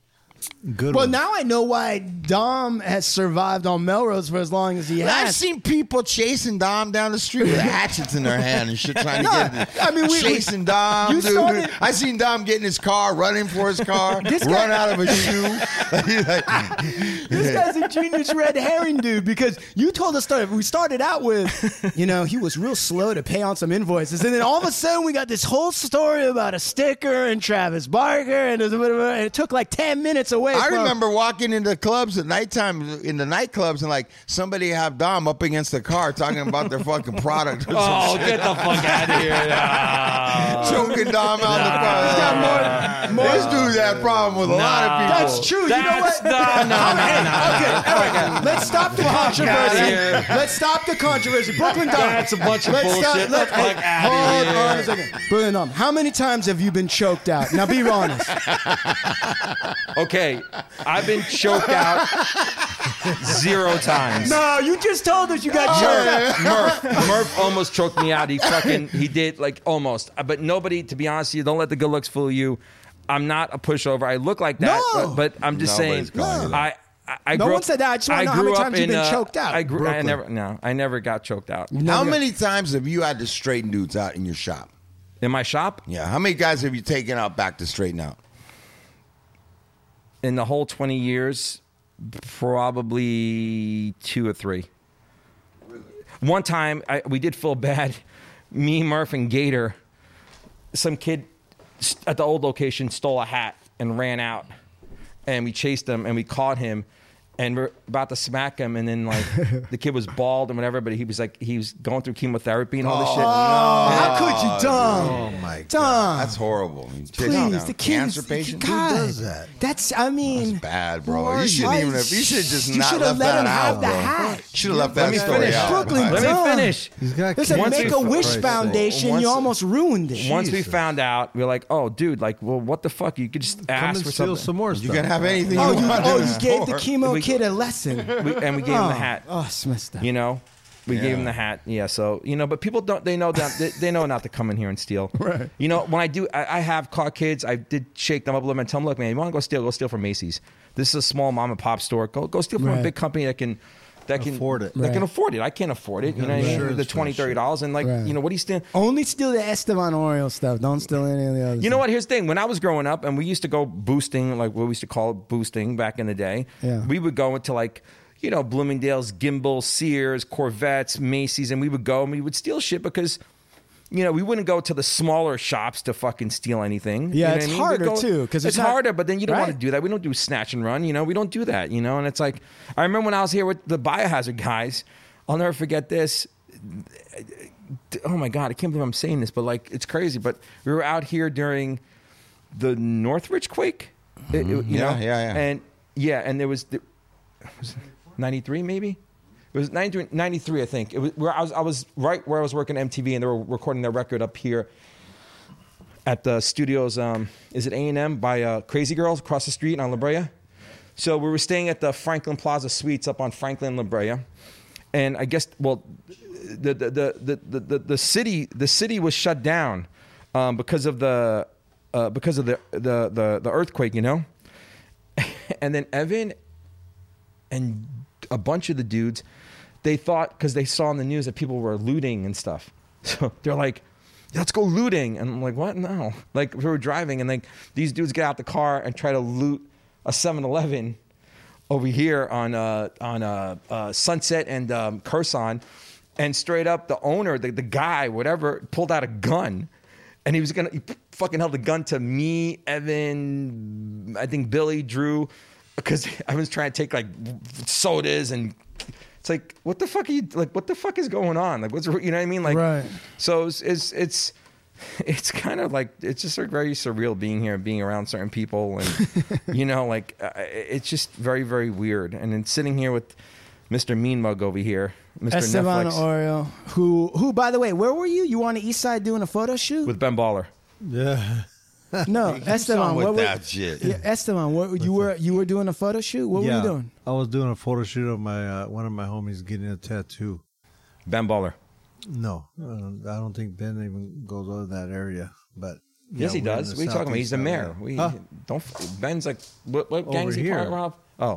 Speaker 9: Good.
Speaker 3: Well,
Speaker 9: one.
Speaker 3: now I know why Dom has survived on Melrose for as long as he
Speaker 2: I've
Speaker 3: has.
Speaker 2: seen people chasing Dom down the street with hatchets in their hand and shit, trying
Speaker 3: No,
Speaker 2: to get.
Speaker 3: I mean, we- we-
Speaker 2: chasing Dom.
Speaker 3: You
Speaker 2: dude.
Speaker 3: started-
Speaker 2: I seen Dom getting his car, running for his car, run out of a shoe.
Speaker 3: This guy's a genius red herring dude because you told us story. We started out with, you know, he was real slow to pay on some invoices, and then all of a sudden we got this whole story about a sticker and Travis Barker, and it, was- and it took like ten minutes away.
Speaker 2: I
Speaker 3: from-
Speaker 2: remember walking into clubs at nighttime in the nightclubs and like somebody have Dom up against the car talking about their fucking product or some
Speaker 8: oh, get the fuck out of here! Nah.
Speaker 2: shit, choking Dom out the car. He's got more, this dude's had problem with a lot of people.
Speaker 3: That's true.
Speaker 8: That's
Speaker 3: you know what?
Speaker 8: not- no,
Speaker 3: All
Speaker 8: no,
Speaker 3: right,
Speaker 8: no,
Speaker 3: Okay, all right. Let's stop the controversy.
Speaker 8: here.
Speaker 3: Let's stop the controversy. Brooklyn Dom.
Speaker 8: That's a bunch of
Speaker 3: let's
Speaker 8: bullshit.
Speaker 3: Stop, let,
Speaker 8: The fuck
Speaker 3: hey,
Speaker 8: outta
Speaker 3: hold
Speaker 8: here.
Speaker 3: on a second. Brooklyn Dom, how many times have you been choked out? Now be honest.
Speaker 8: Okay, I've been choked out. Zero times.
Speaker 3: No, you just told us you got choked
Speaker 8: Murph, Murph, Murph almost choked me out. He fucking, he did like almost. Uh, But nobody, to be honest with you, don't let the good looks fool you. I'm not a pushover. I look like that,
Speaker 3: No.
Speaker 8: but, but I'm just
Speaker 6: Nobody's
Speaker 8: saying.
Speaker 6: calling you that.
Speaker 8: I, I, I
Speaker 3: No
Speaker 8: grew
Speaker 3: one
Speaker 8: up-
Speaker 3: said that. I just wanna know how
Speaker 8: grew
Speaker 3: many
Speaker 8: up
Speaker 3: times you've
Speaker 8: in,
Speaker 3: been
Speaker 8: uh,
Speaker 3: choked out.
Speaker 8: I, grew, I
Speaker 9: Brooklyn.
Speaker 8: never, no, I never got choked out
Speaker 2: How many times have you had to straighten dudes out in your shop?
Speaker 8: in my shop
Speaker 2: Yeah. How many guys have you taken out back to straighten out?
Speaker 8: in the whole 20 years. Probably two or three. One time, I, we did feel bad. Me, Murph, and Gator. Some kid st- at the old location stole a hat and ran out, and we chased him and we caught him, and we're about to smack him, and then like the kid was bald and whatever, but he was like he was going through chemotherapy and all this shit.
Speaker 3: Oh, How could you, dumb? Oh my dumb.
Speaker 2: That's horrible. You take down
Speaker 3: Please, the kids.
Speaker 2: cancer patient.
Speaker 3: God,
Speaker 9: Who does that?
Speaker 3: That's. I mean,
Speaker 2: That's bad,
Speaker 3: who
Speaker 2: bro.
Speaker 3: are
Speaker 2: You shouldn't even. Have, you should have just not left
Speaker 3: should've let
Speaker 2: that
Speaker 3: him
Speaker 2: out,
Speaker 3: have the
Speaker 2: bro.
Speaker 3: hat.
Speaker 2: Should have left that
Speaker 8: me
Speaker 2: story
Speaker 8: finish.
Speaker 2: out.
Speaker 3: Brooklyn
Speaker 8: Let
Speaker 3: dumb.
Speaker 8: me finish.
Speaker 9: He's got
Speaker 3: There's a
Speaker 9: cancer,
Speaker 3: Make a Wish
Speaker 9: for Christ's sake.
Speaker 3: Foundation.
Speaker 8: once-
Speaker 3: you almost ruined it.
Speaker 8: Once we
Speaker 9: Oh, Jesus.
Speaker 8: found out, we were like, oh, dude, like, well, what the fuck? You could just
Speaker 9: Come and
Speaker 8: ask for
Speaker 9: steal
Speaker 8: something.
Speaker 9: some more
Speaker 2: You
Speaker 9: stuff.
Speaker 2: can have anything
Speaker 3: oh,
Speaker 2: you
Speaker 3: you,
Speaker 2: want.
Speaker 3: oh,
Speaker 2: in
Speaker 3: you gave
Speaker 2: store.
Speaker 3: the chemo
Speaker 8: We-
Speaker 3: kid a lesson.
Speaker 8: We- and we gave him the hat.
Speaker 3: Oh, it's messed up.
Speaker 8: You know, we
Speaker 2: Yeah.
Speaker 8: gave him the hat. Yeah. So you know, but people don't. They know that they, they know not to come in here and steal. Right. You know, when I do, I, I have caught kids. I did shake them up a little bit and tell them, look, man, you want to go steal? Go steal from Macy's. This is a small mom and pop store. Go go steal from a
Speaker 3: Right.
Speaker 8: big company that can. That can
Speaker 9: Afford it.
Speaker 8: That
Speaker 3: Right.
Speaker 8: can afford it. I can't afford it. You know,
Speaker 9: insurance
Speaker 8: the
Speaker 9: for
Speaker 8: twenty,
Speaker 9: that
Speaker 8: thirty
Speaker 9: shit.
Speaker 8: dollars, and like,
Speaker 3: Right.
Speaker 8: you know, what do you stand?
Speaker 3: Only steal the Esteban Oriole stuff. Don't steal any of the other.
Speaker 8: You know what? Here's the thing. When I was growing up, and we used to go boosting, like what we used to call it boosting back in the day.
Speaker 3: Yeah.
Speaker 8: We would go into like, you know, Bloomingdale's, Gimbal, Sears, Corvettes, Macy's, and we would go and we would steal shit because, you know, we wouldn't go to the smaller shops to fucking steal anything.
Speaker 3: Yeah,
Speaker 8: you know
Speaker 3: it's
Speaker 8: what I mean? We'd
Speaker 3: harder,
Speaker 8: go-
Speaker 3: too, 'cause
Speaker 8: it's,
Speaker 3: it's not-
Speaker 8: harder. But then you don't want to
Speaker 3: Right.
Speaker 8: do that. We don't do snatch and run. You know, we don't do that. You know, and it's like I remember when I was here with the biohazard guys. I'll never forget this oh my god, I can't believe I'm saying this, but like it's crazy. But we were out here during the Northridge quake. It- it- you
Speaker 2: Mm-hmm. Yeah,
Speaker 8: know?
Speaker 2: yeah, yeah.
Speaker 8: And yeah, and there was, the, was ninety three maybe. It was 93, 93 I think. It was where I was. I was right where I was working MTV, and they were recording their record up here at the studios. Um, is it A and M by uh, Crazy Girls across the street on La Brea? So we were staying at the Franklin Plaza Suites up on Franklin La Brea, and I guess well, the the the the the, the, the city the city was shut down um, because of the uh, because of the, the the the earthquake, you know. and then Evan and a bunch of the dudes, they thought because they saw in the news that people were looting and stuff. So they're like, let's go looting. And I'm like, what? No. Like we were driving and like these dudes get out the car and try to loot a 7-Eleven over here on uh, on uh, uh, Sunset and um, Curson. And straight up, the owner, the, the guy, whatever, pulled out a gun. And he was gonna, he fucking held the gun to me, Evan, I think Billy, Drew, because Evan's trying to take like sodas and it's like, what the fuck are you, like, what the fuck is going on? Like, what's, you know what I mean? Like,
Speaker 3: Right.
Speaker 8: so it's, it's, it's, it's kind of like, it's just like very surreal being here and being around certain people. And, you know, like, uh, it's just very, very weird. And then sitting here with Mr. Mean Mug over here, Mr.
Speaker 3: Esteban
Speaker 8: Netflix,
Speaker 3: Oriole, who, who, by the way, where were you? You were on the east side doing a photo shoot?
Speaker 8: with Ben Baller.
Speaker 9: Yeah.
Speaker 3: no, Esteban.
Speaker 2: Something
Speaker 3: What
Speaker 2: with
Speaker 3: were,
Speaker 2: that shit.
Speaker 3: yeah, Esteban, what, you were you were doing a photo shoot? What
Speaker 9: yeah.
Speaker 3: were you doing?
Speaker 9: I was doing a photo shoot of my uh, one of my homies getting a tattoo.
Speaker 8: Ben Baller.
Speaker 9: No, I don't, I don't think Ben even goes over that area. But yeah,
Speaker 8: yes, he
Speaker 9: we're in
Speaker 8: does.
Speaker 9: the
Speaker 8: What are you talking about? He's the
Speaker 9: southeast
Speaker 8: mayor.
Speaker 9: area.
Speaker 8: We
Speaker 9: Huh?
Speaker 8: don't. Ben's like, what, what gang
Speaker 9: Over
Speaker 8: is he
Speaker 9: here.
Speaker 8: part of? Oh,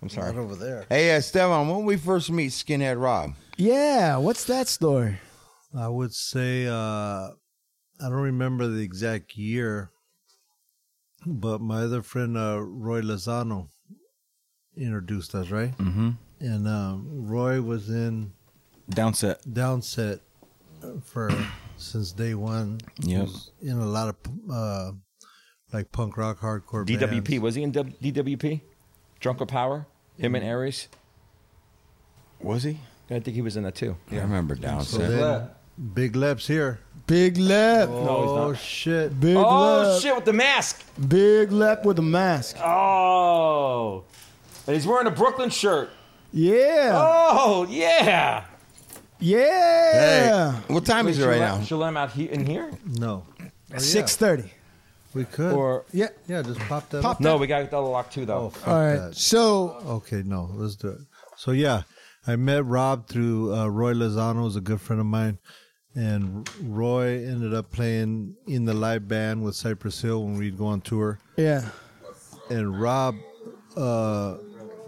Speaker 8: I'm
Speaker 9: Not
Speaker 8: sorry.
Speaker 9: over there.
Speaker 2: Hey, Esteban, when we first meet Skinhead Rob,
Speaker 3: Yeah, what's that story?
Speaker 9: I would say uh, I don't remember the exact year, but my other friend uh, Roy Lozano introduced us, right? Mm-hmm. And um, Roy was in
Speaker 6: Downset.
Speaker 9: Downset for since day one.
Speaker 6: Yep.
Speaker 9: Was in a lot of uh, like punk rock, hardcore.
Speaker 8: DWP.
Speaker 9: bands.
Speaker 8: Was he in W- DWP? Drunk with Power? Him and Aries?
Speaker 2: was he?
Speaker 8: I think he was in that too.
Speaker 2: I remember Downset.
Speaker 9: So then Big Lep's here.
Speaker 3: Big lap,
Speaker 9: Oh shit!
Speaker 3: big
Speaker 8: Oh,
Speaker 3: lap,
Speaker 8: shit, with the mask.
Speaker 3: big lap with a mask.
Speaker 8: Oh. And he's wearing a Brooklyn shirt.
Speaker 3: Yeah,
Speaker 8: Oh, yeah.
Speaker 2: Hey,
Speaker 3: yeah. Oh,
Speaker 2: what time is it right now?
Speaker 8: Shalem out he- in here?
Speaker 9: No. Oh,
Speaker 3: Six thirty.
Speaker 9: We could.
Speaker 8: Or-
Speaker 9: yeah, yeah, just pop that.
Speaker 3: Pop
Speaker 9: up.
Speaker 8: No, we got the other lock too, though.
Speaker 9: Oh, fuck
Speaker 3: All right.
Speaker 9: that.
Speaker 3: So
Speaker 9: Okay, no, let's do it. So yeah, I met Rob through uh, Roy Lozano, is a good friend of mine, and Roy ended up playing in the live band with Cypress Hill when we'd go on tour,
Speaker 3: yeah,
Speaker 9: and Rob uh,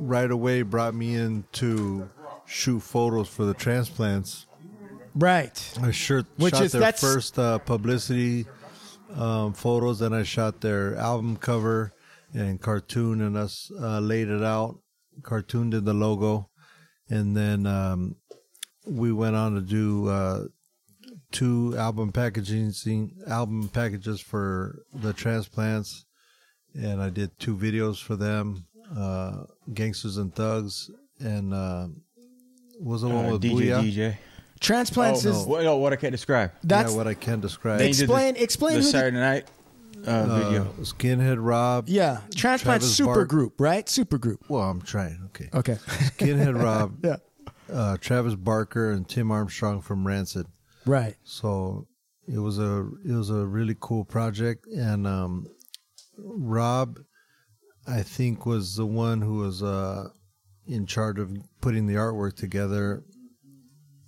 Speaker 9: right away brought me in to shoot photos for the transplants.
Speaker 3: right.
Speaker 9: I sure
Speaker 3: Which
Speaker 9: shot
Speaker 3: is-
Speaker 9: their
Speaker 3: that's-
Speaker 9: first uh, publicity um, photos, and I shot their album cover and cartoon, and us uh, laid it out. Cartoon did the logo, and then um, we went on to do uh, two album packaging scene, album packages for the transplants, and I did two videos for them, uh, gangsters and thugs, and uh, what was the one
Speaker 6: Uh,
Speaker 9: with
Speaker 6: DJ
Speaker 9: Booyah?
Speaker 6: DJ.
Speaker 3: Transplants
Speaker 6: Oh,
Speaker 3: is
Speaker 6: what, oh, what I can't describe.
Speaker 3: that's
Speaker 9: yeah, what I can describe.
Speaker 6: They did the-
Speaker 3: Explain- explain
Speaker 6: the
Speaker 3: who the-
Speaker 6: Saturday night uh, video.
Speaker 9: Uh, Skinhead Rob.
Speaker 3: yeah. Transplants
Speaker 9: Travis
Speaker 3: super
Speaker 9: Bark.
Speaker 3: group, right? Super group.
Speaker 9: Well, I'm trying. Okay.
Speaker 3: Okay.
Speaker 9: Skinhead Rob,
Speaker 3: yeah.
Speaker 9: uh, Travis Barker, and Tim Armstrong from Rancid.
Speaker 3: Right.
Speaker 9: So it was a it was a really cool project, and um, Rob, I think, was the one who was uh, in charge of putting the artwork together,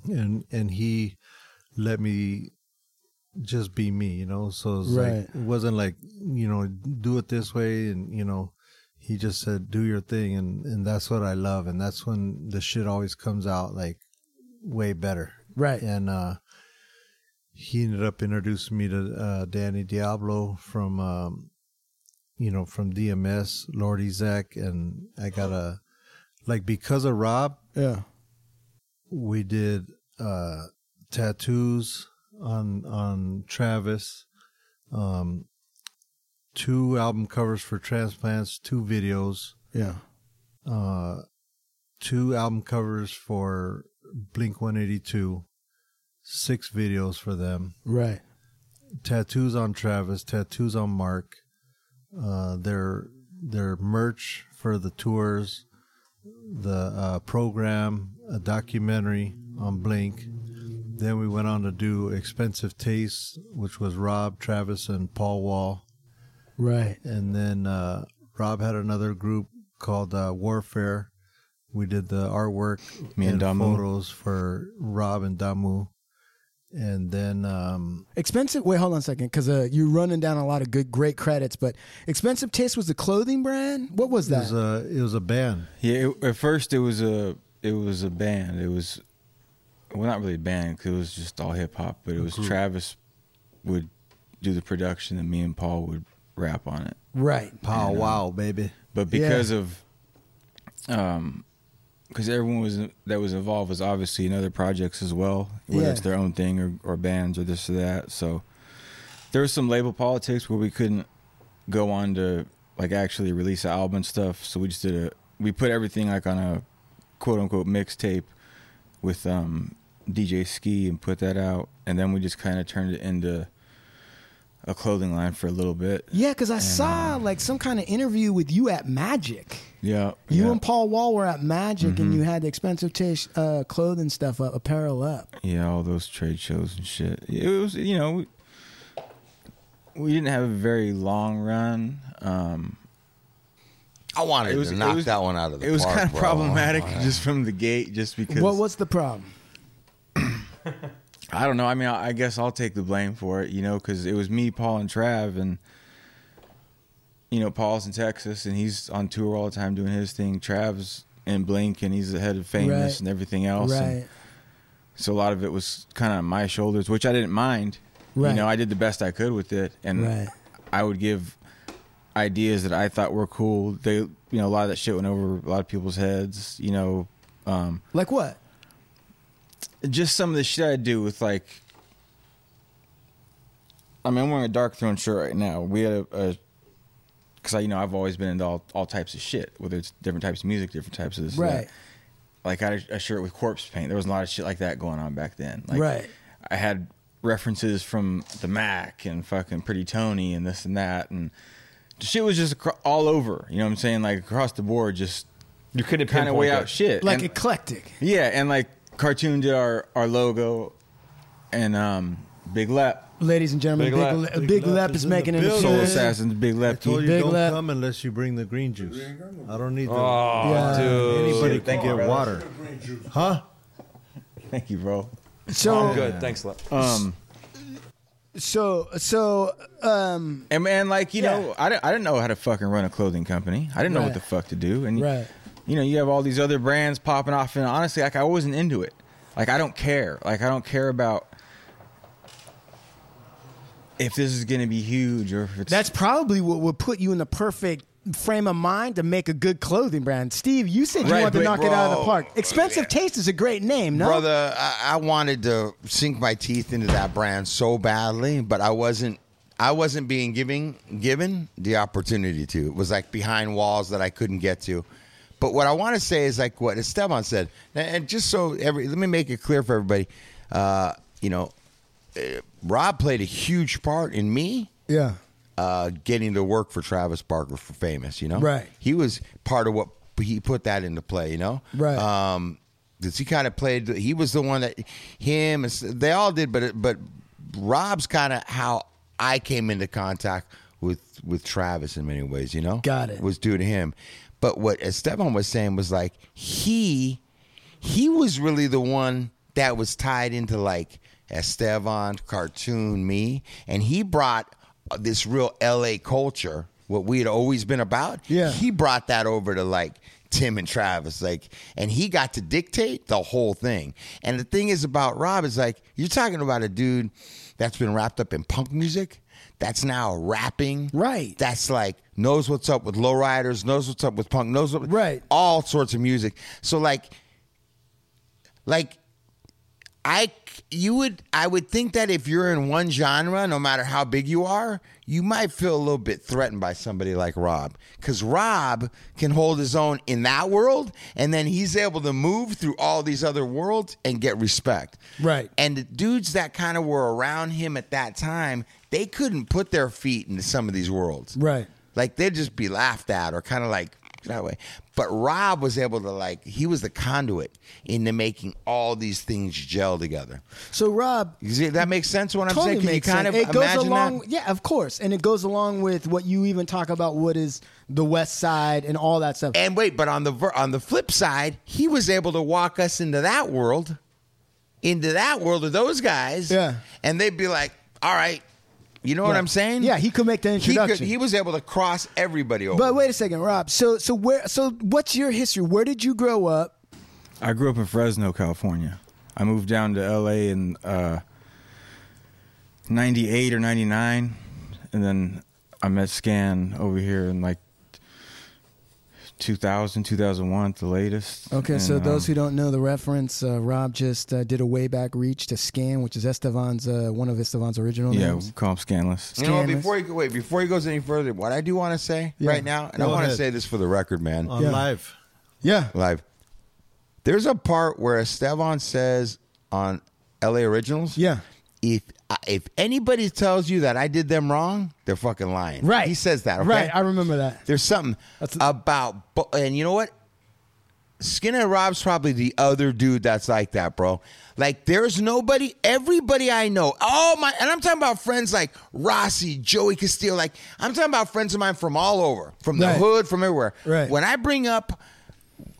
Speaker 9: and and he let me just be me, you know. So it's
Speaker 3: Right.
Speaker 9: like, it wasn't like you know do it this way, and you know. He just said, "Do your thing," and, and that's what I love, and that's when the shit always comes out like way better
Speaker 3: Right.
Speaker 9: and uh, he ended up introducing me to uh, Danny Diablo from um, you know from DMS, Lord Ezek, and I got a like because of Rob,
Speaker 3: Yeah.
Speaker 9: we did uh, tattoos on on Travis, um, two album covers for transplants, two videos,
Speaker 3: Yeah.
Speaker 9: uh, two album covers for Blink 182, six videos for them,
Speaker 3: Right.
Speaker 9: tattoos on Travis, tattoos on Mark, uh, their their merch for the tours, the uh, program, a documentary on Blink. Then we went on to do Expensive Tastes, which was Rob, Travis, and Paul Wall
Speaker 3: Right.
Speaker 9: and then uh, Rob had another group called uh, Warfare. We did the artwork
Speaker 6: Me and Damu.
Speaker 9: photos for Rob and Damu, and then um,
Speaker 3: Expensive. Wait, hold on a second, because uh, you're running down a lot of good, great credits. But expensive taste was the clothing brand. What was
Speaker 9: it
Speaker 3: that?
Speaker 9: was a it was a band.
Speaker 6: Yeah, it, at first it was a it was a band. It was well, not really a band 'cause it was just all hip hop. But it was Travis would do the production, and me and Paul would rap on it.
Speaker 3: right.
Speaker 9: Pow wow, baby!
Speaker 6: But
Speaker 3: Yeah.
Speaker 6: because of um, because everyone was that was involved was obviously in other projects as well, whether
Speaker 3: Yeah.
Speaker 6: it's their own thing or, or bands or this or that. So there was some label politics where we couldn't go on to like actually release an album and stuff. So we just did a we put everything like on a quote unquote mixtape with um DJ Ski and put that out and then we just kinda turned it into a clothing line for a little bit.
Speaker 3: Yeah, because I saw like some kind of interview with you at Magic.
Speaker 6: Yeah.
Speaker 3: You
Speaker 6: yeah.
Speaker 3: and Paul Wall were at Magic, and you had the expensive taste uh, clothing stuff up, apparel up.
Speaker 6: Yeah, all those trade shows and shit. It was, you know, we, we didn't have a very long run. Um,
Speaker 2: I wanted
Speaker 6: it was
Speaker 2: to knock
Speaker 6: it was-
Speaker 2: that one out of the
Speaker 6: It was
Speaker 2: park,
Speaker 6: kind of
Speaker 2: bro.
Speaker 6: problematic
Speaker 2: Oh, my.
Speaker 6: just from the gate, just because.
Speaker 3: What was the problem?
Speaker 6: I don't know. I mean, I, I guess I'll take the blame for it, you know, because it was me, Paul, and Trav, and you know, Paul's in Texas and he's on tour all the time doing his thing. Trav's in Blink and he's the head of Famous
Speaker 3: Right.
Speaker 6: and everything else. and-
Speaker 3: Right.
Speaker 6: so a lot of it was kind of on my shoulders, which I didn't mind.
Speaker 3: Right.
Speaker 6: You know, I did the best I could with it, and
Speaker 3: Right.
Speaker 6: I would give ideas that I thought were cool. They, you know, a lot of that shit went over a lot of people's heads. You know, um,
Speaker 3: Like what?
Speaker 6: just some of the shit I do with like. I mean, I'm wearing a dark throne shirt right now. We had a, because I, you know, I've always been into all, all types of shit, whether it's different types of music, different types of this, or that.
Speaker 3: Right.
Speaker 6: Like I had a, a shirt with corpse paint. There was a lot of shit like that going on back then. Like,
Speaker 3: Right.
Speaker 6: I had references from the Mac and fucking Pretty Tony and this and that, and the shit was just acro- all over. You know what I'm saying? Like across the board, just
Speaker 8: You couldn't
Speaker 6: kind of
Speaker 8: pinpoint
Speaker 6: way
Speaker 8: it.
Speaker 6: out shit.
Speaker 3: Like
Speaker 6: And-
Speaker 3: eclectic.
Speaker 6: yeah, and like cartoon did our our logo, and um, Big Lep
Speaker 3: Ladies and gentlemen,
Speaker 6: Big
Speaker 3: Big,
Speaker 6: Lep.
Speaker 3: Le- Big, Lep, is
Speaker 9: in
Speaker 3: making
Speaker 9: the
Speaker 3: an
Speaker 9: building.
Speaker 6: Soul
Speaker 3: appearance.
Speaker 6: Assassins, Big
Speaker 9: I
Speaker 6: Left.
Speaker 9: told you
Speaker 3: Big
Speaker 9: don't
Speaker 3: lap.
Speaker 9: come unless you bring the green juice. I don't need the
Speaker 6: Oh,
Speaker 3: Yeah.
Speaker 6: dude.
Speaker 9: anybody
Speaker 6: Shit,
Speaker 9: can
Speaker 6: thank
Speaker 9: get
Speaker 6: you, brother.
Speaker 9: water, huh?
Speaker 6: Thank you, bro.
Speaker 3: So,
Speaker 8: Good. Thanks, Lip.
Speaker 6: Um,
Speaker 3: so, so, um,
Speaker 6: and man, like you
Speaker 3: Yeah.
Speaker 6: know, I didn't, I didn't know how to fucking run a clothing company. I didn't know
Speaker 3: Right.
Speaker 6: what the fuck to do. And
Speaker 3: Right.
Speaker 6: you know, you have all these other brands popping off, and honestly, like I wasn't into it. Like I don't care. Like I don't care about if this is gonna be huge or if it's
Speaker 3: that's probably what would put you in the perfect frame of mind to make a good clothing brand. Steve, you said you
Speaker 6: Right,
Speaker 3: wanted to
Speaker 6: but
Speaker 3: knock it out of the
Speaker 6: bro,
Speaker 3: park. Expensive Taste is a great name, no?
Speaker 2: Brother, I, I wanted to sink my teeth into that brand so badly, but I wasn't. I wasn't being giving given the opportunity to. It was like behind walls that I couldn't get to. But what I want to say is like what Esteban said, and, and just so every let me make it clear for everybody. Uh, you know, eh, Rob played a huge part in me
Speaker 3: Yeah.
Speaker 2: uh, getting to work for Travis Barker for Famous. You know,
Speaker 3: Right.
Speaker 2: He was part of what he put that into play. You know,
Speaker 3: Right.
Speaker 2: Um, because he kind of played. He was the one that him and s- they all did, but it- but Rob's kind of how I came into contact with with Travis in many ways. You know,
Speaker 3: Got it.
Speaker 2: was due to him. But what Esteban was saying was like he he was really the one that was tied into like Esteban, cartoon, me, and he brought this real LA culture, what we had always been about.
Speaker 3: Yeah.
Speaker 2: he brought that over to like Tim and Travis, like, and he got to dictate the whole thing. And the thing is about Rob is like you're talking about a dude that's been wrapped up in punk music. That's now rapping.
Speaker 3: Right.
Speaker 2: That's like knows what's up with lowriders, knows what's up with punk, knows what,
Speaker 3: Right.
Speaker 2: all sorts of music. So like like I you would I would think that if you're in one genre, no matter how big you are, you might feel a little bit threatened by somebody like Rob, because Rob can hold his own in that world, and then he's able to move through all these other worlds and get respect.
Speaker 3: Right.
Speaker 2: And the dudes that kind of were around him at that time, they couldn't put their feet into some of these worlds.
Speaker 3: Right.
Speaker 2: Like they'd just be laughed at or kind of like that way. But Rob was able to like he was the conduit into making all these things gel together.
Speaker 3: So, Rob,
Speaker 2: You see, that makes sense what I'm
Speaker 3: totally
Speaker 2: saying? Can you
Speaker 3: makes
Speaker 2: kind
Speaker 3: sense.
Speaker 2: of
Speaker 3: it goes
Speaker 2: imagine
Speaker 3: along,
Speaker 2: that?
Speaker 3: Yeah, of course, and it goes along with what you even talk about. What is the West Side and all that stuff?
Speaker 2: And wait, but on the ver- on the flip side, he was able to walk us into that world, into that world of those guys.
Speaker 3: Yeah.
Speaker 2: And they'd be like, "All right, you know what
Speaker 3: Right.
Speaker 2: I'm saying?"
Speaker 3: Yeah, he could make
Speaker 2: He
Speaker 3: the
Speaker 2: could-
Speaker 3: introduction.
Speaker 2: He, was able to cross everybody over.
Speaker 3: but wait a second, Rob. So, so where? So, what's your history? Where did you grow up?
Speaker 6: I grew up in Fresno, California. I moved down to LA in uh, 98 or 99. And then I met Scan over here in like 2000, 2001, the latest.
Speaker 3: Okay,
Speaker 6: And,
Speaker 3: so
Speaker 2: Mm-hmm.
Speaker 3: those
Speaker 6: um,
Speaker 3: who don't know the reference, uh, Rob just uh, did a way back reach to Scan, which is Estevan's uh, one of Estevan's original
Speaker 6: Yeah, we
Speaker 3: names.
Speaker 6: call him Scanless.
Speaker 2: You know,
Speaker 3: Scammers.
Speaker 2: before he go- wait, before he goes any further, what I do want to say
Speaker 3: Yeah. Uh-huh.
Speaker 2: right now, and I
Speaker 9: Go
Speaker 2: want to
Speaker 9: ahead.
Speaker 2: say this for the record, man,
Speaker 9: On
Speaker 3: Yeah.
Speaker 9: live,
Speaker 3: Yeah,
Speaker 2: live. There's a part where Esteban says on LA Originals,
Speaker 3: Yeah.
Speaker 2: if if anybody tells you that I did them wrong, they're fucking lying.
Speaker 3: right.
Speaker 2: He says that. Okay?
Speaker 3: Right, I remember that.
Speaker 2: There's something
Speaker 3: That's-
Speaker 2: about, bo- and you know what? Skinner Rob's probably the other dude that's like that, bro. Like, there's nobody, everybody I know, all my, and I'm talking about friends like Rossi, Joey Castillo. Like, I'm talking about friends of mine from all over, from the
Speaker 3: Right.
Speaker 2: hood, from everywhere.
Speaker 3: Right.
Speaker 2: When I bring up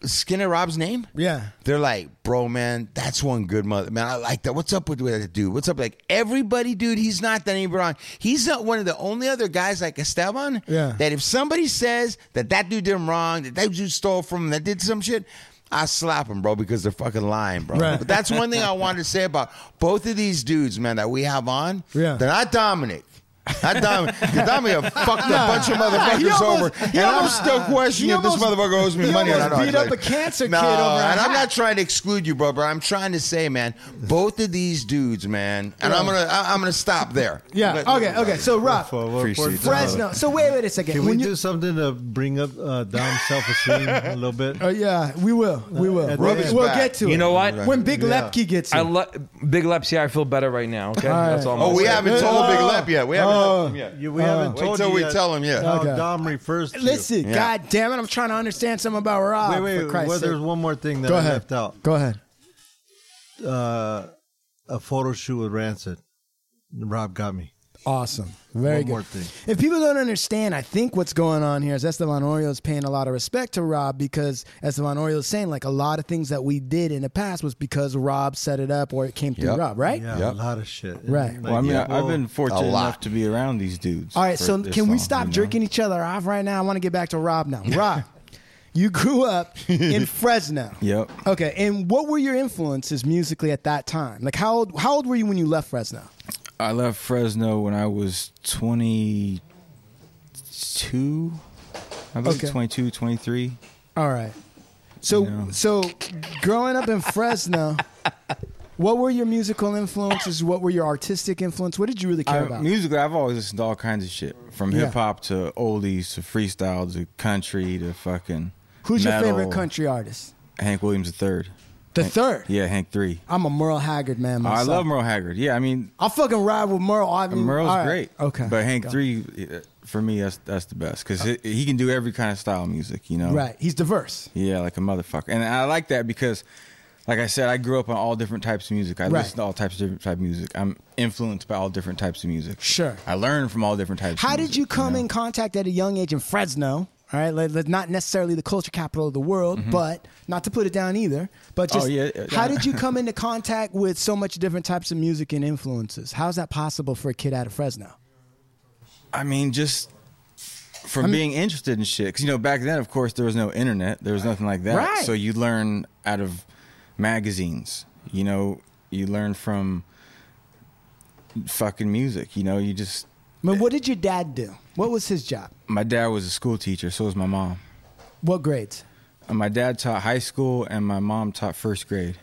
Speaker 2: Skinner Rob's name,
Speaker 3: Yeah.
Speaker 2: they're like, bro, man, that's one good mother. Man, I like that. What's up with that dude? What's up? Like, everybody, dude, he's not that any wrong. He's not one of the only other guys like Esteban
Speaker 3: Yeah.
Speaker 2: that if somebody says that that dude did him wrong, that that dude stole from him, that did some shit, I slap him, bro, because they're fucking lying, bro.
Speaker 3: Right.
Speaker 2: But that's one thing I wanted to say about both of these dudes, man, that we have on.
Speaker 3: Yeah.
Speaker 2: They're not Dominic. Not Dominic. 'cause Dominic fucked a bunch of motherfuckers
Speaker 3: almost-
Speaker 2: over.
Speaker 3: he
Speaker 2: And I'm
Speaker 3: almost-
Speaker 2: still questioning
Speaker 3: he
Speaker 2: if this
Speaker 3: almost-
Speaker 2: motherfucker owes me
Speaker 3: he
Speaker 2: money or
Speaker 3: almost
Speaker 2: not. No,
Speaker 3: beat
Speaker 2: it's
Speaker 3: up a cancer
Speaker 2: no,
Speaker 3: kid over a
Speaker 2: And I'm
Speaker 3: hat.
Speaker 2: not trying to exclude you, bro, but I'm trying to say, man, both of these dudes, man, and I'm gonna I- I'm gonna stop there.
Speaker 3: Yeah.
Speaker 2: But-
Speaker 3: Okay. Okay. So,
Speaker 9: For-
Speaker 3: Rob,
Speaker 9: for-
Speaker 6: Appreciate
Speaker 9: for-
Speaker 3: Fresno. So, wait, wait a second.
Speaker 9: Can we
Speaker 3: When you-
Speaker 9: do something to bring up uh, Dom's self-esteem a little bit?
Speaker 3: Uh, yeah, we will. We will.
Speaker 9: At
Speaker 3: We'll,
Speaker 9: the end.
Speaker 3: we'll
Speaker 2: Rub his
Speaker 3: get to
Speaker 2: back.
Speaker 3: it.
Speaker 8: You know what?
Speaker 3: When Big
Speaker 9: Yeah.
Speaker 3: Lepke gets
Speaker 8: I
Speaker 3: here.
Speaker 8: lo- Big Lepsy, I feel better right now. Okay,
Speaker 3: right.
Speaker 8: that's all. I'm
Speaker 2: Oh,
Speaker 8: gonna
Speaker 2: we
Speaker 8: say.
Speaker 2: haven't told Big Lep yet. We haven't
Speaker 3: Oh.
Speaker 2: told him yet.
Speaker 9: You- we haven't
Speaker 2: Wait
Speaker 9: told
Speaker 2: till
Speaker 9: you
Speaker 2: we
Speaker 9: yet
Speaker 2: tell him, yeah.
Speaker 9: How
Speaker 3: Okay.
Speaker 9: Dom refers to you.
Speaker 3: Listen,
Speaker 2: Yeah.
Speaker 3: God damn it. I'm trying to understand something about Rob.
Speaker 9: Wait, wait.
Speaker 3: for Christ's
Speaker 9: well,
Speaker 3: sake.
Speaker 9: there's one more thing that
Speaker 3: Go
Speaker 9: I
Speaker 3: ahead.
Speaker 9: left out.
Speaker 3: Go ahead.
Speaker 9: Uh, a photo shoot with Rancid. Rob got me.
Speaker 3: Awesome. Very
Speaker 9: One
Speaker 3: good.
Speaker 9: more thing.
Speaker 3: If people don't understand, I think what's going on here is Esteban Oriol is paying a lot of respect to Rob because Esteban Oriol is saying like a lot of things that we did in the past was because Rob set it up or it came through
Speaker 2: Yep.
Speaker 3: Rob, right?
Speaker 9: Yeah,
Speaker 2: Yep.
Speaker 9: a lot of shit.
Speaker 3: Right.
Speaker 9: Like,
Speaker 6: Well, I mean, I-
Speaker 9: people-
Speaker 6: I've been fortunate
Speaker 2: a lot.
Speaker 6: enough to be around these dudes.
Speaker 3: All right,
Speaker 6: for
Speaker 3: so
Speaker 6: this
Speaker 3: can we
Speaker 6: long,
Speaker 3: stop
Speaker 6: you know?
Speaker 3: jerking each other off right now? I want to get back to Rob now. Rob, you grew up in Fresno.
Speaker 6: Yep.
Speaker 3: Okay, and what were your influences musically at that time? Like how old how old were you when you left Fresno?
Speaker 6: I left Fresno when I was 22. I believe
Speaker 3: Okay.
Speaker 6: 22, 23.
Speaker 3: All right. So
Speaker 6: Yeah.
Speaker 3: so growing up in Fresno, what were your musical influences? What were your artistic influence? What did you really care
Speaker 6: I-
Speaker 3: about?
Speaker 6: Musically, I've always listened to all kinds of shit from
Speaker 3: Yeah.
Speaker 6: hip hop to oldies to freestyle to country to fucking.
Speaker 3: Who's your
Speaker 6: metal.
Speaker 3: favorite country artist?
Speaker 6: Hank Williams III.
Speaker 3: The third.
Speaker 6: Yeah, Hank III.
Speaker 3: I'm a Merle Haggard man.
Speaker 6: I
Speaker 3: Myself.
Speaker 6: love Merle Haggard. Yeah, I mean,
Speaker 3: I'll fucking ride with Merle. I mean,
Speaker 6: Merle's
Speaker 3: all right.
Speaker 6: great.
Speaker 3: Okay.
Speaker 6: But Hank
Speaker 3: Go. Uh,
Speaker 6: III, uh, for me, that's that's the best because he can do every kind of style of music, you know?
Speaker 3: Right. He's diverse.
Speaker 6: Yeah, like a motherfucker. And I like that because, like I said, I grew up on all different types of music. I
Speaker 3: Right.
Speaker 6: listen to all types of different type of music. I'm influenced by all different types of music.
Speaker 3: Sure.
Speaker 6: I learned from all different types
Speaker 3: How
Speaker 6: of music.
Speaker 3: did you come
Speaker 6: know?
Speaker 3: in contact at a young age in Fresno? All right, like, like, not necessarily the culture capital of the world, but not to put it down either. But
Speaker 6: Mm-hmm. Oh,
Speaker 3: just
Speaker 6: yeah, yeah.
Speaker 3: how did you come into contact with so much different types of music and influences? How is that possible for a kid out of Fresno?
Speaker 6: I mean, just from being interested in shit. Because, you know, back then, of course, there was no internet, there was nothing like that.
Speaker 3: Right.
Speaker 6: So you learn out of magazines, you know, you learn from fucking music, you know, you just.
Speaker 3: I mean, what did your dad do? What was his job?
Speaker 6: My dad was a school teacher, so was my mom.
Speaker 3: What grades?
Speaker 6: And My dad taught high school, and my mom taught first grade.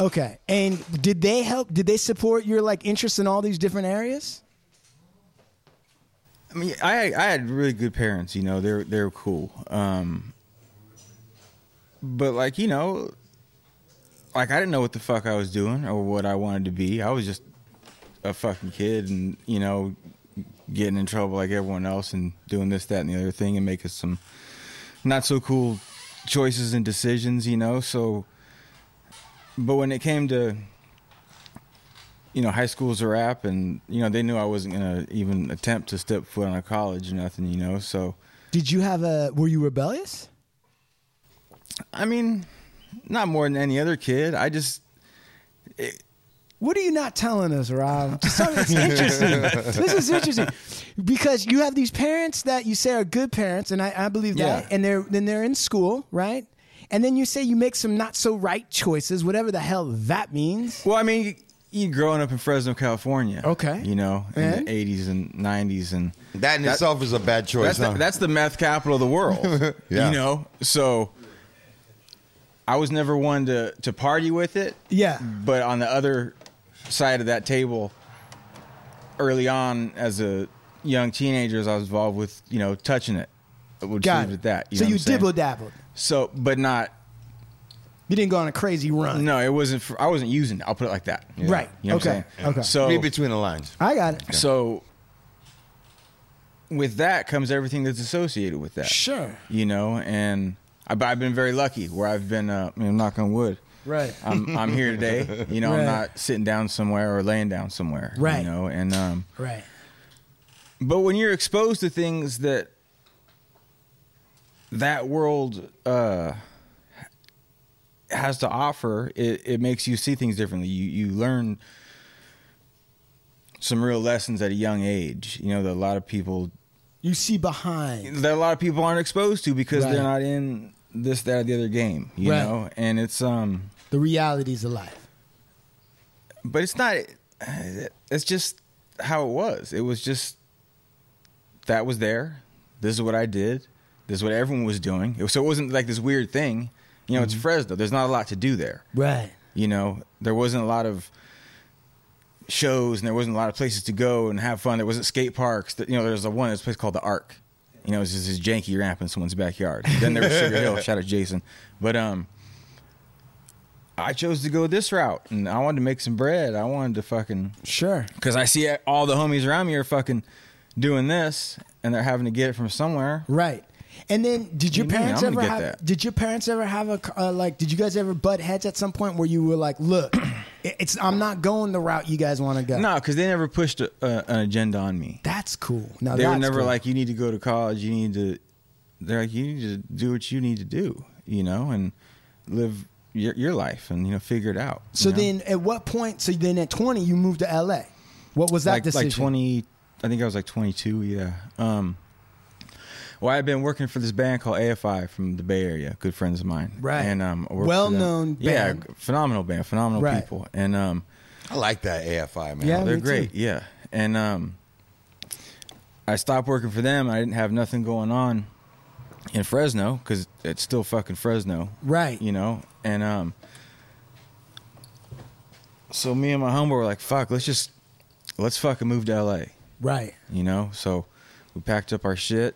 Speaker 3: Okay, and did they help? Did they support your like interest in all these different areas?
Speaker 6: I mean, I I had really good parents. You know, they're they're cool. Um, but like you know, like I didn't know what the fuck I was doing or what I wanted to be. I was just a fucking kid, and you know, getting in trouble like everyone else, and doing this, that, and the other thing, and making some not so cool choices and decisions. You know, so. But when it came to you know, high school's a wrap, and you know they knew I wasn't gonna even attempt to step foot on a college or nothing, you know. So,
Speaker 3: Did you have a? Were you rebellious?
Speaker 6: I mean, not more than any other kid. I just
Speaker 3: What are you not telling us, Rob? Just tell me- it's interesting. this is interesting because you have these parents that you say are good parents, and I, I believe that.
Speaker 6: Yeah.
Speaker 3: And they're then they're in school, right? And then you say you make some not so right choices, whatever the hell that means.
Speaker 6: well, I mean, you, you growing up in Fresno, California,
Speaker 3: Okay.
Speaker 6: you know, in
Speaker 3: And?
Speaker 6: the '80s and '90s, and
Speaker 2: That in itself is a bad choice.
Speaker 6: that's the,
Speaker 2: huh?
Speaker 6: that's the meth capital of the world,
Speaker 2: Yeah.
Speaker 6: you know. So, I was never one to to party with it,
Speaker 3: Yeah.
Speaker 6: but on the other side of that table early on as a young teenager as i was involved with you know touching it I would
Speaker 3: Got
Speaker 6: leave
Speaker 3: it.
Speaker 6: it at that you
Speaker 3: so
Speaker 6: know
Speaker 3: you
Speaker 6: what I'm saying?
Speaker 3: dibble dabbled.
Speaker 6: so but not
Speaker 3: You didn't go on a crazy run.
Speaker 6: no it wasn't for, i wasn't using it i'll put it like that
Speaker 3: Right.
Speaker 6: you know
Speaker 3: okay.
Speaker 6: what i'm saying
Speaker 3: Okay.
Speaker 6: so
Speaker 2: Read between the lines.
Speaker 3: I got it.
Speaker 6: so with that comes everything that's associated with that
Speaker 3: Sure.
Speaker 6: you know and I, but i've been very lucky where i've been uh you know, knock on wood
Speaker 3: Right.
Speaker 6: I'm I'm here today. You know,
Speaker 3: Right.
Speaker 6: I'm not sitting down somewhere or laying down somewhere.
Speaker 3: Right.
Speaker 6: You know, and um,
Speaker 3: Right.
Speaker 6: but when you're exposed to things that that world uh has to offer, it it makes you see things differently. You you learn some real lessons at a young age. You know that a lot of people
Speaker 3: You see behind.
Speaker 6: that a lot of people aren't exposed to because
Speaker 3: Right.
Speaker 6: they're not in this that or the other game. You
Speaker 3: Right.
Speaker 6: know, and it's um.
Speaker 3: The realities of life.
Speaker 6: but it's not it's just how it was it was just that was there this is what i did this is what everyone was doing It- so it wasn't like this weird thing you know it's fresno there's not a lot to do there
Speaker 3: Right.
Speaker 6: you know there wasn't a lot of shows and there wasn't a lot of places to go and have fun there wasn't skate parks There- you know there's a one there's a place called the arc you know it's just this janky ramp in someone's backyard then there was sugar hill shout out jason but um i chose to go this route and i wanted to make some bread i wanted to fucking
Speaker 3: Sure.
Speaker 6: because i see all the homies around me are fucking doing this and they're having to get it from somewhere
Speaker 3: Right. And then, did your
Speaker 6: What do you mean?
Speaker 3: parents
Speaker 6: I'm
Speaker 3: ever
Speaker 6: gonna get
Speaker 3: have?
Speaker 6: that.
Speaker 3: Did your parents ever have a uh, like? Did you guys ever butt heads at some point where you were like, "Look, It- It's I'm not going the route you guys want to go.
Speaker 6: No, because they never pushed a, a, an agenda on me.
Speaker 3: That's cool. No,
Speaker 6: they were
Speaker 3: that's
Speaker 6: never
Speaker 3: cool.
Speaker 6: like, you need to go to college. You need to. They're like, you need to do what you need to do, you know, and live your, your life and you know figure it out. you
Speaker 3: So
Speaker 6: know?
Speaker 3: then, at what point? So then, at 20, you moved to LA. What was that
Speaker 6: like,
Speaker 3: decision?
Speaker 6: Like twenty, I think I was like twenty-two. Yeah. Um, well, I had been working for this band called AFI from the Bay Area, good friends of mine.
Speaker 3: Right.
Speaker 6: And um, I worked for them.
Speaker 3: Well-known band.
Speaker 6: Yeah, phenomenal band, phenomenal
Speaker 3: Right.
Speaker 6: people, and um,
Speaker 2: I like that AFI man.
Speaker 3: Yeah.
Speaker 6: they're
Speaker 3: me too.
Speaker 6: great. Yeah. And um, I stopped working for them. I didn't have nothing going on in Fresno because it's still fucking Fresno.
Speaker 3: Right.
Speaker 6: You know? And um, so me and my homeboy were like, fuck, let's just, let's fucking move to LA,
Speaker 3: Right.
Speaker 6: you know? So we packed up our shit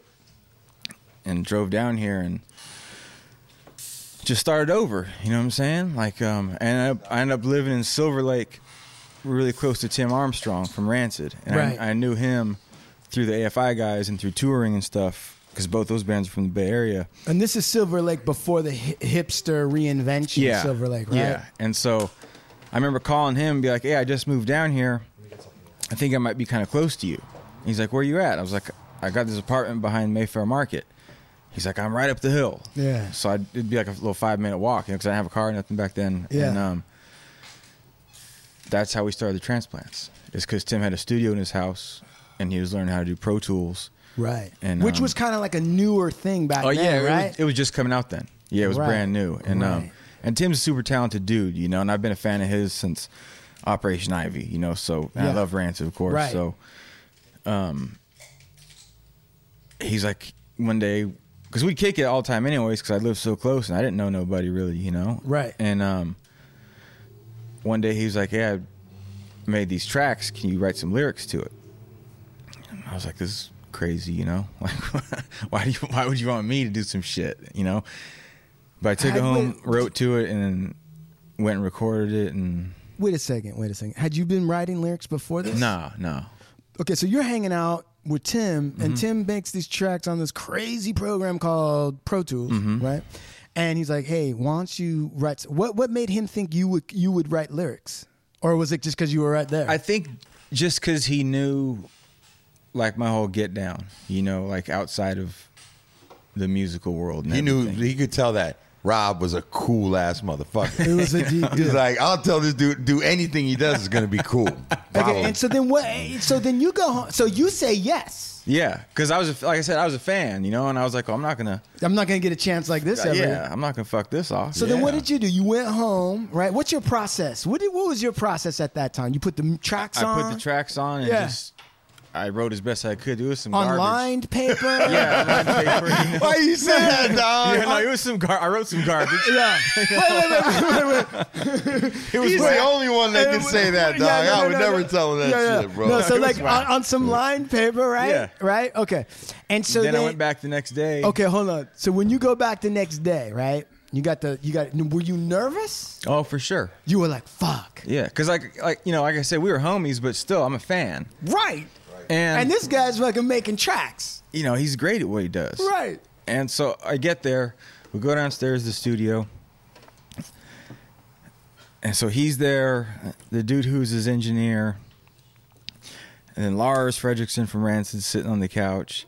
Speaker 6: and drove down here and just started over. You know what I'm saying? Like, um, and I, I ended up living in Silver Lake, really close to Tim Armstrong from Rancid, and
Speaker 3: Right.
Speaker 6: I, I knew him through the AFI guys and through touring and stuff because both those bands are from the Bay Area.
Speaker 3: And this is Silver Lake before the hi- hipster reinvention. of Silver Lake. Right.
Speaker 6: Yeah, and so I remember calling him and be like, "Hey, I just moved down here. I think I might be kind of close to you." And he's like, "Where you at?" I was like, "I got this apartment behind Mayfair Market." He's like, "I'm right up the hill."
Speaker 3: Yeah.
Speaker 6: So I'd, it'd be like a little five minute walk, you know, because I didn't have a car, nothing back then.
Speaker 3: Yeah.
Speaker 6: And um, that's how we started the transplants. Is because Tim had a studio in his house, and he was learning how to do Pro Tools.
Speaker 3: Right.
Speaker 6: And,
Speaker 3: Which
Speaker 6: um,
Speaker 3: was kind of like a newer thing back then.
Speaker 6: Oh, yeah, it
Speaker 3: Right.
Speaker 6: was, it was just coming out then. Yeah, it was
Speaker 3: Right.
Speaker 6: brand new. And um,
Speaker 3: Right.
Speaker 6: and Tim's a super talented dude, you know, and I've been a fan of his since Operation Ivy, you know. So and I
Speaker 3: Yeah.
Speaker 6: love Rancid, of course.
Speaker 3: Right.
Speaker 6: So, um, he's like one day because we kick it all the time, anyways, because I lived so close and I didn't know nobody really, you know.
Speaker 3: Right.
Speaker 6: And um, one day he was like, "Yeah, I made these tracks. Can you write some lyrics to it?" I was like, this is crazy, you know? Like, why do you, why would you want me to do some shit, you know? But I took
Speaker 3: I
Speaker 6: it home,
Speaker 3: went-
Speaker 6: wrote to it, and then went and recorded it, and
Speaker 3: Wait a second. Wait a second. Had you been writing lyrics before this?
Speaker 6: nah, nah.
Speaker 3: Okay, so you're hanging out with Tim,
Speaker 6: Mm-hmm.
Speaker 3: and Tim makes these tracks on this crazy program called Pro Tools,
Speaker 6: Mm-hmm.
Speaker 3: right? And he's like, "Hey, why don't you write?" s- What what made him think you would you would write lyrics, or was it just because you were right there?
Speaker 6: I think just because he knew, like, my whole get down, you know, like outside of the musical world. And
Speaker 2: He knew
Speaker 6: everything.
Speaker 2: he could tell that Rob was a cool ass motherfucker.
Speaker 3: it was a deep.
Speaker 2: He's like, I'll tell this dude do anything he does is gonna be cool. Follow
Speaker 3: Okay,
Speaker 2: him.
Speaker 3: and so then what? So then you go home. So you say yes.
Speaker 6: Yeah, because I was, a, like I said, I was a fan, you know, and I was like, oh, I'm not gonna,
Speaker 3: I'm not gonna get a chance like this ever.
Speaker 6: Uh, yeah, I'm not gonna fuck this off.
Speaker 3: So then, what
Speaker 6: Yeah.
Speaker 3: did you do? You went home, right? What's your process? What did, what was your process at that time? You put the m- tracks
Speaker 6: I
Speaker 3: on.
Speaker 6: put the tracks on and
Speaker 3: Yeah.
Speaker 6: just I wrote as best I could. It was some
Speaker 3: on
Speaker 6: garbage.
Speaker 3: lined paper.
Speaker 6: Yeah, lined paper, you know.
Speaker 2: Why you say that, dog?
Speaker 6: Yeah, no, it was some. Gar- I wrote some garbage.
Speaker 3: Yeah. Wait, wait, wait, wait, wait, wait.
Speaker 2: He was the only one that
Speaker 3: Hey,
Speaker 2: could
Speaker 3: wait,
Speaker 2: say that,
Speaker 3: yeah,
Speaker 2: dog.
Speaker 3: no,
Speaker 2: I
Speaker 3: no,
Speaker 2: would
Speaker 3: no,
Speaker 2: never
Speaker 3: no.
Speaker 2: tell him that
Speaker 3: Yeah, yeah.
Speaker 2: shit, bro.
Speaker 3: No, so
Speaker 6: it
Speaker 3: like
Speaker 6: was
Speaker 3: on, on some lined paper, right?
Speaker 6: Yeah.
Speaker 3: Right? Okay. And so
Speaker 6: then I went back the next day.
Speaker 3: Okay, hold on. So when you go back the next day, right? You got the you got were you nervous?
Speaker 6: Oh, for sure.
Speaker 3: You were like, fuck.
Speaker 6: Yeah, because like like you know, like I said, we were homies, but still, I'm a fan.
Speaker 3: Right.
Speaker 6: And,
Speaker 3: And this guy's fucking making tracks.
Speaker 6: you know, he's great at what he does.
Speaker 3: Right.
Speaker 6: And so I get there, we go downstairs to the studio. And so he's there, the dude who's his engineer, and then Lars Fredrickson from Rancid sitting on the couch.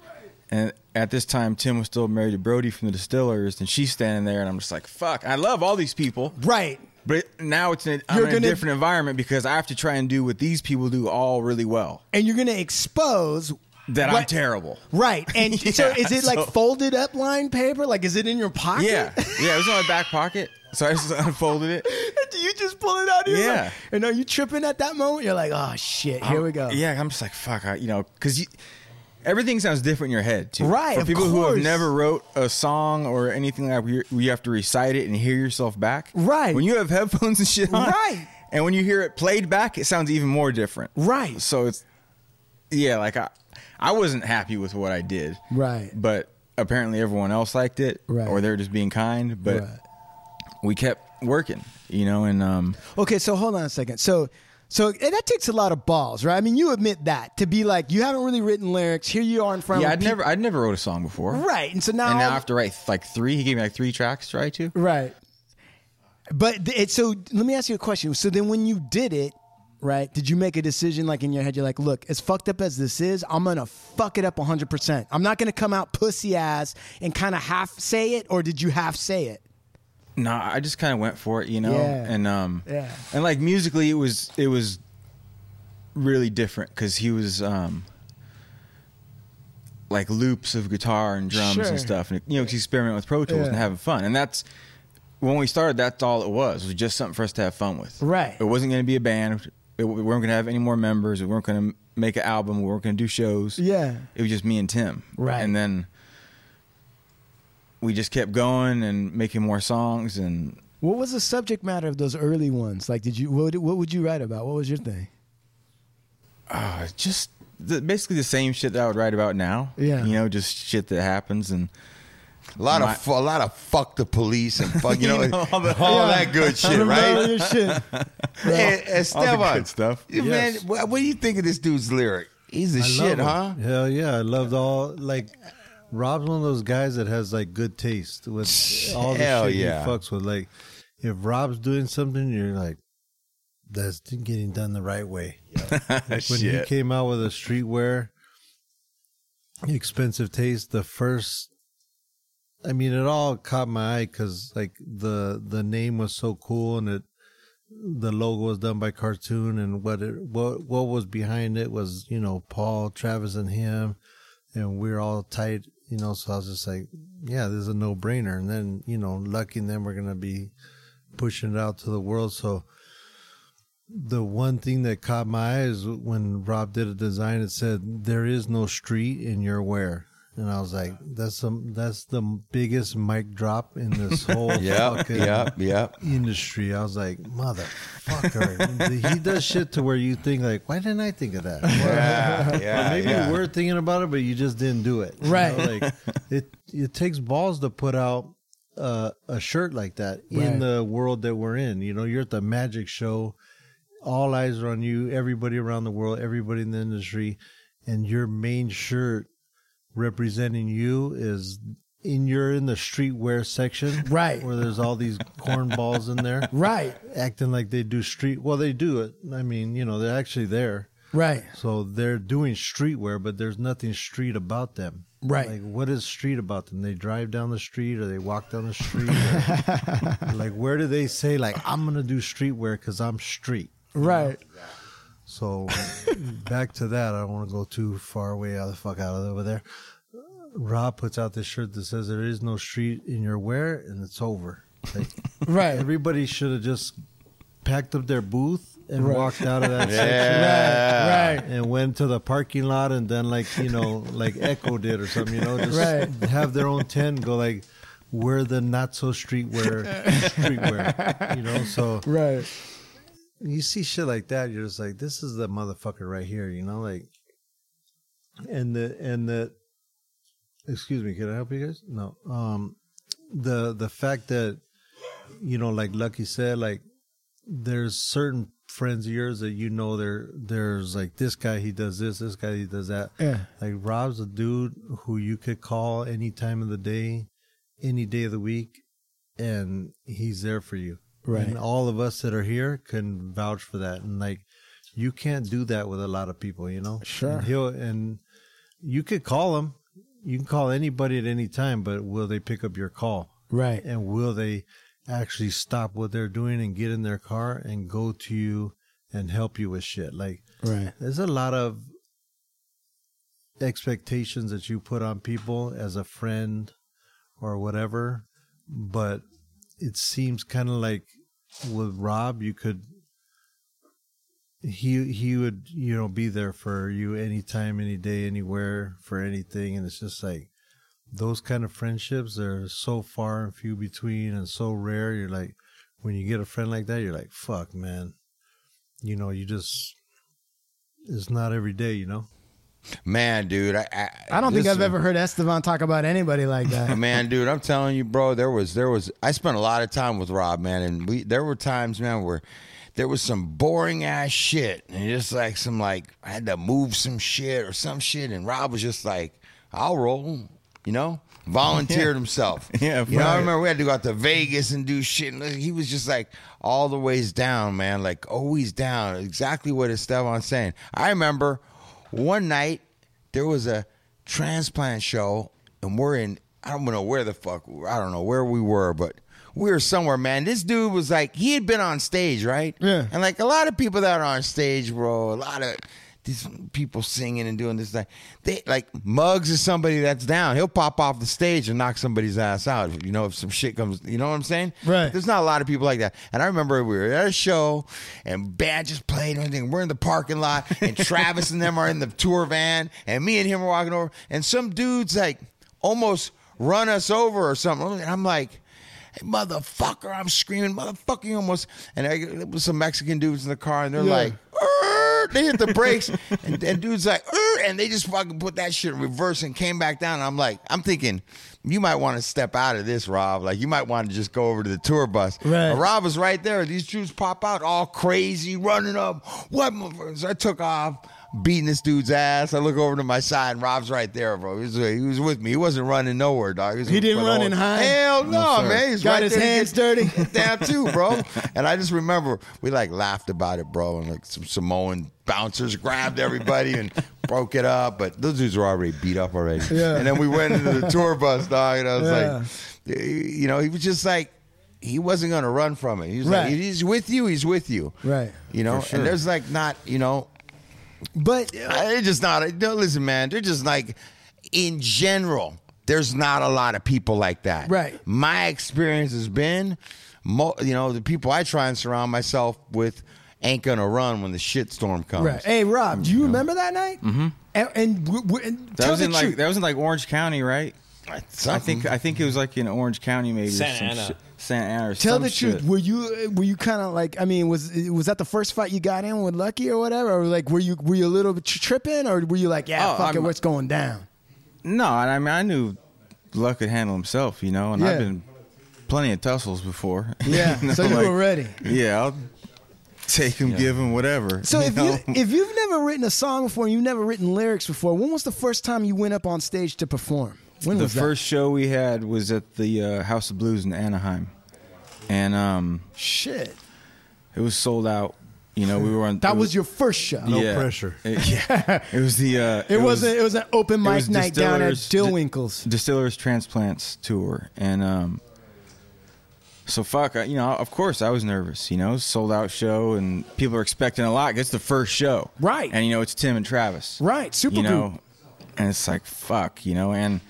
Speaker 6: And at this time, Tim was still married to Brody from the Distillers, and she's standing there, and I'm just like, "Fuck, I love all these people,
Speaker 3: Right.
Speaker 6: but now it's in, I'm
Speaker 3: You're
Speaker 6: in
Speaker 3: gonna-
Speaker 6: a different environment because I have to try and do what these people do all really well.
Speaker 3: And you're gonna expose
Speaker 6: That I'm
Speaker 3: what-
Speaker 6: terrible.
Speaker 3: Right. And so
Speaker 6: Yeah,
Speaker 3: is it like
Speaker 6: so-
Speaker 3: folded up lined paper? Like is it in your pocket?
Speaker 6: Yeah, yeah, it was in my back pocket, so I just unfolded it.
Speaker 3: Do you just pull it out? Of your
Speaker 6: Yeah. Um,
Speaker 3: pocket? and are you tripping at that moment? You're like, oh shit, here we go.
Speaker 6: Yeah, I'm just like fuck. I, you know, because you, everything sounds different in your head too.
Speaker 3: Right,
Speaker 6: For
Speaker 3: of
Speaker 6: people who
Speaker 3: course.
Speaker 6: have never wrote a song or anything like, where you- where you have to recite it and hear yourself back.
Speaker 3: Right.
Speaker 6: When you have headphones and shit on.
Speaker 3: Right.
Speaker 6: And when you hear it played back, it sounds even more different.
Speaker 3: Right.
Speaker 6: So it's yeah, like I, I wasn't happy with what I did.
Speaker 3: Right.
Speaker 6: But apparently everyone else liked it.
Speaker 3: Right.
Speaker 6: Or they're just being kind. But
Speaker 3: Right.
Speaker 6: we kept working, you know, and um.
Speaker 3: Okay, so hold on a second. So, so and that takes a lot of balls, right? I mean, you admit that to be like you haven't really written lyrics. Here you are in front
Speaker 6: Yeah,
Speaker 3: of
Speaker 6: I'd
Speaker 3: peop-
Speaker 6: never, I'd never wrote a song before.
Speaker 3: right, and so now,
Speaker 6: And now I have to write like three. He gave me like three tracks to write to.
Speaker 3: right, But th- it, so let me ask you a question. So then, when you did it, right? Did you make a decision like in your head? You're like, look, as fucked up as this is, I'm gonna fuck it up 100. percent I'm not gonna come out pussy ass and kind of half say it, or did you half say it?
Speaker 6: No, I just kind of went for it, you know.
Speaker 3: Yeah.
Speaker 6: And um,
Speaker 3: Yeah.
Speaker 6: and like musically, it was it was really different because he was um, like loops of guitar and drums
Speaker 3: Sure.
Speaker 6: and stuff, and you know, 'cause he experimented with Pro Tools and
Speaker 3: Yeah.
Speaker 6: having fun. And that's when we started. That's all it was was just something for us to have fun with.
Speaker 3: Right.
Speaker 6: It wasn't going to be a band. It, we weren't going to have any more members. We weren't going to make an album. We weren't going to do shows.
Speaker 3: Yeah.
Speaker 6: It was just me and Tim.
Speaker 3: Right.
Speaker 6: And then we just kept going and making more songs and
Speaker 3: What was the subject matter of those early ones? Like, did you what, what would you write about? What was your thing?
Speaker 6: uh, just the, basically the same shit that I would write about now.
Speaker 3: Yeah.
Speaker 6: You know, just shit that happens and
Speaker 2: A lot
Speaker 6: My-
Speaker 2: of fu- a lot of fuck the police and fuck you know,
Speaker 6: You know, all
Speaker 2: all,
Speaker 6: the-
Speaker 2: that good shit,
Speaker 3: Remember
Speaker 2: right?
Speaker 3: your shit.
Speaker 2: Hey, Esteban,
Speaker 6: good stuff.
Speaker 2: you- Man,
Speaker 9: Yes.
Speaker 2: what, what do you think of this dude's lyric? He's the
Speaker 9: I love
Speaker 2: shit,
Speaker 9: him.
Speaker 2: huh?
Speaker 9: Hell yeah, I loved all like. Rob's one of those guys that has like good taste with all the
Speaker 2: Hell
Speaker 9: shit
Speaker 2: yeah.
Speaker 9: he fucks with. Like, if Rob's doing something, you're like, that's getting done the right way. Like when he
Speaker 2: Shit.
Speaker 9: came out with a streetwear, expensive taste. The first, I mean, it all caught my eye because like the the name was so cool and it the logo was done by cartoon and what it what what was behind it was you know Paul Travis and him and we are all tight you know so I was just like yeah this is a no brainer and then you know lucky and then we're gonna be pushing it out to the world so the one thing that caught my eye is when Rob did a design it said there is no street in your wear and I was like that's some that's the biggest mic drop in this whole
Speaker 2: Yep,
Speaker 9: fucking
Speaker 2: yep, yep.
Speaker 9: industry. I was like, motherfucker. he does shit to where you think like, why didn't I think of that?
Speaker 2: Ah, Yeah,
Speaker 9: Or
Speaker 2: yeah,
Speaker 9: maybe
Speaker 2: yeah.
Speaker 9: you were thinking about it, but you just didn't do it. You know,
Speaker 3: Right.
Speaker 9: like it it takes balls to put out uh, a shirt like that
Speaker 3: Right.
Speaker 9: in the world that we're in. You know, you're at the magic show, all eyes are on you, everybody around the world, everybody in the industry, and your main shirt representing you is in you're in the streetwear section.
Speaker 3: Right.
Speaker 9: Where there's all these cornballs in there
Speaker 3: Right,
Speaker 9: acting like they do street. Well, they do it. I mean, you know, they're actually there,
Speaker 3: right,
Speaker 9: so they're doing streetwear, but there's nothing street about them.
Speaker 3: Right.
Speaker 9: Like, what is street about them? They drive down the street, or they walk down the street. or- like, where do they say like I'm gonna do streetwear because I'm street?
Speaker 3: right.
Speaker 9: So back to that, I don't want to go too far away out the fuck out of over there. Rob puts out this shirt that says there is no street in your wear, and it's over. Like,
Speaker 3: Right.
Speaker 9: Everybody should have just packed up their booth and
Speaker 3: Right.
Speaker 9: walked out of that
Speaker 2: Yeah.
Speaker 3: Right,
Speaker 9: section and went to the parking lot and then like you know like Echo did or something. You know, just
Speaker 3: Right.
Speaker 9: have their own tent. And go like. We're the not so streetwear, streetwear, you know. So
Speaker 3: right.
Speaker 9: you see shit like that, you're just like, this is the motherfucker right here, you know, like, and the and the, excuse me, can I help you guys? No, um, the the fact that, you know, like Lucky said, like, there's certain friends of yours that you know there there's like this guy he does this, this guy he does that.
Speaker 3: Yeah.
Speaker 9: Like Rob's a dude who you could call any time of the day, any day of the week, and he's there for you.
Speaker 3: Right.
Speaker 9: And all of us that are here can vouch for that. And like, you can't do that with a lot of people, you know.
Speaker 3: Sure.
Speaker 9: And he'll and you could call him. You can call anybody at any time, but will they pick up your call?
Speaker 3: Right.
Speaker 9: And will they actually stop what they're doing and get in their car and go to you and help you with shit? Like,
Speaker 3: Right.
Speaker 9: there's a lot of expectations that you put on people as a friend or whatever, but it seems kind of like with Rob, you could he he would you know be there for you anytime, any day, anywhere for anything, and it's just like those kind of friendships are so far and few between and so rare. You're like when you get a friend like that, you're like fuck, man. You know, you just it's not every day, you know.
Speaker 2: Man, dude, I I,
Speaker 3: I don't think
Speaker 2: this-
Speaker 3: I've ever heard Esteban talk about anybody like that.
Speaker 2: Man, dude, I'm telling you, bro, there was there was I spent a lot of time with Rob, man, and we there were times, man, where there was some boring ass shit and just like some like I had to move some shit or some shit and Rob was just like, I'll roll. you know, volunteered himself.
Speaker 6: Yeah,
Speaker 2: you know, I
Speaker 6: right.
Speaker 2: remember we had to go out to Vegas and do shit. And he was just like all the ways down, man, like always down. Exactly what Esteban's saying. I remember one night there was a transplant show, and we're in. I don't know where the fuck. I don't know where we were, but we were somewhere, man. This dude was like, he had been on stage, right?
Speaker 3: Yeah.
Speaker 2: And like a lot of people that are on stage, bro, a lot of these people singing and doing this thing. They like Muggs is somebody that's down. He'll pop off the stage and knock somebody's ass out. You know, if some shit comes, you know what I'm saying?
Speaker 3: Right.
Speaker 2: There's not a lot of people like that. And I remember we were at a show and Bad just played and everything. We're in the parking lot and Travis and them are in the tour van and me and him are walking over and some dude's like almost run us over or something. And I'm like, Hey, motherfucker, I'm screaming, motherfucker, you almost. And I, there was some Mexican dudes in the car, and they're like, "Er," they hit the brakes, and, and dude's like, "Er," and they just fucking put that shit in reverse and came back down. And I'm like, I'm thinking, you might want to step out of this, Rob. Like, you might want to just go over to the tour bus.
Speaker 3: Right.
Speaker 2: And Rob was right there. These dudes pop out all crazy, running up. What motherfuckers? I took off. Beating this dude's ass. I look over to my side, and Rob's right there, bro. He was, he was with me. He wasn't running nowhere, dog. was
Speaker 3: He didn't
Speaker 2: for the
Speaker 3: run
Speaker 2: whole-
Speaker 3: and hide?
Speaker 2: Hell no,
Speaker 6: sir.
Speaker 2: man. He's
Speaker 3: Got
Speaker 2: right
Speaker 3: his
Speaker 2: there to
Speaker 3: hands
Speaker 2: get-
Speaker 3: dirty.
Speaker 2: down too, bro. And I just remember we like laughed about it, bro. And like some Samoan bouncers grabbed everybody and broke it up. But those dudes were already beat up already.
Speaker 3: Yeah.
Speaker 2: And then we went into the tour bus, dog. And I was
Speaker 3: Yeah.
Speaker 2: like, you know, he was just like, he wasn't gonna run from it. He was
Speaker 3: Right.
Speaker 2: like, he's with you, he's with you.
Speaker 3: Right.
Speaker 2: You know, and there's like not, you know,
Speaker 3: But
Speaker 2: I- They're just not. No, listen, man. They're just like, in general, there's not a lot of people like that.
Speaker 3: Right.
Speaker 2: My experience has been, mo- you know, the people I try and surround myself with ain't gonna run when the shit storm
Speaker 6: Oh,
Speaker 2: comes.
Speaker 3: right. Hey, Rob, do you remember that night? Mm-hmm. And, and, w- w- and
Speaker 6: That
Speaker 3: tell
Speaker 6: was
Speaker 3: the
Speaker 6: in
Speaker 3: truth.
Speaker 6: like that was in like Orange County, right? I think I think it was like in Orange County, maybe or
Speaker 10: Santa
Speaker 6: some
Speaker 10: Ana.
Speaker 6: shit- Santa Ana. Or
Speaker 3: Tell
Speaker 6: some
Speaker 3: the truth.
Speaker 6: shit.
Speaker 3: Were you were you kind of like I mean was was that the first fight you got in with Lucky or whatever? Or like were you were you a little bit tr- tripping or were you like yeah
Speaker 6: Oh,
Speaker 3: fuck it
Speaker 6: I'm-
Speaker 3: what's going down?
Speaker 6: No, and I mean I knew Luck could handle himself, you know, and
Speaker 3: Yeah.
Speaker 6: I've been plenty of tussles before.
Speaker 3: Yeah,
Speaker 6: know,
Speaker 3: so you
Speaker 6: like,
Speaker 3: were ready.
Speaker 6: Yeah, I'll take him, give him whatever.
Speaker 3: So if
Speaker 6: know?
Speaker 3: you if you've never written a song before, and you've never written lyrics before. When was the first time you went up on stage to perform? When
Speaker 6: the
Speaker 3: was that?
Speaker 6: first show we had was at the uh, House of Blues in Anaheim, and um,
Speaker 3: shit.
Speaker 6: it was sold out. You know, we were on.
Speaker 3: That
Speaker 6: it
Speaker 3: was your first show.
Speaker 9: No pressure.
Speaker 6: It, yeah, it was the. Uh,
Speaker 3: It, wasn't. it was an open
Speaker 6: it
Speaker 3: mic
Speaker 6: was
Speaker 3: night down at
Speaker 6: Distillers- di-
Speaker 3: Dillwinkles.
Speaker 6: Distillers Transplants tour, and um, so fuck, I, you know, of course I was nervous. You know, sold out show, and people are expecting a lot. 'cause It's the first show,
Speaker 3: Right.
Speaker 6: And you know, it's Tim and Travis,
Speaker 3: Right, supergroup.
Speaker 6: you know, and it's like fuck, you know, and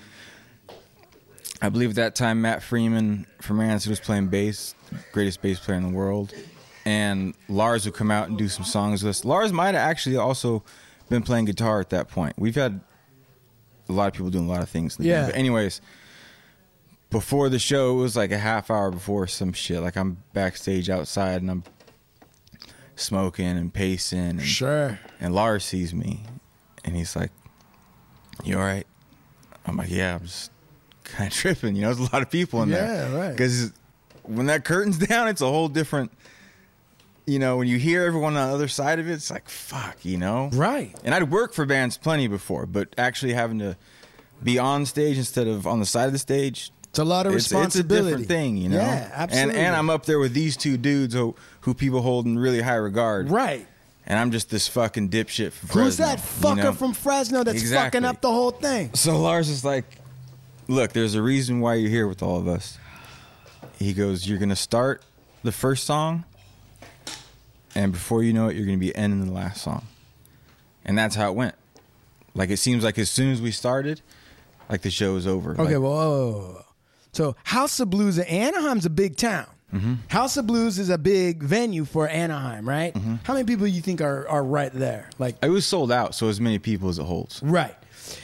Speaker 6: I believe at that time Matt Freeman from Rancid was playing bass, greatest bass player in the world, and Lars would come out and do some songs with us. Lars might have actually also been playing guitar at that point. We've had a lot of people doing a lot of things. In the
Speaker 3: Yeah.
Speaker 6: band. But anyways, before the show, it was like a half hour before some shit. Like I'm backstage outside and I'm smoking and pacing. And,
Speaker 3: Sure.
Speaker 6: And Lars sees me, and he's like, "You all right?" I'm like, "Yeah, I'm just kind of tripping." You know, there's a lot of people in there.
Speaker 3: Yeah, right.
Speaker 6: Because when that curtain's down, it's a whole different. You know, when you hear everyone on the other side of it, it's like fuck. You know,
Speaker 3: Right.
Speaker 6: and I'd worked for bands plenty before, but actually having to be on stage instead of on the side of the stage.
Speaker 3: It's a lot of
Speaker 6: it's, it's a
Speaker 3: responsibility.
Speaker 6: different thing, you know.
Speaker 3: Yeah, absolutely.
Speaker 6: And and I'm up there with these two dudes who, who people hold in really high regard,
Speaker 3: Right.
Speaker 6: And I'm just this fucking dipshit. From
Speaker 3: Who's
Speaker 6: Fresno,
Speaker 3: that fucker
Speaker 6: you know?
Speaker 3: from Fresno that's
Speaker 6: Exactly.
Speaker 3: fucking up the whole thing?
Speaker 6: So Lars is like, "Look, there's a reason why you're here with all of us." He goes, "You're gonna start the first song, and before you know it, you're gonna be ending the last song," and that's how it went. Like it seems like as soon as we started, like the show was over.
Speaker 3: Okay,
Speaker 6: Like,
Speaker 3: well, oh. so House of Blues, Anaheim's a big town.
Speaker 6: Mm-hmm.
Speaker 3: House of Blues is a big venue for Anaheim, right?
Speaker 6: Mm-hmm.
Speaker 3: How many people you think are, are right there? Like,
Speaker 6: it was sold out, so as many people as it holds.
Speaker 3: right.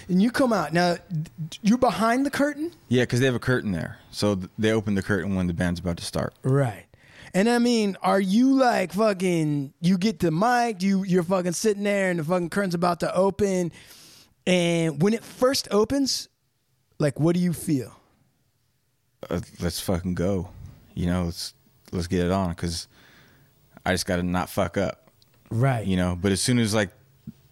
Speaker 3: And you come out. Now, d- you're behind the curtain?
Speaker 6: Yeah, because they have a curtain there, so th- they open the curtain when the band's about to start.
Speaker 3: Right. And I mean, are you like fucking you get the mic, you you're fucking sitting there and the fucking curtain's about to open. And when it first opens, like what do you feel?
Speaker 6: uh, let's fucking go. You know, let's let's get it on because I just got to not fuck up.
Speaker 3: Right.
Speaker 6: You know, but as soon as like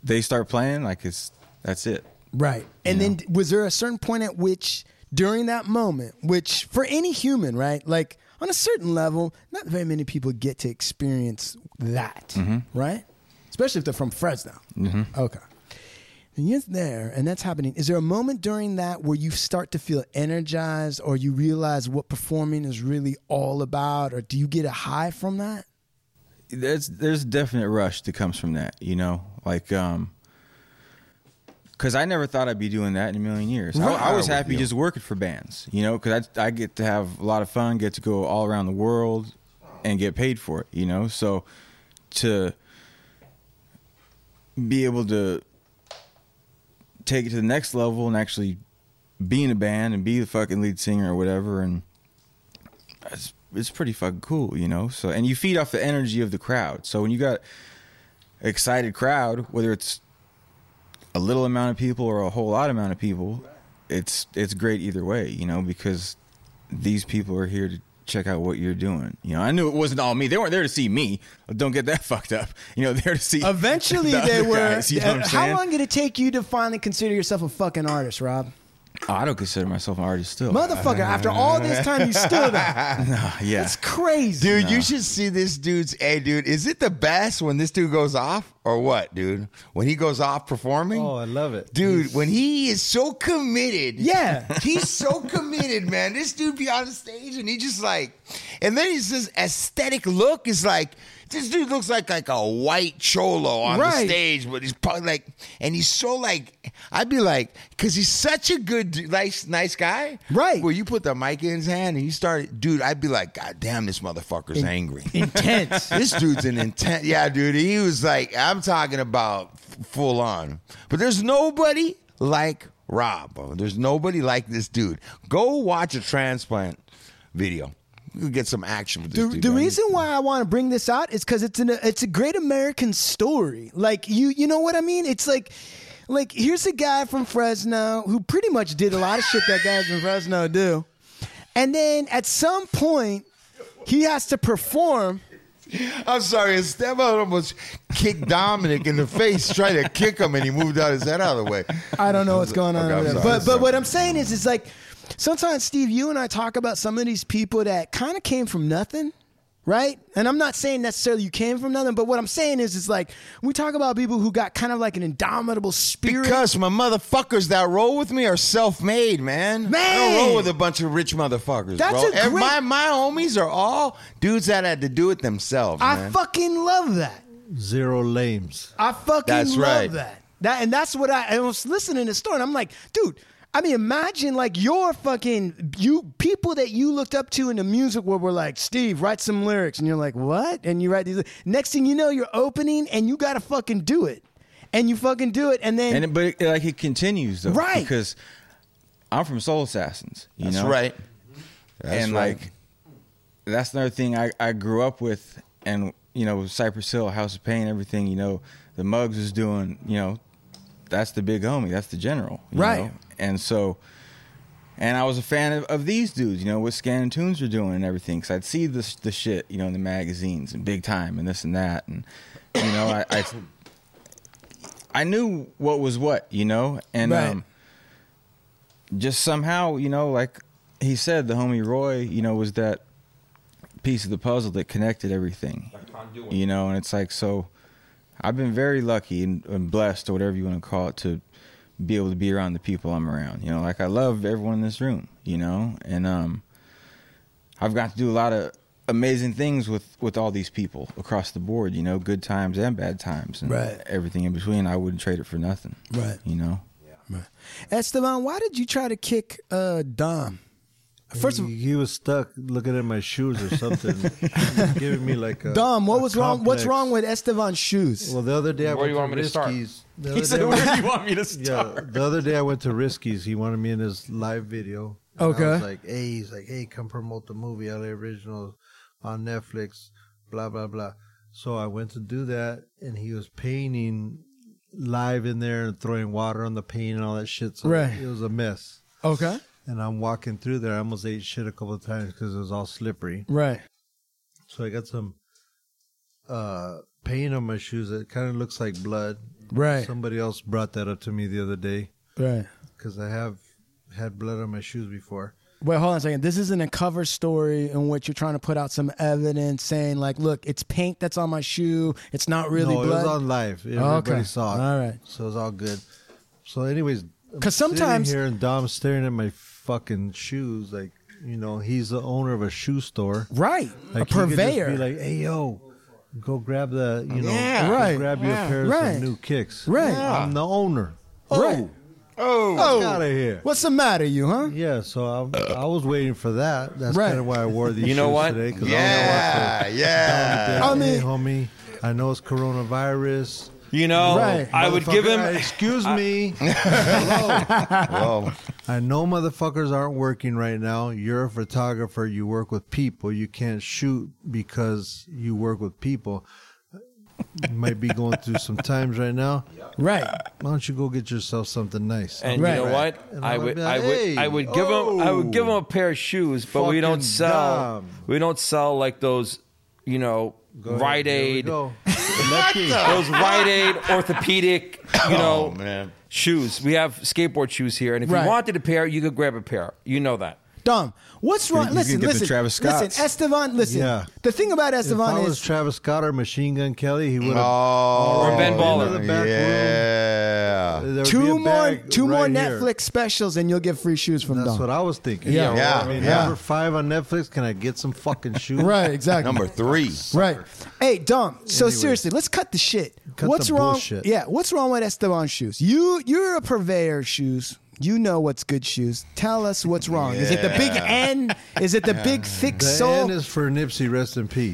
Speaker 6: they start playing, like it's that's it.
Speaker 3: Right. And then was there a certain point at which during that moment, which for any human, right? Like on a certain level, not very many people get to experience that, right? Especially if they're from Fresno. Okay. And you're there, and that's happening. Is there a moment during that where you start to feel energized or you realize what performing is really all about, or do you get a high from that?
Speaker 6: there's there's a definite rush that comes from that, you know, like um, because I never thought I'd be doing that in a million years. I, I was happy just working for bands, you know, because I I get to have a lot of fun, get to go all around the world, and get paid for it, you know. So to be able to take it to the next level and actually be in a band and be the fucking lead singer or whatever and it's it's pretty fucking cool, you know. So and you feed off the energy of the crowd. So when you got excited crowd, whether it's a little amount of people or a whole lot amount of people, it's it's great either way, you know, because these people are here to check out what you're doing. You know, I knew it wasn't all me. They weren't there to see me. Don't get that fucked up. You know, they're to see
Speaker 3: Eventually,
Speaker 6: the
Speaker 3: they
Speaker 6: other
Speaker 3: were.
Speaker 6: guys, you know what I'm
Speaker 3: how
Speaker 6: saying?
Speaker 3: long did it take you to finally consider yourself a fucking artist, Rob?
Speaker 6: Oh, I don't consider myself an artist still.
Speaker 3: Motherfucker, after all this time, you still there.
Speaker 6: yeah.
Speaker 3: That's crazy.
Speaker 2: Dude, you should see this dude's. Hey, dude, is it the best when this dude goes off or what, dude? When he goes off performing?
Speaker 9: Oh, I love it.
Speaker 2: Dude, when he is so committed.
Speaker 3: Yeah.
Speaker 2: He's so committed, man. This dude be on the stage and he just like, and then he's this aesthetic look is like, this dude looks like like a white cholo on the
Speaker 3: Right.
Speaker 2: stage, but he's probably like, and he's so like, I'd be like, because he's such a good, du- nice, nice guy.
Speaker 3: Right.
Speaker 2: Where you put the mic in his hand and you started, dude, I'd be like, God damn, this motherfucker's angry.
Speaker 3: Intense.
Speaker 2: this dude's an intent. Yeah, dude. He was like, I'm talking about f- full on. But there's nobody like Rob. bro. There's nobody like this dude. Go watch a transplant video. You can get some action with this
Speaker 3: the,
Speaker 2: dude.
Speaker 3: the
Speaker 2: man.
Speaker 3: reason why I want to bring this out is because it's an it's a great American story. Like you you know what I mean? It's like like here's a guy from Fresno who pretty much did a lot of shit that guys from Fresno do, and then at some point he has to perform.
Speaker 2: I'm sorry, Esteban almost kicked Dominic in the face, trying to kick him, and he moved out his head out of the way.
Speaker 3: I don't know what's going on.
Speaker 2: Okay,
Speaker 3: over
Speaker 2: I'm
Speaker 3: there.
Speaker 2: sorry, I'm
Speaker 3: but
Speaker 2: sorry.
Speaker 3: but what I'm saying is, it's like sometimes Steve, you and I talk about some of these people that kind of came from nothing. Right, and I'm not saying necessarily you came from nothing, but what I'm saying is, it's like we talk about people who got kind of like an indomitable spirit.
Speaker 2: Because my motherfuckers that roll with me are self-made, man. I
Speaker 3: Man.
Speaker 2: don't roll with a bunch of rich motherfuckers,
Speaker 3: That's
Speaker 2: bro.
Speaker 3: a
Speaker 2: And
Speaker 3: great-
Speaker 2: my my homies are all dudes that had to do it themselves,
Speaker 3: I
Speaker 2: man.
Speaker 3: fucking love that.
Speaker 9: Zero lames.
Speaker 3: I fucking
Speaker 2: That's
Speaker 3: love
Speaker 2: right.
Speaker 3: that. That and that's what I, I was listening to the story. And I'm like, dude. I mean, imagine like your fucking you people that you looked up to in the music world were like, Steve, write some lyrics, and you're like, what? And you write these. Next thing you know, you're opening, and you gotta fucking do it, and you fucking do it, and then
Speaker 6: and it, but it, like it continues though,
Speaker 3: Right.
Speaker 6: Because I'm from Soul Assassins, you
Speaker 2: That's
Speaker 6: know,
Speaker 2: right. That's
Speaker 6: and
Speaker 2: right.
Speaker 6: like that's another thing I, I grew up with, and you know Cypress Hill, House of Pain, everything. You know, the Mugs is doing. You know, that's the big homie. That's the general, you
Speaker 3: Right.
Speaker 6: know? And so, and I was a fan of, of these dudes. You know what Scan and Tunes were doing and everything. Because I'd see the the shit, you know, in the magazines and Big Time and this and that, and you know, I. I I knew what was what, you know, and
Speaker 3: Right.
Speaker 6: um, just somehow, you know, like he said, the homie Roy, you know, was that piece of the puzzle that connected everything, you know, and it's like so. I've been very lucky and, and blessed, or whatever you want to call it, to be able to be around the people I'm around. You know, like I love everyone in this room. You know, and um, I've got to do a lot of amazing things with with all these people across the board. You know, good times and bad times, and
Speaker 3: Right.
Speaker 6: everything in between. I wouldn't trade it for nothing.
Speaker 3: Right.
Speaker 6: You know.
Speaker 3: Esteban, why did you try to kick uh, Dom? First of all,
Speaker 9: he, he was stuck looking at my shoes or something, giving me like a
Speaker 3: Dom, what
Speaker 9: a
Speaker 3: was wrong? What's
Speaker 9: complex.
Speaker 3: wrong with Esteban's shoes?
Speaker 9: Well, the other day I
Speaker 8: Where
Speaker 9: went
Speaker 8: do you want me to start?
Speaker 9: Risky's. The
Speaker 8: He
Speaker 9: other
Speaker 8: said,
Speaker 9: day I
Speaker 8: "Where
Speaker 9: went-
Speaker 8: do you want me to
Speaker 9: yeah,
Speaker 8: start?"
Speaker 9: the other day I went to Risky's. He wanted me in his live video. And I was
Speaker 3: Okay.
Speaker 9: like, hey, he's like, hey, come promote the movie LA Originals on Netflix, blah blah blah. So I went to do that, and he was painting live in there and throwing water on the paint and all that shit. So
Speaker 3: Right.
Speaker 9: it was a mess.
Speaker 3: Okay,
Speaker 9: And I'm walking through there. I almost ate shit a couple of times because it was all slippery.
Speaker 3: right.
Speaker 9: So I got some uh paint on my shoes that kind of looks like blood.
Speaker 3: Right.
Speaker 9: Somebody else brought that up to me the other day.
Speaker 3: Right.
Speaker 9: because I have had blood on my shoes before.
Speaker 3: Wait, hold on a second. This isn't a cover story in which you're trying to put out some evidence saying, like, look, it's paint that's on my shoe. It's not really
Speaker 9: no, it
Speaker 3: blood.
Speaker 9: was on live. Everybody
Speaker 3: Oh, okay.
Speaker 9: saw it.
Speaker 3: All right.
Speaker 9: So it was all good. So, anyways, I'm
Speaker 3: 'Cause
Speaker 9: sitting
Speaker 3: sometimes-
Speaker 9: here and Dom's staring at my fucking shoes, like you know, he's the owner of a shoe store.
Speaker 3: right.
Speaker 9: Like,
Speaker 3: a
Speaker 9: he could just
Speaker 3: purveyor.
Speaker 9: Be like, hey yo, go grab the you know,
Speaker 3: Yeah.
Speaker 9: go
Speaker 3: Right.
Speaker 9: grab you a
Speaker 3: Yeah.
Speaker 9: pair of
Speaker 3: Right.
Speaker 9: some new kicks.
Speaker 3: Right.
Speaker 9: I'm the owner.
Speaker 3: right.
Speaker 9: Oh, out of here.
Speaker 3: What's the matter, you, huh?
Speaker 9: Yeah, so I, I was waiting for that. That's
Speaker 3: Right.
Speaker 9: kind of why I wore these.
Speaker 8: You know
Speaker 9: shoes
Speaker 8: what?
Speaker 9: Today, 'cause
Speaker 2: Yeah,
Speaker 9: I,
Speaker 2: yeah.
Speaker 9: don't
Speaker 3: I
Speaker 9: want to
Speaker 3: mean-
Speaker 9: hey, homie, I know it's coronavirus.
Speaker 8: You know,
Speaker 3: Right.
Speaker 8: I would give him.
Speaker 9: Motherfucker, uh, Excuse me.
Speaker 2: Well,
Speaker 9: I know motherfuckers aren't working right now. You're a photographer. You work with people. You can't shoot because you work with people. You might be going through some times right now.
Speaker 3: Right.
Speaker 9: Why don't you go get yourself something nice?
Speaker 8: And
Speaker 3: Right.
Speaker 8: you know
Speaker 3: Right.
Speaker 8: what?
Speaker 9: And
Speaker 8: I
Speaker 9: I'll
Speaker 8: would,
Speaker 9: be
Speaker 8: I
Speaker 9: like,
Speaker 8: would, I
Speaker 9: "Hey,
Speaker 8: would give him, I would give him
Speaker 9: oh,
Speaker 8: a pair of shoes, but we don't
Speaker 9: fucking
Speaker 8: sell,
Speaker 9: dumb.
Speaker 8: we don't sell like those, you know,
Speaker 9: Go ahead,
Speaker 8: Rite
Speaker 9: here we
Speaker 8: Aid,
Speaker 9: go. Lucky.
Speaker 8: those Rite Aid orthopedic, you know,
Speaker 2: oh man.
Speaker 8: shoes. We have skateboard shoes here, and if
Speaker 3: Right.
Speaker 8: you wanted a pair, you could grab a pair. You know that.
Speaker 3: Dumb. What's
Speaker 2: You
Speaker 3: wrong?
Speaker 2: can
Speaker 3: Listen,
Speaker 2: get the
Speaker 3: listen,
Speaker 2: Travis
Speaker 3: listen,
Speaker 2: Scotts.
Speaker 3: Estevan. Listen,
Speaker 9: Yeah.
Speaker 3: the thing about
Speaker 9: If I
Speaker 3: Estevan
Speaker 9: was
Speaker 3: is
Speaker 9: Travis Scott or Machine Gun Kelly, he would have.
Speaker 2: Oh,
Speaker 8: Or Ben Baller.
Speaker 9: Another back
Speaker 2: Yeah.
Speaker 9: there would be a
Speaker 3: two more,
Speaker 9: bag
Speaker 3: two more
Speaker 9: right here.
Speaker 3: Netflix specials, and you'll get free shoes from
Speaker 9: That's
Speaker 3: Dom.
Speaker 9: what I was thinking.
Speaker 3: Yeah.
Speaker 2: Yeah.
Speaker 9: I mean,
Speaker 2: Yeah.
Speaker 9: number five on Netflix. Can I get some fucking shoes?
Speaker 3: right. Exactly.
Speaker 2: Number three.
Speaker 3: Right. Hey, Dom. So
Speaker 9: Anyways.
Speaker 3: seriously, let's cut the shit.
Speaker 9: Cut
Speaker 3: what's
Speaker 9: the
Speaker 3: wrong?
Speaker 9: bullshit.
Speaker 3: Yeah. What's wrong with Esteban shoes? You you're a purveyor of shoes. You know what's good shoes. Tell us what's wrong. Is it the big N? Is it the big thick
Speaker 9: The
Speaker 3: sole?
Speaker 9: N is for Nipsey. Rest in peace.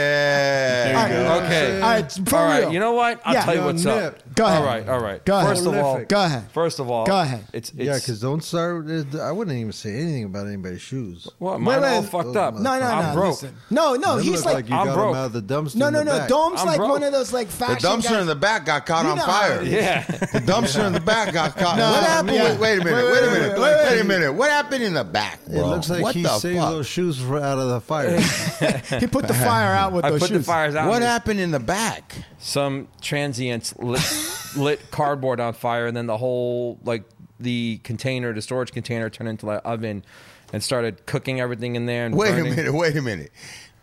Speaker 2: Yeah.
Speaker 8: Okay.
Speaker 3: All right. For
Speaker 8: All right,
Speaker 3: real.
Speaker 8: you know what? I'll
Speaker 3: Yeah.
Speaker 8: tell you
Speaker 9: Yo,
Speaker 8: what's
Speaker 9: Nip.
Speaker 8: up.
Speaker 3: Go ahead.
Speaker 8: All right, all right.
Speaker 3: Go ahead.
Speaker 8: First of all,
Speaker 9: Prolific.
Speaker 3: Go ahead.
Speaker 8: First of all,
Speaker 3: Go ahead.
Speaker 8: It's, it's
Speaker 9: yeah, because don't start. with- I wouldn't even say anything about anybody's shoes.
Speaker 8: what? Mine
Speaker 3: Wait,
Speaker 8: all
Speaker 3: wait.
Speaker 8: fucked up.
Speaker 9: No,
Speaker 3: No, no,
Speaker 8: I'm
Speaker 3: no.
Speaker 8: broke.
Speaker 3: listen. No, no.
Speaker 9: Them
Speaker 3: He's
Speaker 9: look
Speaker 3: like,
Speaker 9: you
Speaker 8: I'm
Speaker 9: got 'em
Speaker 8: broke.
Speaker 9: out of the dumpster.
Speaker 3: no,
Speaker 9: in
Speaker 3: no,
Speaker 9: the
Speaker 3: no.
Speaker 9: back.
Speaker 3: Dom's
Speaker 8: I'm
Speaker 3: like
Speaker 8: broke.
Speaker 3: one of those like
Speaker 2: The
Speaker 3: fashion
Speaker 2: dumpster
Speaker 3: guys.
Speaker 2: in the back got caught
Speaker 3: You
Speaker 2: on
Speaker 3: know how
Speaker 2: fire.
Speaker 3: it
Speaker 8: Yeah.
Speaker 2: The dumpster in the back got caught.
Speaker 3: No,
Speaker 2: what happened?
Speaker 3: yeah.
Speaker 2: Wait, wait a minute. Wait,
Speaker 3: Wait, wait,
Speaker 2: a minute.
Speaker 3: wait,
Speaker 2: Wait,
Speaker 3: wait, wait.
Speaker 2: a minute. What happened in the back?
Speaker 9: It
Speaker 2: bro?
Speaker 9: looks like
Speaker 2: what
Speaker 9: he
Speaker 2: the
Speaker 9: saved
Speaker 2: fuck?
Speaker 9: those shoes for out of the fire.
Speaker 3: he put the fire out with
Speaker 8: I
Speaker 3: those
Speaker 8: put
Speaker 3: shoes.
Speaker 8: the fires out.
Speaker 2: What
Speaker 8: and
Speaker 2: happened in the back?
Speaker 8: some transients lit, lit cardboard on fire, and then the whole like the container, the storage container, turned into an oven and started cooking everything in there. And
Speaker 2: Wait
Speaker 8: burning.
Speaker 2: a minute. Wait a minute.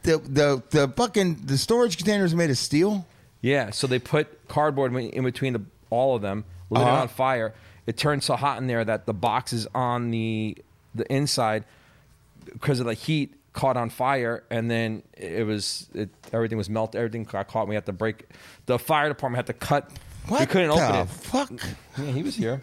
Speaker 2: The the the fucking the storage container is made of steel.
Speaker 8: Yeah, so they put cardboard in in between the, all of them, lit
Speaker 2: Uh-huh.
Speaker 8: it on fire. It turned so hot in there that the boxes on the the inside, because of the heat, caught on fire, and then it was it, everything was melted. Everything got caught. And we had to break. The fire department had to cut.
Speaker 2: What
Speaker 8: We couldn't
Speaker 2: the
Speaker 8: open it.
Speaker 2: fuck?
Speaker 8: Yeah, he was here.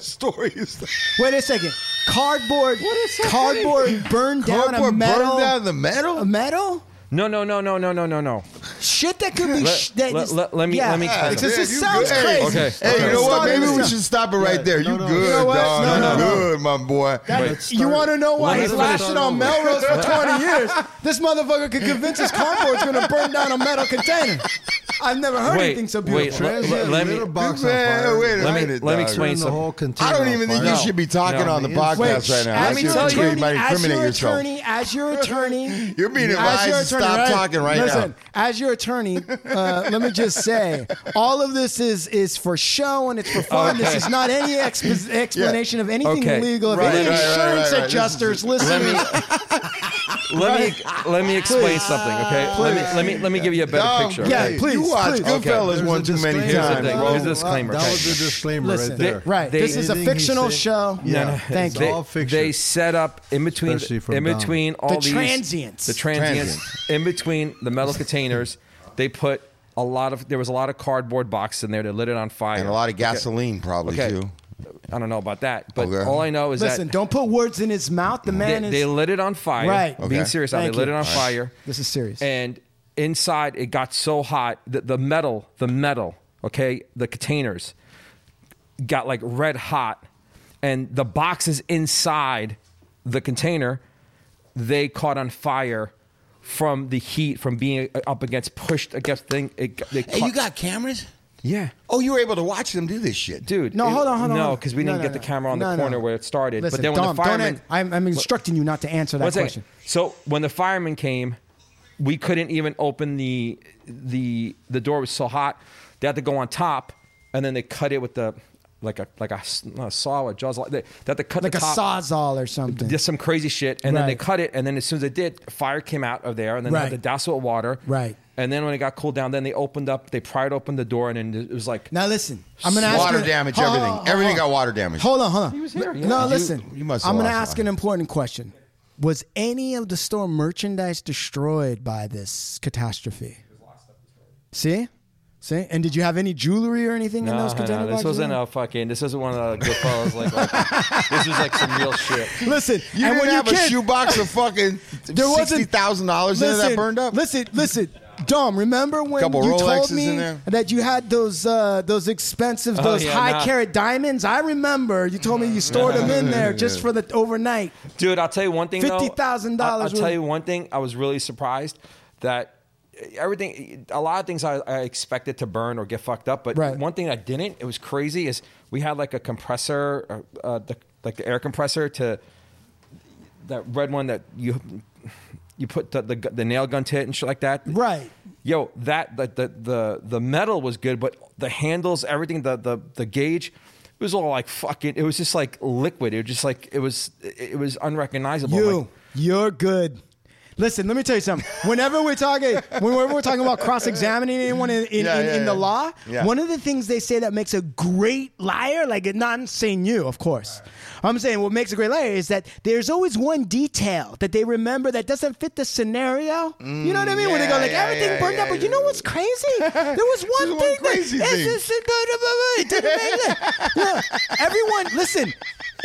Speaker 2: Story is
Speaker 3: Wait a second. Cardboard. Cardboard burned down a
Speaker 2: Cardboard
Speaker 3: metal.
Speaker 2: burned down the metal.
Speaker 3: a metal.
Speaker 8: No, no, no, no, no, no, no, no.
Speaker 3: Shit that could be.
Speaker 8: Let-
Speaker 3: sh- that
Speaker 8: let-
Speaker 3: is-
Speaker 8: let- let me-
Speaker 3: yeah.
Speaker 8: let me explain
Speaker 3: This
Speaker 2: Yeah,
Speaker 3: is-
Speaker 2: you
Speaker 3: sounds
Speaker 2: good.
Speaker 3: crazy.
Speaker 8: Okay,
Speaker 2: Hey,
Speaker 8: okay.
Speaker 2: you know what?
Speaker 3: Starting
Speaker 2: Maybe
Speaker 3: this
Speaker 2: we
Speaker 3: up.
Speaker 2: should stop it right there.
Speaker 9: no,
Speaker 2: You
Speaker 9: no.
Speaker 2: good,
Speaker 9: You know
Speaker 3: what?
Speaker 2: dog?
Speaker 3: No, no,
Speaker 2: you
Speaker 3: no.
Speaker 2: good, my boy.
Speaker 9: Let's
Speaker 3: You
Speaker 9: start-
Speaker 3: want to know why
Speaker 9: Let
Speaker 3: he's
Speaker 9: us
Speaker 3: lashing
Speaker 9: start
Speaker 3: on
Speaker 9: over.
Speaker 3: Melrose for 20 years? This motherfucker could convince his cardboard's going to burn down a metal container. I've never heard
Speaker 8: Wait,
Speaker 3: anything so
Speaker 8: wait,
Speaker 3: beautiful.
Speaker 8: let-
Speaker 9: Transient
Speaker 8: let- let me-
Speaker 9: little box on
Speaker 2: Man,
Speaker 9: fire.
Speaker 2: wait a
Speaker 8: Let me-
Speaker 2: minute,
Speaker 8: let me
Speaker 2: dog.
Speaker 8: explain
Speaker 9: Turn the
Speaker 8: something.
Speaker 9: whole
Speaker 2: I
Speaker 9: container
Speaker 2: don't even
Speaker 9: on
Speaker 2: think
Speaker 9: fire.
Speaker 2: you should be talking
Speaker 8: No.
Speaker 2: on the
Speaker 9: No.
Speaker 2: podcast
Speaker 9: Wait,
Speaker 2: right now.
Speaker 3: as
Speaker 2: That's
Speaker 3: your
Speaker 2: your
Speaker 8: tell
Speaker 2: attorney,
Speaker 8: you,
Speaker 3: attorney,
Speaker 2: you might
Speaker 3: as
Speaker 2: incriminate
Speaker 3: your
Speaker 2: yourself.
Speaker 3: attorney, as your attorney,
Speaker 2: You're being
Speaker 3: as your
Speaker 2: advised to
Speaker 3: attorney,
Speaker 2: stop
Speaker 3: right?
Speaker 2: talking right
Speaker 3: Listen,
Speaker 2: now.
Speaker 3: as your attorney, uh, let me just say, all of this is is for show and it's for fun. This
Speaker 8: Okay.
Speaker 3: is not any expo- explanation of anything
Speaker 8: Okay.
Speaker 3: legal. If
Speaker 2: Right,
Speaker 3: any
Speaker 2: right, right,
Speaker 3: insurance
Speaker 2: right, right. This
Speaker 3: adjusters
Speaker 8: Let
Speaker 3: listen,
Speaker 8: me let me let me explain something. Okay, let me let me let me give you a better
Speaker 2: Dog,
Speaker 8: picture.
Speaker 3: Yeah,
Speaker 8: okay?
Speaker 3: please,
Speaker 2: You watch
Speaker 3: please.
Speaker 2: Goodfellas
Speaker 9: There's
Speaker 2: one
Speaker 9: a
Speaker 2: too many
Speaker 9: disclaimer.
Speaker 8: Here's the
Speaker 2: times.
Speaker 8: thing.
Speaker 2: bro.
Speaker 8: Here's the disclaimer.
Speaker 9: That
Speaker 8: Okay.
Speaker 9: was the disclaimer
Speaker 3: listen,
Speaker 9: right there.
Speaker 3: right?
Speaker 8: They-
Speaker 3: this is a
Speaker 9: Anything he's
Speaker 3: fictional
Speaker 9: saying-
Speaker 3: show.
Speaker 9: Yeah.
Speaker 8: No, no,
Speaker 3: Thank
Speaker 9: it's
Speaker 3: you.
Speaker 9: all fiction.
Speaker 8: They set up in between
Speaker 9: Especially from
Speaker 8: in
Speaker 9: Dom.
Speaker 8: between all
Speaker 3: The
Speaker 8: these
Speaker 3: transients.
Speaker 8: the transients in between the metal containers. They put a lot of there was a lot of cardboard boxes in there. They lit it on fire
Speaker 2: And a lot of gasoline, probably
Speaker 8: Okay.
Speaker 2: too.
Speaker 8: I don't know about that, but
Speaker 2: Okay.
Speaker 8: all I know is
Speaker 3: Listen,
Speaker 8: that
Speaker 3: don't put words in his mouth. The man
Speaker 8: they,
Speaker 3: is
Speaker 8: they lit it on fire.
Speaker 3: Right.
Speaker 8: Being
Speaker 2: Okay.
Speaker 8: serious, now, they
Speaker 3: Thank
Speaker 8: lit
Speaker 3: you.
Speaker 8: it on fire.
Speaker 3: This is serious.
Speaker 8: And inside, it got so hot that the metal, the metal, okay, the containers got like red hot, and the boxes inside the container they caught on fire from the heat from being up against pushed against thing. It, got- they
Speaker 2: Hey,
Speaker 8: caught-
Speaker 2: you got cameras?
Speaker 8: yeah.
Speaker 2: Oh, you were able to watch them do this shit,
Speaker 8: Dude,
Speaker 3: No,
Speaker 8: it-
Speaker 3: hold on, hold on.
Speaker 8: No,
Speaker 3: hold on.
Speaker 8: because we
Speaker 3: No,
Speaker 8: didn't
Speaker 3: no,
Speaker 8: get the
Speaker 3: no.
Speaker 8: camera on
Speaker 3: No,
Speaker 8: the
Speaker 3: no.
Speaker 8: corner where it started.
Speaker 3: Listen,
Speaker 8: but then when
Speaker 3: Dom,
Speaker 8: the
Speaker 3: don't
Speaker 8: fireman,
Speaker 3: an- I'm, I'm instructing you not to answer that
Speaker 8: One second.
Speaker 3: question.
Speaker 8: So when the firemen came, we couldn't even open the the the door was so hot. They had to go on top, and then they cut it with the like a like a, s- not a saw, a jaws they, that they cut
Speaker 3: like
Speaker 8: the
Speaker 3: a
Speaker 8: top,
Speaker 3: sawzall or something.
Speaker 8: did some crazy shit, and then they
Speaker 3: Right.
Speaker 8: cut it, and then as soon as they did, fire came out of there, and then
Speaker 3: Right.
Speaker 8: they had to douse it with water,
Speaker 3: Right.
Speaker 8: And then when it got cooled down, then they opened up, they pried open the door, and then it was like
Speaker 3: Now listen, I'm gonna ask
Speaker 2: Water
Speaker 3: you-
Speaker 2: damage,
Speaker 3: Hold on,
Speaker 2: everything.
Speaker 3: hold on,
Speaker 2: Everything
Speaker 3: hold on.
Speaker 2: got water damage.
Speaker 3: Hold on, hold on.
Speaker 8: He was here, yeah.
Speaker 3: No,
Speaker 2: You-
Speaker 3: listen.
Speaker 2: you must have
Speaker 3: I'm gonna
Speaker 2: lost
Speaker 3: ask
Speaker 2: one.
Speaker 3: an important question. Was any of the store merchandise destroyed by this catastrophe? See, see, and did you have any jewelry or anything in
Speaker 8: No,
Speaker 3: those
Speaker 8: no,
Speaker 3: container
Speaker 8: this
Speaker 3: boxes?
Speaker 8: wasn't a fucking. This isn't one of the Goodfellas. Like, like this is like some real shit.
Speaker 3: Listen,
Speaker 2: You
Speaker 3: and
Speaker 2: didn't
Speaker 3: when
Speaker 2: have
Speaker 3: you
Speaker 2: a
Speaker 3: kids-
Speaker 2: shoebox of fucking
Speaker 3: There wasn't-
Speaker 2: sixty thousand dollars in it that burned up.
Speaker 3: Listen, listen, Dom. Remember when
Speaker 2: Couple
Speaker 3: you told
Speaker 2: Rolexes
Speaker 3: me
Speaker 2: in there.
Speaker 3: that you had those uh, those expensive,
Speaker 8: Oh,
Speaker 3: those
Speaker 8: yeah,
Speaker 3: high
Speaker 8: nah.
Speaker 3: carat diamonds? I remember you told me you stored them in there just for the overnight.
Speaker 8: Dude, I'll tell you one thing. though.
Speaker 3: $50,000
Speaker 8: I- I'll
Speaker 3: worth.
Speaker 8: tell you one thing. I was really surprised that everything. A lot of things I, I expected to burn or get fucked up, but
Speaker 3: Right.
Speaker 8: one thing I didn't. It was crazy. Is we had like a compressor, uh, uh, the, like the air compressor to that red one that you you put the the, gu- the nail gun to it and shit like that.
Speaker 3: Right.
Speaker 8: Yo, that the the the, the metal was good, but the handles, everything, the the the gauge. It was all like fucking. It was just like liquid. It was just like it was. It it was unrecognizable.
Speaker 3: You,
Speaker 8: Like,
Speaker 3: you're good. Listen, let me tell you something. Whenever we're talking, whenever we're talking about cross-examining anyone in, in,
Speaker 2: Yeah,
Speaker 3: in,
Speaker 2: yeah,
Speaker 3: in the
Speaker 2: yeah.
Speaker 3: law,
Speaker 2: Yeah.
Speaker 3: one of the things they say that makes a great liar, like not I'm saying you, of course. I'm saying what makes a great liar is that there's always one detail that they remember that doesn't fit the scenario. you know what I mean? when they go
Speaker 2: yeah,
Speaker 3: like
Speaker 2: yeah,
Speaker 3: everything
Speaker 2: yeah,
Speaker 3: burned
Speaker 2: yeah,
Speaker 3: up, but
Speaker 2: yeah.
Speaker 3: you know what's crazy? There was one
Speaker 2: one
Speaker 3: thing that-
Speaker 2: crazy
Speaker 3: it's
Speaker 2: thing.
Speaker 3: just- it didn't make sense. Look, everyone, listen.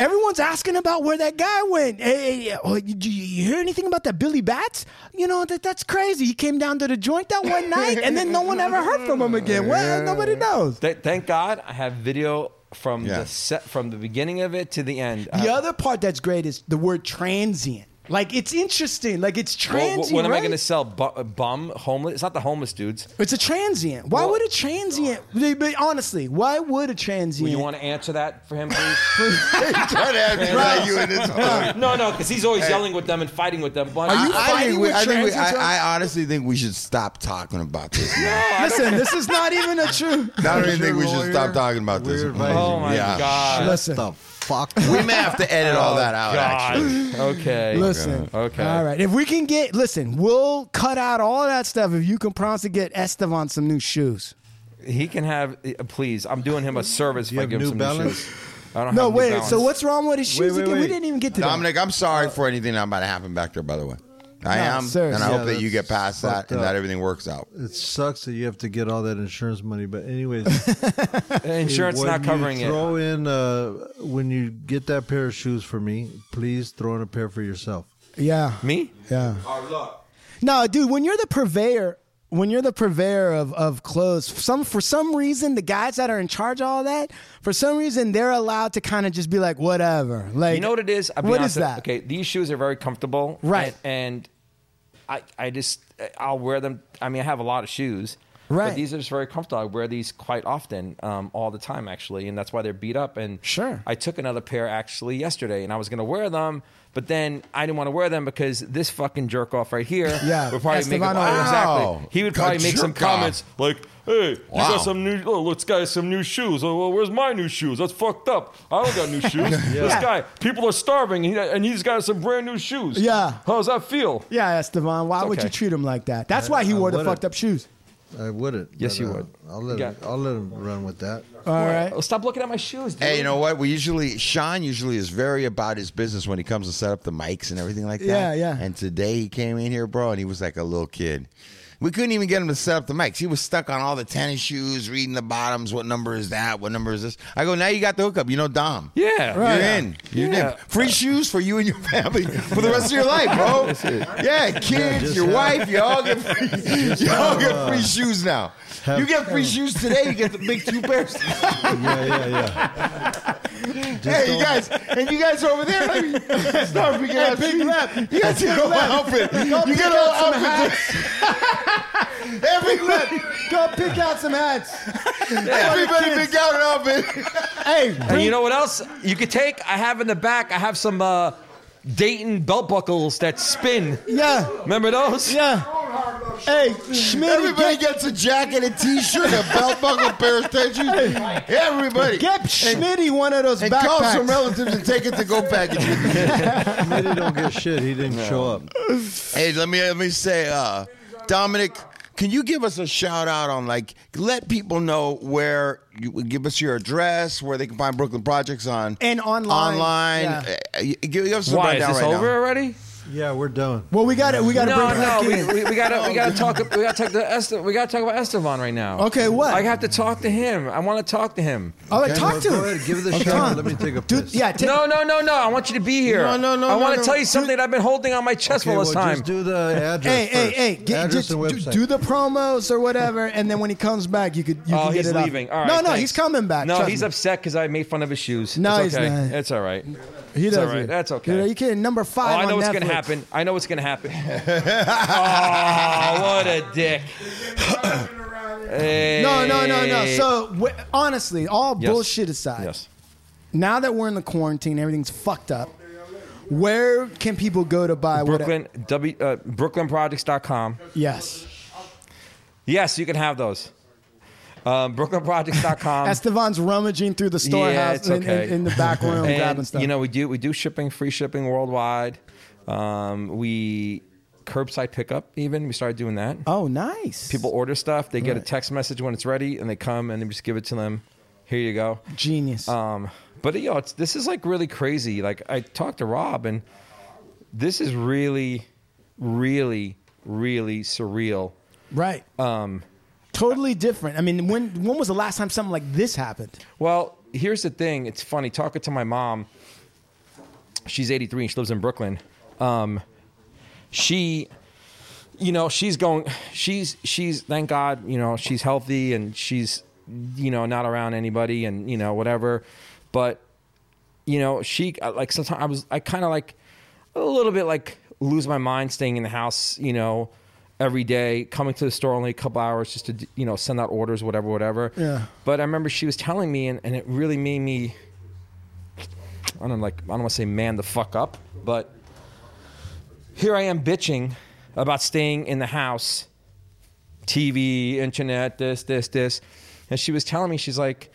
Speaker 3: Everyone's asking about where that guy went. Hey, hey, oh, you- do you hear anything about that Billy Bats? You know that that's crazy. He came down to the joint that one night, and then no one ever heard from him again. Well, nobody knows.
Speaker 8: Th- thank God I have video from
Speaker 2: Yeah.
Speaker 8: the set from the beginning of it to the end.
Speaker 3: The
Speaker 8: Uh,
Speaker 3: other part that's great is the word transient. Like it's interesting. Like it's
Speaker 8: well,
Speaker 3: transient.
Speaker 8: what, what am I
Speaker 3: right?
Speaker 8: going to sell? Bu- bum, homeless? It's not the homeless dudes.
Speaker 3: It's a transient. Why
Speaker 8: Well-
Speaker 3: would a transient? But honestly, why would a transient?
Speaker 8: Would you want to answer that for him, please?
Speaker 2: Try to advertise you in this.
Speaker 8: no, no, because he's always yelling with them and fighting with them. But
Speaker 3: Are you
Speaker 2: I,
Speaker 3: fighting
Speaker 2: think we,
Speaker 3: with
Speaker 2: I, think we,
Speaker 3: transits
Speaker 2: I, I honestly think we should stop talking about this. now.
Speaker 3: Listen, this is not even a true.
Speaker 2: I don't even
Speaker 9: Your
Speaker 2: think we should
Speaker 9: lawyer,
Speaker 2: stop talking about this.
Speaker 9: we're advising
Speaker 8: oh my
Speaker 2: Yeah.
Speaker 8: god! Oh
Speaker 3: Listen,
Speaker 9: The fuck?
Speaker 2: We may have to edit
Speaker 3: Oh
Speaker 2: all that out.
Speaker 8: God.
Speaker 2: Actually,
Speaker 8: Okay.
Speaker 3: Listen.
Speaker 8: Okay.
Speaker 3: All right. If we can get, listen, we'll cut out all that stuff if you can promise to get Estevan some new shoes.
Speaker 8: He can have. uh, Please, I'm doing him a service
Speaker 9: You
Speaker 8: if I
Speaker 9: have
Speaker 8: give him
Speaker 9: New
Speaker 8: some
Speaker 9: Balance?
Speaker 8: new shoes. I don't
Speaker 3: No,
Speaker 8: have New
Speaker 3: wait.
Speaker 8: Balance.
Speaker 3: So what's wrong with his
Speaker 9: Wait,
Speaker 3: shoes
Speaker 9: wait,
Speaker 3: again? We
Speaker 9: wait.
Speaker 3: didn't even get to that.
Speaker 2: Dominic, I'm sorry for anything that might happen back there. By the way, I
Speaker 3: No,
Speaker 2: am,
Speaker 3: seriously.
Speaker 2: and I
Speaker 9: Yeah,
Speaker 2: hope that you get past
Speaker 9: that's
Speaker 2: that
Speaker 9: fucked
Speaker 2: and
Speaker 9: up.
Speaker 2: that everything works out.
Speaker 9: It sucks that you have to get all that insurance money, but anyways,
Speaker 8: insurance
Speaker 9: when
Speaker 8: not covering
Speaker 9: you
Speaker 8: it?
Speaker 9: throw in uh, when you get that pair of shoes for me. Please throw in a pair for yourself.
Speaker 3: Yeah.
Speaker 8: Me?
Speaker 3: Yeah. No, dude, when you're the purveyor, when you're the purveyor of, of clothes, some for some reason the guys that are in charge of all that, for some reason they're allowed to kind of just be like whatever. Like
Speaker 8: You know what it is? I'll be
Speaker 3: What
Speaker 8: honest
Speaker 3: is
Speaker 8: with-
Speaker 3: that?
Speaker 8: Okay, these shoes are very comfortable.
Speaker 3: Right.
Speaker 8: And, and I, I just, I'll wear them. I mean, I have a lot of shoes.
Speaker 3: Right.
Speaker 8: But these are just very comfortable. I wear these quite often, um, all the time, actually. And that's why they're beat up. And
Speaker 3: Sure.
Speaker 8: I took another pair actually yesterday and I was going to wear them. But then I didn't want to wear them because this fucking jerk off right here
Speaker 3: Yeah,
Speaker 8: would probably make
Speaker 3: Estevano.
Speaker 8: a,
Speaker 2: Wow.
Speaker 8: exactly. He would
Speaker 2: A
Speaker 8: probably make some
Speaker 2: jerk off.
Speaker 8: comments like, "Hey, you
Speaker 2: Wow.
Speaker 8: got some new? Oh, look, this guy has some new shoes. Oh, well, where's my new shoes? That's fucked up. I don't got new shoes. This guy, people are starving, and, he, and he's got some brand new shoes.
Speaker 3: Yeah.
Speaker 8: how does that feel?
Speaker 3: Yeah, Estevan, why would
Speaker 8: okay. Uh,
Speaker 3: you treat him like that? That's why he
Speaker 9: I
Speaker 3: wore the
Speaker 9: wouldn't.
Speaker 3: fucked up shoes.
Speaker 9: I wouldn't.
Speaker 8: Yes,
Speaker 9: but,
Speaker 8: you
Speaker 9: uh,
Speaker 8: would.
Speaker 9: I'll let
Speaker 8: Yeah.
Speaker 9: him, I'll let him run with that.
Speaker 3: All right.
Speaker 8: Oh, stop looking at my shoes, dude.
Speaker 2: Hey, you know what? We usually Sean usually is very about his business when he comes to set up the mics and everything like that.
Speaker 3: Yeah, yeah.
Speaker 2: And today he came in here, bro, and he was like a little kid. We couldn't even get him to set up the mics. He was stuck on all the tennis shoes, reading the bottoms. What number is that? What number is this? I go, now you got the hookup. You know Dom.
Speaker 8: Yeah.
Speaker 2: You're
Speaker 8: Right.
Speaker 2: in. You're
Speaker 8: Yeah.
Speaker 2: in. Free shoes for you and your family for the rest of your life, bro. Yeah, kids,
Speaker 9: just
Speaker 2: your
Speaker 9: have-
Speaker 2: wife, you all get free, you all get free shoes now.
Speaker 9: have-
Speaker 2: You get free shoes today, you get the big two pairs.
Speaker 9: Yeah, yeah, yeah.
Speaker 2: Hey, you guys, and you guys over there, let me start picking out big left. You guys get a whole outfit. You get a whole outfit. Every
Speaker 3: Go pick out some hats.
Speaker 2: everybody pick out an outfit.
Speaker 3: Hey,
Speaker 8: And you know what else you could take? I have in the back. I have some uh, Dayton belt buckles that spin.
Speaker 3: yeah,
Speaker 8: Remember those?
Speaker 3: yeah. Hey, Schmitty,
Speaker 2: Everybody
Speaker 3: get,
Speaker 2: gets a jacket, a t-shirt, a belt buckle, a pair of tensions. Everybody.
Speaker 3: get Schmitty one of those
Speaker 2: and call some
Speaker 3: backpacks.
Speaker 2: relatives and take it to go package with you.
Speaker 9: Smitty don't get shit. He didn't show up.
Speaker 2: Hey, let me let me say, uh, Dominic, can you give us a shout out on like let people know where you give us your address, where they can find Brooklyn Projects on
Speaker 3: And online.
Speaker 2: online.
Speaker 3: Yeah.
Speaker 2: Uh, you- give, give us a
Speaker 8: Why is
Speaker 2: rundown
Speaker 8: this
Speaker 2: right
Speaker 8: over
Speaker 2: now.
Speaker 8: already?
Speaker 9: Yeah, we're done.
Speaker 3: Well, we got it. We got to
Speaker 8: No,
Speaker 3: bring it
Speaker 8: no,
Speaker 3: back
Speaker 8: we,
Speaker 3: in.
Speaker 8: we, we gotta we gotta talk we gotta talk to Esther, we gotta talk about Estevan right now.
Speaker 3: Okay, what?
Speaker 8: I have to talk to him. I want to talk to him.
Speaker 3: All right,
Speaker 9: Okay,
Speaker 3: talk
Speaker 9: well,
Speaker 3: to
Speaker 9: go
Speaker 3: him.
Speaker 9: ahead, give it a
Speaker 3: Okay.
Speaker 9: shot.
Speaker 3: Tom,
Speaker 9: Let me take a
Speaker 3: do-
Speaker 9: piss.
Speaker 3: Yeah, take
Speaker 8: No, no, no, no. I want you to be here.
Speaker 2: No, no, no,
Speaker 8: I
Speaker 2: no,
Speaker 8: want to
Speaker 2: no.
Speaker 8: tell you something that I've been holding on my chest
Speaker 9: Okay,
Speaker 8: all
Speaker 9: well,
Speaker 8: this time.
Speaker 9: just do the address.
Speaker 3: Hey, hey,
Speaker 9: first.
Speaker 3: hey! Get,
Speaker 9: address
Speaker 3: just
Speaker 9: and
Speaker 3: do,
Speaker 9: website.
Speaker 3: do the promos or whatever, and then when he comes back, you could. You
Speaker 8: oh,
Speaker 3: can get
Speaker 8: he's
Speaker 3: it up.
Speaker 8: leaving. All right.
Speaker 3: no, no,
Speaker 8: thanks.
Speaker 3: he's coming back.
Speaker 8: No,
Speaker 3: Trust
Speaker 8: he's
Speaker 3: me.
Speaker 8: upset because I made fun of his shoes.
Speaker 3: No, he's
Speaker 8: it's okay.
Speaker 3: not.
Speaker 8: It's all right.
Speaker 3: He
Speaker 8: all
Speaker 3: does
Speaker 8: right.
Speaker 3: it.
Speaker 8: That's okay.
Speaker 3: You know, you can number
Speaker 8: Oh,
Speaker 3: five.
Speaker 8: I know
Speaker 3: on
Speaker 8: what's gonna
Speaker 3: Netflix.
Speaker 8: happen. I know what's gonna happen. oh, what a dick.
Speaker 3: No, no, no, no.
Speaker 8: Hey.
Speaker 3: So w- honestly, all
Speaker 8: Yes.
Speaker 3: bullshit aside,
Speaker 8: yes.
Speaker 3: now that we're in the quarantine, everything's fucked up. Where can people go to buy what-
Speaker 8: Brooklyn W uh, BrooklynProjects.com.
Speaker 3: Yes,
Speaker 8: Yes, you can have those. Um, BrooklynProjects.com.
Speaker 3: Estevan's rummaging through the storehouse
Speaker 8: it's
Speaker 3: in- in,
Speaker 8: okay.
Speaker 3: in, the back room,
Speaker 8: And,
Speaker 3: grabbing stuff.
Speaker 8: You know, we do we do shipping, free shipping worldwide. Um, we curbside pickup even. We started doing that.
Speaker 3: oh, nice.
Speaker 8: People order stuff, they get a
Speaker 3: Right.
Speaker 8: text message when it's ready, and they come and we just give it to them. Here you go.
Speaker 3: genius.
Speaker 8: Um, but you know, it's, this is like really crazy. Like I talked to Rob, and this is really, really, really surreal.
Speaker 3: Right. Um, totally different. I mean, when when was the last time something like this happened?
Speaker 8: Well, here's the thing. It's funny talking to my mom. She's 83 and she lives in Brooklyn. Um, she, you know, she's going. She's she's thank God, you know, she's healthy and she's, you know, not around anybody and you know whatever. But, you know, she I- like sometimes I was I kind of like a little bit like lose my mind staying in the house, you know. Every day, coming to the store only a couple hours just to you know send out orders, whatever, whatever.
Speaker 3: Yeah.
Speaker 8: But I remember she was telling me, and, and it really made me. I don't like. I don't want to say man the fuck up, but here I am bitching about staying in the house, TV, internet, this, this, this, and she was telling me she's like,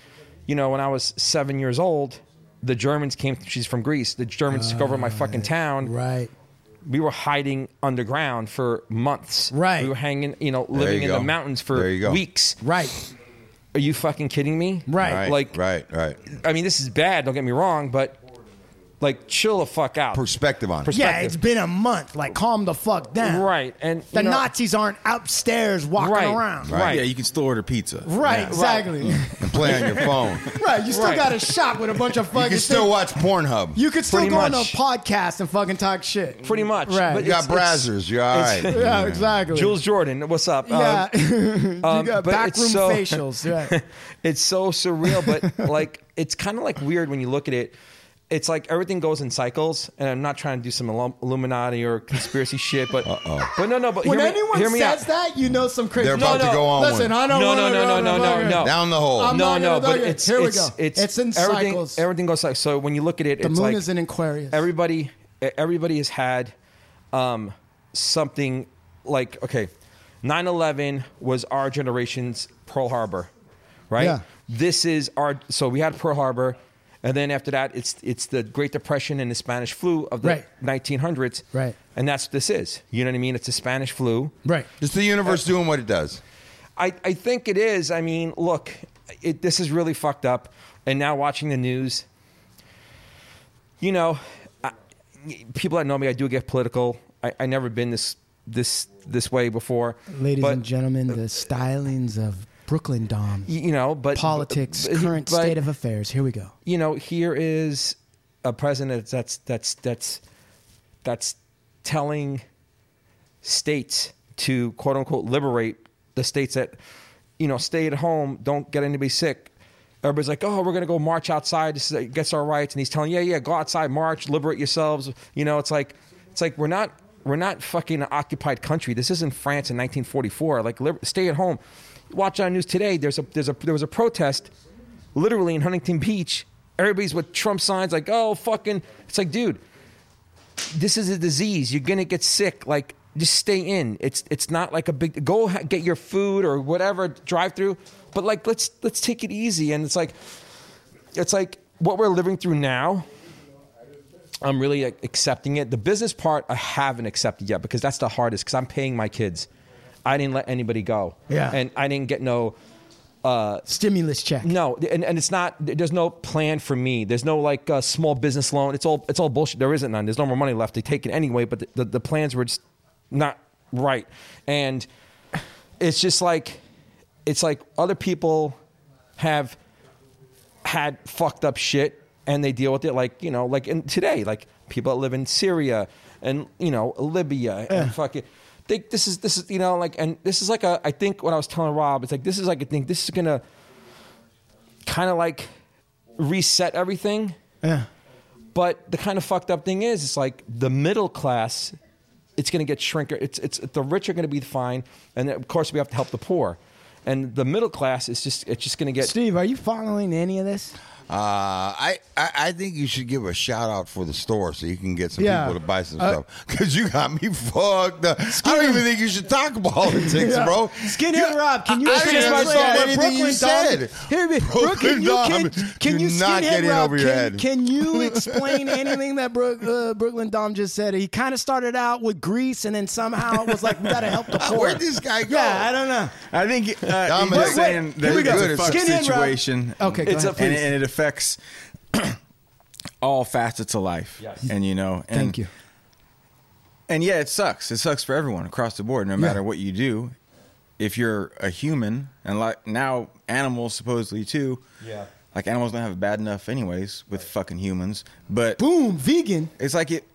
Speaker 8: you know, when I was seven years old, the Germans came. She's from Greece. The Germans took over my fucking town.
Speaker 3: Ah, Right.
Speaker 8: We were hiding underground for months.
Speaker 3: Right.
Speaker 8: We were hanging, you know, living
Speaker 2: you
Speaker 8: in
Speaker 2: go.
Speaker 8: the mountains for
Speaker 2: There you go.
Speaker 8: weeks.
Speaker 3: Right.
Speaker 8: Are you fucking kidding me?
Speaker 3: Right.
Speaker 2: Right,
Speaker 8: Like,
Speaker 2: right, right.
Speaker 8: I mean, this is bad. Don't get me wrong, but like, chill the fuck out.
Speaker 2: Perspective on it.
Speaker 8: Perspective.
Speaker 3: Yeah, it's been a month. Like, calm the fuck down.
Speaker 8: Right, and,
Speaker 3: the
Speaker 8: you know-
Speaker 3: Nazis aren't upstairs walking
Speaker 8: Right.
Speaker 3: around.
Speaker 8: Right.
Speaker 6: Yeah, you can still order pizza.
Speaker 3: Right, exactly.
Speaker 2: And play on your phone.
Speaker 3: right, you still
Speaker 8: Right.
Speaker 3: got a shop with a bunch of fucking.
Speaker 2: You can still watch
Speaker 3: things.
Speaker 2: Pornhub. You
Speaker 3: You could still
Speaker 8: Pretty
Speaker 3: go on a
Speaker 8: much.
Speaker 3: podcast and fucking talk shit.
Speaker 8: Pretty much.
Speaker 3: Right.
Speaker 8: But
Speaker 2: got
Speaker 8: it's- it's-
Speaker 2: Brazzers. You're all
Speaker 8: it's-
Speaker 2: right.
Speaker 3: Yeah, exactly.
Speaker 8: Jules Jordan, what's up?
Speaker 3: yeah,
Speaker 8: Um,
Speaker 3: you
Speaker 8: um,
Speaker 3: got
Speaker 8: but it's
Speaker 3: backroom
Speaker 8: so-
Speaker 3: facials. Right.
Speaker 8: it's so surreal, but like, it's kind of like weird when you look at it. It's like everything goes in cycles, and I'm not trying to do some Illum- Illuminati or conspiracy shit, but but no, no, but
Speaker 3: when
Speaker 8: hear me,
Speaker 3: anyone
Speaker 8: hear me
Speaker 3: says
Speaker 8: out.
Speaker 3: that, you know some crazy.
Speaker 2: They're about
Speaker 8: No, no.
Speaker 2: to go on
Speaker 3: Listen,
Speaker 2: one.
Speaker 3: I don't
Speaker 8: No,
Speaker 3: want
Speaker 8: no,
Speaker 3: to
Speaker 8: no, no, no, no, no.
Speaker 2: Down the hole.
Speaker 3: I'm
Speaker 8: no,
Speaker 3: not
Speaker 8: no,
Speaker 3: gonna
Speaker 8: but
Speaker 3: do it.
Speaker 8: it's
Speaker 3: Here we
Speaker 8: it's,
Speaker 3: go.
Speaker 8: It's,
Speaker 3: It's in
Speaker 8: everything,
Speaker 3: cycles.
Speaker 8: Everything goes like so. When you look at it,
Speaker 3: The
Speaker 8: it's
Speaker 3: moon
Speaker 8: like
Speaker 3: is in Aquarius.
Speaker 8: everybody everybody has had um, something like okay 9-11 was our generation's pearl harbor right
Speaker 3: Yeah.
Speaker 8: this is our so we had pearl harbor and then after that it's it's the great depression and the spanish flu of the
Speaker 3: Right.
Speaker 8: 1900s
Speaker 3: Right.
Speaker 8: and that's what this is you know what i mean it's the spanish flu
Speaker 3: right.
Speaker 2: It's the
Speaker 3: Uh,
Speaker 2: universe doing what it does.
Speaker 8: I, I think it is. I mean, look, it, this is really fucked up. And now watching the news, you know, I, people that know me, I do get political. I, I never been this this this way before,
Speaker 3: Ladies
Speaker 8: But,
Speaker 3: and gentlemen, the stylings of Brooklyn Dom.
Speaker 8: y- You know, but
Speaker 3: Politics,
Speaker 8: but-
Speaker 3: current
Speaker 8: but,
Speaker 3: state of affairs. Here we go.
Speaker 8: you know, here is a president that's that's that's that's telling states to quote unquote liberate the states that you know stay at home, don't get anybody sick. Everybody's like, oh, we're gonna go march outside. This is against our rights, and he's telling, yeah, yeah, go outside, march, liberate yourselves. You know, it's like, it's like we're not we're not fucking an occupied country. This isn't France in 1944. Like, liber- stay at home. Watch on news today. There's a there's a there was a protest literally in Huntington Beach. Everybody's with Trump signs, like, oh, fucking. It's like, dude, this is a disease. You're gonna get sick. Like, just stay in. It's it's not like a big go ha- get your food or whatever drive through, but like let's let's take it easy. And it's like it's like what we're living through now. I'm really like, accepting it. The business part I haven't accepted yet because that's the hardest because I'm paying my kids. I didn't let anybody go.
Speaker 3: Yeah.
Speaker 8: and I didn't get no.
Speaker 3: Stimulus check.
Speaker 8: No, and, and it's not. There's no plan for me. There's no like uh, small business loan. It's all it's all bullshit. There isn't none. There's no more money left to take it anyway. But the, the, the plans were just not right, and it's just like it's like other people have had fucked up shit and they deal with it like you know like in today like people that live in Syria and you know Libya and fucking they this is this is you know like and this is like a I think when I was telling Rob it's like this is like I think this is gonna kind of like reset everything.
Speaker 3: Yeah.
Speaker 8: But the kind of fucked up thing is, it's like the middle class, it's going to get shrinker. It's it's the rich are going to be fine, and of course we have to help the poor, and the middle class is just it's just going to get.
Speaker 3: Steve, are you following any of this?
Speaker 2: Uh, I, I I think you should give a shout out for the store so you can get some
Speaker 3: Yeah.
Speaker 2: people to buy some
Speaker 3: Uh,
Speaker 2: stuff because you got me fucked up. I don't even think you should talk about politics, bro.
Speaker 3: Skinhead Rob, can you
Speaker 2: I didn't
Speaker 3: explain
Speaker 2: understand
Speaker 3: what
Speaker 2: anything
Speaker 3: Brooklyn
Speaker 2: you said.
Speaker 3: Dom- Here, we-
Speaker 2: Brooklyn
Speaker 3: Brooklyn, you
Speaker 2: Dom,
Speaker 3: can, can
Speaker 2: do
Speaker 3: you
Speaker 2: not
Speaker 3: Skinhead
Speaker 2: get in
Speaker 3: Rob,
Speaker 2: over your
Speaker 3: can,
Speaker 2: head.
Speaker 3: can you explain anything that Brook, uh, Brooklyn Dom just said? He kind of started out with Greece and then somehow it was like, we got to help the poor.
Speaker 2: Where'd this guy go?
Speaker 3: Yeah, I don't know.
Speaker 6: I think uh,
Speaker 2: Dominic.
Speaker 6: he's just saying
Speaker 3: Wait,
Speaker 6: that
Speaker 3: here we
Speaker 6: it's
Speaker 2: go.
Speaker 6: a fucked
Speaker 3: Skinhead Rob.
Speaker 6: situation.
Speaker 3: Okay, go
Speaker 6: it's
Speaker 3: ahead.
Speaker 6: and, and it affects all facets of life. And you know, and,
Speaker 3: Thank you.
Speaker 6: And yeah, it sucks. It sucks for everyone across the board, no matter what you do. If you're a human, and like now animals supposedly too. Yeah. Like animals don't have it bad enough, anyways, with fucking humans. But
Speaker 3: Boom, vegan.
Speaker 6: it's like it.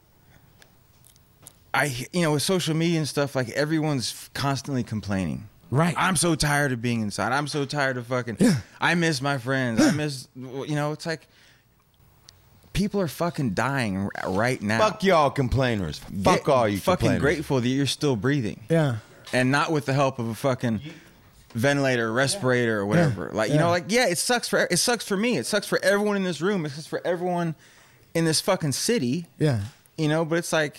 Speaker 6: I you know with social media and stuff like everyone's constantly complaining.
Speaker 3: Right.
Speaker 6: I'm so tired of being inside. I'm so tired of fucking. I miss my friends. I miss you know. It's like people are fucking dying r- right now.
Speaker 2: Fuck y'all complainers. Fuck
Speaker 6: Get
Speaker 2: all you
Speaker 6: Fucking
Speaker 2: complainers.
Speaker 6: grateful that you're still breathing.
Speaker 3: Yeah.
Speaker 6: And not with the help of a fucking ventilator, respirator, or whatever. Like you know, like yeah, it sucks for it sucks for me. It sucks for everyone in this room. It sucks for everyone in this fucking city
Speaker 3: Yeah.
Speaker 6: you know but it's like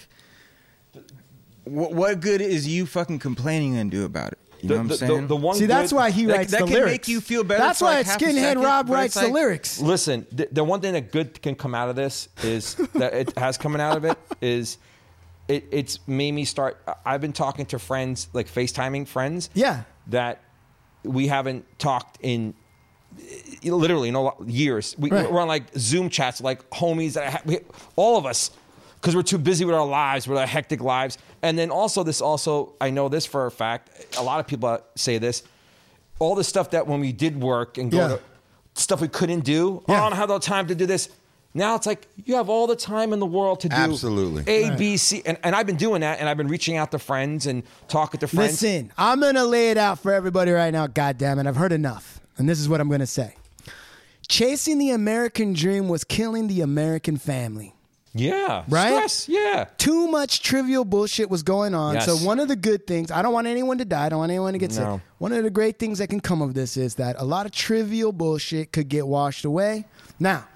Speaker 6: what, what good is you fucking complaining gonna do about it you know what i'm
Speaker 8: the,
Speaker 6: saying
Speaker 8: the, the one
Speaker 3: See, that's
Speaker 8: good-
Speaker 3: why he
Speaker 6: That-
Speaker 3: writes
Speaker 6: that
Speaker 3: the
Speaker 6: can
Speaker 3: lyrics.
Speaker 6: make you feel better
Speaker 3: That's
Speaker 6: for,
Speaker 3: why
Speaker 6: like, half a
Speaker 3: Skinhead
Speaker 6: second,
Speaker 3: Rob
Speaker 6: but it's
Speaker 3: writes the
Speaker 6: like-
Speaker 3: lyrics.
Speaker 8: Listen, the, the one thing that good can come out of this is that it has coming out of it is it, it's made me start. I- I've been talking to friends, like FaceTiming friends.
Speaker 3: Yeah.
Speaker 8: That we haven't talked in eh, literally in a lot, years. We,
Speaker 3: Right.
Speaker 8: We're on like Zoom chats, like homies that I ha- we, all of us. Because we're too busy with our lives, with our hectic lives, and then also this also I know this for a fact. A lot of people say this. All the stuff that when we did work and go
Speaker 3: Yeah.
Speaker 8: to stuff we couldn't do. Oh,
Speaker 3: Yeah.
Speaker 8: I don't have the time to do this. Now it's like you have all the time in the world to do
Speaker 2: Absolutely.
Speaker 8: A, B, C, and, and I've been doing that, and I've been reaching out to friends and talking to friends.
Speaker 3: Listen, I'm going to lay it out for everybody right now. God damn it. I've heard enough. And this is what I'm going to say Chasing the American dream was killing the American family.
Speaker 8: yeah,
Speaker 3: Right?
Speaker 8: Stress, yeah,
Speaker 3: Too much trivial bullshit was going on.
Speaker 8: Yes.
Speaker 3: So, one of the good things, I don't want anyone to die. I don't want anyone to get
Speaker 8: No.
Speaker 3: sick. One of the great things that can come of this is that a lot of trivial bullshit could get washed away. Now,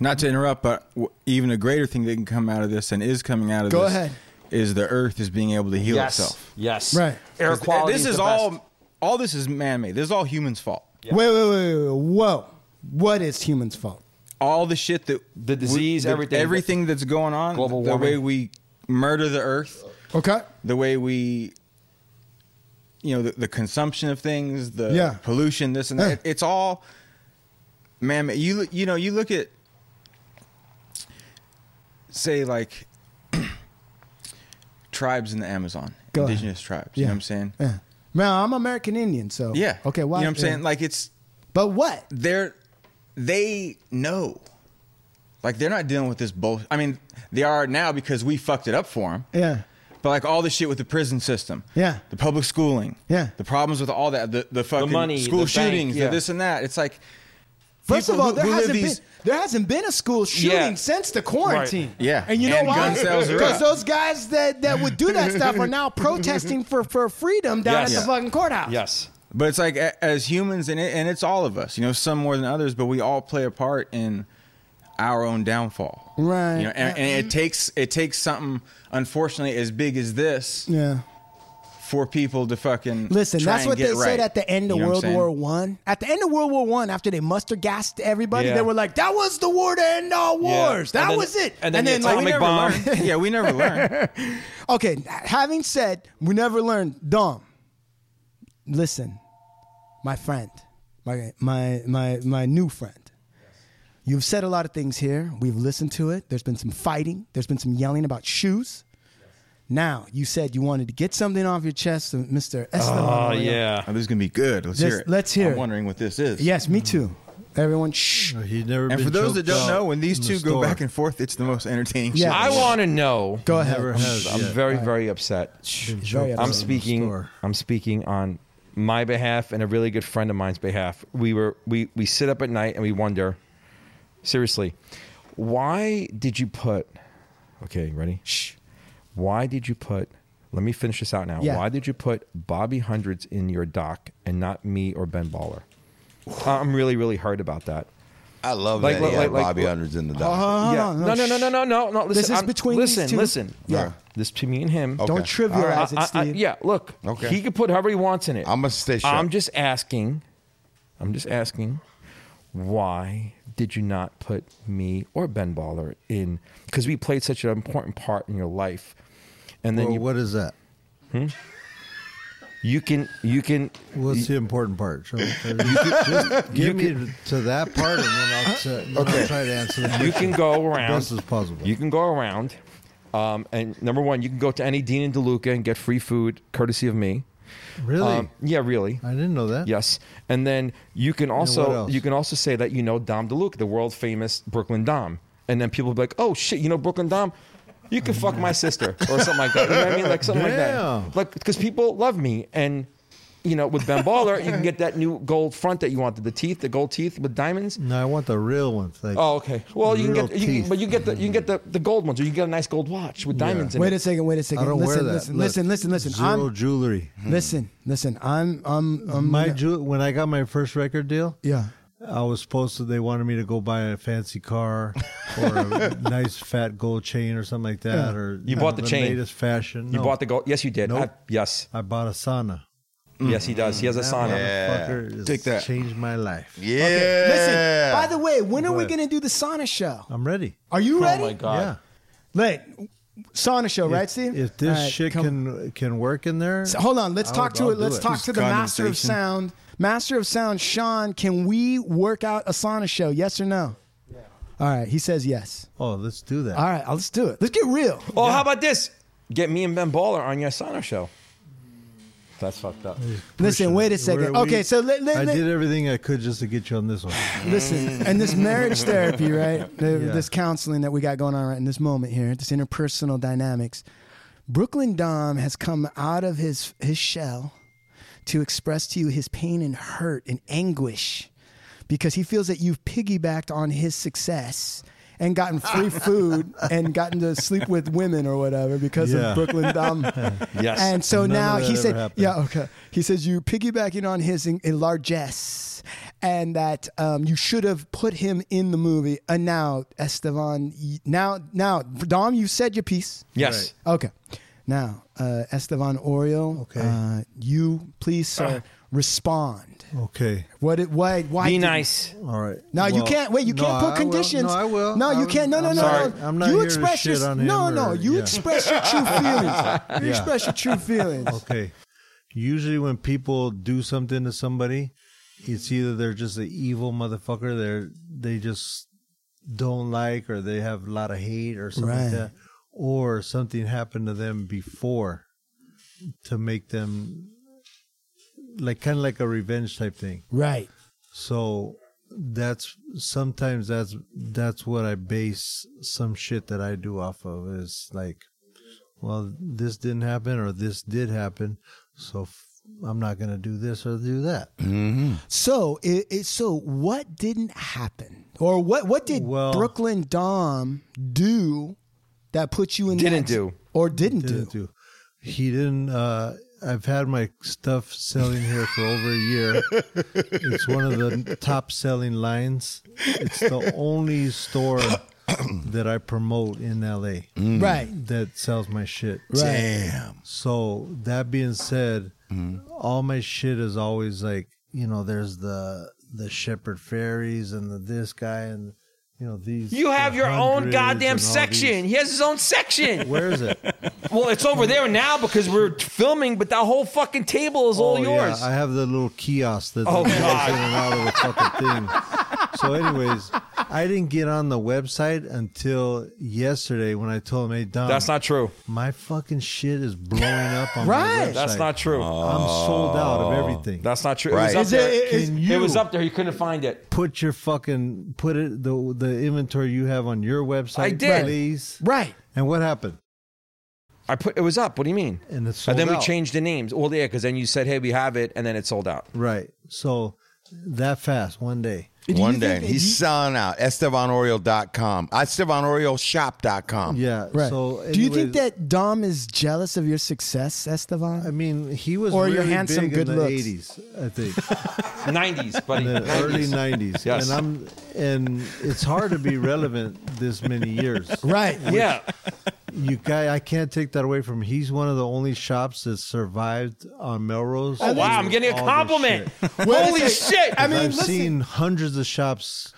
Speaker 6: not to interrupt but w- even a greater thing that can come out of this and is coming out of
Speaker 3: Go
Speaker 6: this
Speaker 3: ahead.
Speaker 6: is the earth is being able to heal
Speaker 8: yes,
Speaker 6: itself
Speaker 8: yes,
Speaker 3: Right.
Speaker 8: Air
Speaker 6: 'Cause th-
Speaker 8: quality.
Speaker 6: this is,
Speaker 8: the
Speaker 6: all
Speaker 8: best.
Speaker 6: all this is man-made this is all humans fault
Speaker 3: wait, wait, wait, wait, wait. Whoa. What is humans' fault?
Speaker 6: all the shit that
Speaker 8: The disease, everything.
Speaker 6: everything that's going on
Speaker 8: Global
Speaker 6: the
Speaker 8: warming.
Speaker 6: way we murder the earth
Speaker 3: Okay.
Speaker 6: the way we you know the, the consumption of things the
Speaker 3: Yeah.
Speaker 6: pollution this and
Speaker 3: Yeah.
Speaker 6: that it's all man you you know you look at say like tribes in the amazon
Speaker 3: Go ahead.
Speaker 6: indigenous tribes you know what i'm saying
Speaker 3: Yeah. Now, I'm American Indian, so.
Speaker 6: yeah
Speaker 3: Okay, why?
Speaker 6: you know what i'm
Speaker 3: yeah.
Speaker 6: saying like it's
Speaker 3: But what?
Speaker 6: they're they know like they're not dealing with this bullshit i mean they are now because we fucked it up for them
Speaker 3: Yeah.
Speaker 6: But like all the shit with the prison system,
Speaker 3: Yeah.
Speaker 6: the public schooling,
Speaker 3: Yeah.
Speaker 6: the problems with all that, the the fucking
Speaker 8: money,
Speaker 6: school
Speaker 8: the bank,
Speaker 6: shootings, the
Speaker 8: yeah.
Speaker 6: this and that. It's like
Speaker 3: First
Speaker 6: people
Speaker 3: of all,
Speaker 6: who-
Speaker 3: there
Speaker 6: who live
Speaker 3: hasn't
Speaker 6: these-
Speaker 3: been there hasn't been a school shooting
Speaker 8: Yeah.
Speaker 3: since the quarantine.
Speaker 6: Yeah.
Speaker 3: and you know
Speaker 6: And
Speaker 3: why?
Speaker 6: gun sales are up.
Speaker 3: those guys that, that would do that stuff are now protesting for, for freedom down
Speaker 8: Yes.
Speaker 3: at the
Speaker 8: Yeah.
Speaker 3: fucking courthouse.
Speaker 8: yes,
Speaker 6: But it's like a- as humans, and it, and it's all of us, you know, some more than others, but we all play a part in our own downfall.
Speaker 3: Right. Mm-hmm.
Speaker 6: You know, and, and it takes it takes something unfortunately as big as this
Speaker 3: yeah.
Speaker 6: for people to fucking
Speaker 3: Listen,
Speaker 6: try
Speaker 3: that's
Speaker 6: and
Speaker 3: what
Speaker 6: get
Speaker 3: they
Speaker 6: right.
Speaker 3: said at the end of
Speaker 6: You know what I'm
Speaker 3: World
Speaker 6: saying?
Speaker 3: War One. At the end of World War One, after they muster gassed everybody,
Speaker 6: Yeah.
Speaker 3: they were like, "That was the war to end all
Speaker 6: Yeah.
Speaker 3: wars. That
Speaker 6: And then-
Speaker 3: was it."
Speaker 6: And then, the
Speaker 3: like,
Speaker 6: atomic bomb. yeah, we never learned.
Speaker 3: Okay, having said we never learned, Dom. Listen, my friend, my my my my new friend. You've said a lot of things here. We've listened to it. There's been some fighting. There's been some yelling about shoes. Now you said you wanted to get something off your chest, Mr.
Speaker 8: Ah,
Speaker 3: Esteban.
Speaker 8: Uh,
Speaker 6: Oh, this is gonna be good. Let's
Speaker 3: This-
Speaker 6: hear it.
Speaker 3: let's hear
Speaker 6: I'm
Speaker 3: it.
Speaker 6: wondering what this is.
Speaker 3: Yes, me too. Everyone, shh.
Speaker 9: He's Uh, never
Speaker 6: And
Speaker 9: been
Speaker 6: for those that
Speaker 9: choked
Speaker 6: don't
Speaker 9: out
Speaker 6: know, when these
Speaker 9: in
Speaker 6: two
Speaker 9: the
Speaker 6: go
Speaker 9: store.
Speaker 6: back and forth, it's the most entertaining.
Speaker 3: Yeah.
Speaker 6: shit.
Speaker 8: I want to know.
Speaker 3: Go ahead.
Speaker 9: never has.
Speaker 8: I'm
Speaker 9: yet.
Speaker 8: very, very upset.
Speaker 3: very upset.
Speaker 8: I'm speaking.
Speaker 9: Store.
Speaker 8: I'm speaking on my behalf and a really good friend of mine's behalf. We were we we sit up at night and we wonder, seriously, why did you put? Okay, ready? Shh. Why did you put? Let me finish this out now.
Speaker 3: Yeah.
Speaker 8: Why did you put Bobby Hundreds in your doc and not me or Ben Baller? I'm really, really hurt about that.
Speaker 2: I love
Speaker 8: Like,
Speaker 2: that.
Speaker 8: like,
Speaker 2: yeah,
Speaker 8: like, like,
Speaker 2: Bobby
Speaker 8: like-
Speaker 2: Under's in the
Speaker 3: Uh-huh.
Speaker 2: doc.
Speaker 3: Hold
Speaker 8: yeah.
Speaker 3: on,
Speaker 8: No, no, no, no, no, no, no. Listen,
Speaker 3: is
Speaker 8: I'm-
Speaker 3: between these
Speaker 8: Listen,
Speaker 3: two?
Speaker 8: listen.
Speaker 3: Yeah.
Speaker 8: This to me and him.
Speaker 3: Don't
Speaker 2: Okay.
Speaker 3: trivialize
Speaker 8: I-
Speaker 3: it, Steve.
Speaker 8: I- I- yeah, look,
Speaker 2: Okay.
Speaker 8: he could put however he wants in it.
Speaker 2: I'ma stay shut.
Speaker 8: I'm just asking. I'm just asking. Why did you not put me or Ben Baller in? Because we played such an important part in your life, and then
Speaker 9: Well,
Speaker 8: you
Speaker 9: what is that?
Speaker 8: you can you can
Speaker 9: What's the important part? Show me- Just get me to that part, and then I'll, t- then I'll try to answer the
Speaker 8: you
Speaker 9: question
Speaker 8: can go
Speaker 9: as
Speaker 8: around.
Speaker 9: best as possible.
Speaker 8: You can go around. Um, and number one, you can go to any Dean and DeLuca and get free food courtesy of me.
Speaker 9: really?
Speaker 8: Um, yeah, really.
Speaker 9: I didn't know that.
Speaker 8: Yes, and then you can
Speaker 9: what
Speaker 8: also
Speaker 9: else?
Speaker 8: you can also say that you know Dom DeLuca, the world famous Brooklyn Dom, and then people will be like, "Oh shit, you know Brooklyn Dom." You can fuck my sister or something like that. You know what I mean? Like something
Speaker 9: Damn.
Speaker 8: like that. Like because people love me, and you know, with Ben Baller, you can get that new gold front that you wanted, the teeth, the gold teeth with diamonds.
Speaker 9: No, I want the real one. Thank
Speaker 8: Oh, okay. Well, you can
Speaker 9: Real
Speaker 8: get, you,
Speaker 9: teeth.
Speaker 8: can- but you get the you can get the, the gold ones, or you can get a nice gold watch with diamonds in
Speaker 3: Wait
Speaker 8: it.
Speaker 3: a second. Wait a second.
Speaker 9: I don't
Speaker 3: listen,
Speaker 9: wear that.
Speaker 3: Listen,
Speaker 9: Look,
Speaker 3: listen, listen, listen.
Speaker 9: 0
Speaker 3: I'm,
Speaker 9: jewelry.
Speaker 3: listen, listen. I'm, I'm, I'm.
Speaker 9: My ju- when I got my first record deal,
Speaker 3: yeah.
Speaker 9: I was supposed to. They wanted me to go buy a fancy car or a nice fat gold chain or something like that. Or
Speaker 8: You bought the chain.
Speaker 9: latest fashion.
Speaker 8: You
Speaker 9: No.
Speaker 8: bought the gold. Yes, you did.
Speaker 9: Nope.
Speaker 8: I- yes,
Speaker 9: I bought a sauna.
Speaker 8: yes, he does. He
Speaker 9: Mm.
Speaker 8: has a sauna.
Speaker 9: That motherfucker has
Speaker 2: Take that.
Speaker 9: Changed my life.
Speaker 2: Yeah.
Speaker 3: Listen. By the way, when are we
Speaker 9: What?
Speaker 3: going to do the sauna show?
Speaker 9: I'm ready.
Speaker 3: Are you ready?
Speaker 8: Oh my god.
Speaker 9: yeah.
Speaker 3: Wait, sauna show, right, Steve?
Speaker 9: If this
Speaker 3: All right,
Speaker 9: shit
Speaker 3: come-
Speaker 9: can can work in there,
Speaker 3: So hold on. Let's
Speaker 9: I'll-
Speaker 3: talk to
Speaker 9: I'll
Speaker 3: it.
Speaker 9: do
Speaker 3: Let's talk
Speaker 6: Just
Speaker 3: to the master of
Speaker 6: condensation.
Speaker 3: sound. Master of sound, Sean. Can we work out a sauna show? Yes or no? All right. He says yes.
Speaker 9: Oh, let's do that.
Speaker 3: All right. Let's do it. Let's get real.
Speaker 8: Oh, how about this? Get me and Ben Baller on your sauna show. That's fucked up.
Speaker 3: Listen. Wait a second.
Speaker 9: Where we-
Speaker 3: okay. So let, let,
Speaker 9: I
Speaker 3: let-
Speaker 9: did everything I could just to get you on this one.
Speaker 3: Listen, and this marriage therapy, right? The-
Speaker 9: Mm. Yeah.
Speaker 3: This counseling that we got going on right in this moment here, this interpersonal dynamics. Brooklyn Dom has come out of his his shell to express to you his pain and hurt and anguish because he feels that you've piggybacked on his success and gotten free food and gotten to sleep with women or whatever because
Speaker 9: Yeah.
Speaker 3: of Brooklyn Dom.
Speaker 8: Yes.
Speaker 3: And so
Speaker 9: None of
Speaker 3: now
Speaker 9: that
Speaker 3: he
Speaker 9: ever
Speaker 3: said,
Speaker 9: happened.
Speaker 3: yeah, okay. He says you piggybacking on his in, in largesse and that um, you should have put him in the movie. And now, Esteban, y- now, now, Dom, you said your piece.
Speaker 8: Yes.
Speaker 3: Okay. Now, uh, Esteban Oriol,
Speaker 9: Okay. Ah.
Speaker 3: uh, you please, sir, respond.
Speaker 9: Okay.
Speaker 3: What? It, why? Why?
Speaker 8: Be
Speaker 3: did-
Speaker 8: nice.
Speaker 9: All right.
Speaker 3: No, you
Speaker 9: Well,
Speaker 3: can't. Wait, you
Speaker 9: no,
Speaker 3: can't put
Speaker 9: I will.
Speaker 3: conditions.
Speaker 9: No, I will.
Speaker 3: No,
Speaker 9: I
Speaker 3: you
Speaker 9: will.
Speaker 3: can't. No, no,
Speaker 9: I'm
Speaker 3: no,
Speaker 9: sorry.
Speaker 3: no.
Speaker 9: I'm not
Speaker 3: you
Speaker 9: here to
Speaker 3: express
Speaker 9: shit
Speaker 3: your.
Speaker 9: on him
Speaker 3: no,
Speaker 9: or-
Speaker 3: no. You
Speaker 9: yeah.
Speaker 3: express your true feelings. You express your true feelings.
Speaker 9: Okay. Usually, when people do something to somebody, it's either they're just an evil motherfucker, they're they just don't like, or they have a lot of hate, or something
Speaker 3: Right.
Speaker 9: like that, or something happened to them before to make them like kind of like a revenge type thing.
Speaker 3: Right.
Speaker 9: So that's sometimes that's that's what I base some shit that I do off of is like, well, this didn't happen or this did happen, so f- I'm not gonna do this or do that.
Speaker 3: So it, it so what didn't happen, or what what did
Speaker 9: Well-
Speaker 3: Brooklyn Dom do that put you in
Speaker 8: Didn't
Speaker 3: that,
Speaker 8: do.
Speaker 3: or didn't,
Speaker 9: Didn't
Speaker 3: do?
Speaker 9: do. He didn't. Uh, I've had my stuff selling here for over a year. it's one of the top selling lines. It's the only store that I promote in LA
Speaker 3: Right.
Speaker 9: that sells my shit.
Speaker 2: Damn.
Speaker 9: So that being said, all my shit is always like you know, there's the the Shepherd Fairies and the this guy and you know these.
Speaker 8: You have
Speaker 9: the
Speaker 8: your own
Speaker 9: hundreds
Speaker 8: goddamn
Speaker 9: and all
Speaker 8: section.
Speaker 9: these-
Speaker 8: He has his own section.
Speaker 9: Where is it?
Speaker 8: well, it's over there now because we're filming, but that whole fucking table is all
Speaker 9: Oh,
Speaker 8: yours.
Speaker 9: Yeah, I have the little kiosk that
Speaker 8: Oh,
Speaker 9: goes in
Speaker 8: God.
Speaker 9: and out of the fucking thing. So, anyways, I didn't get on the website until yesterday when I told him, "Hey, Don,
Speaker 8: That's not true.
Speaker 9: my fucking shit is blowing up on my
Speaker 3: Right.
Speaker 9: website.
Speaker 8: That's not true.
Speaker 9: I'm sold out of everything.
Speaker 8: That's not true.
Speaker 2: Right.
Speaker 8: It
Speaker 2: Is
Speaker 8: was up there.
Speaker 3: it- is-
Speaker 8: It
Speaker 9: Can
Speaker 8: was
Speaker 9: you-
Speaker 8: up there. He couldn't find it.
Speaker 9: put your fucking put it the the inventory you have on your website.
Speaker 8: I did.
Speaker 9: please.
Speaker 3: Right.
Speaker 9: And what happened?
Speaker 8: I put it was up. What do you mean?
Speaker 9: And it's sold
Speaker 8: And then we
Speaker 9: out.
Speaker 8: changed the names. Well, yeah, because then you said, "Hey, we have it," and then it sold out.
Speaker 9: Right. So that fast, one day.
Speaker 3: Do you
Speaker 2: One
Speaker 3: think
Speaker 2: day.
Speaker 3: that
Speaker 2: He's
Speaker 3: you-
Speaker 2: selling out. EstevanOreo.com. EstevanOreoShop.com.
Speaker 9: Yeah.
Speaker 3: Right.
Speaker 9: So
Speaker 3: do you think
Speaker 9: anyways,
Speaker 3: that Dom is jealous of your success, Estevan?
Speaker 9: I mean, he was
Speaker 3: Or
Speaker 9: really
Speaker 3: your handsome
Speaker 9: big
Speaker 3: good
Speaker 9: in the
Speaker 3: looks.
Speaker 9: eighties, I think,
Speaker 8: Nineties, buddy.
Speaker 9: the
Speaker 8: 90s.
Speaker 9: early nineties.
Speaker 8: Yes.
Speaker 9: And I'm, and it's hard to be relevant this many years.
Speaker 3: right.
Speaker 8: Yeah,
Speaker 9: You guy, I can't take that away from. He's one of the only shops that survived on Melrose.
Speaker 8: Oh, wow, I'm
Speaker 9: through
Speaker 8: getting a
Speaker 9: all this
Speaker 8: compliment.
Speaker 9: shit.
Speaker 3: Well,
Speaker 8: Holy
Speaker 3: listen,
Speaker 8: shit!
Speaker 3: I mean,
Speaker 9: I've
Speaker 3: listen,
Speaker 9: seen hundreds of shops,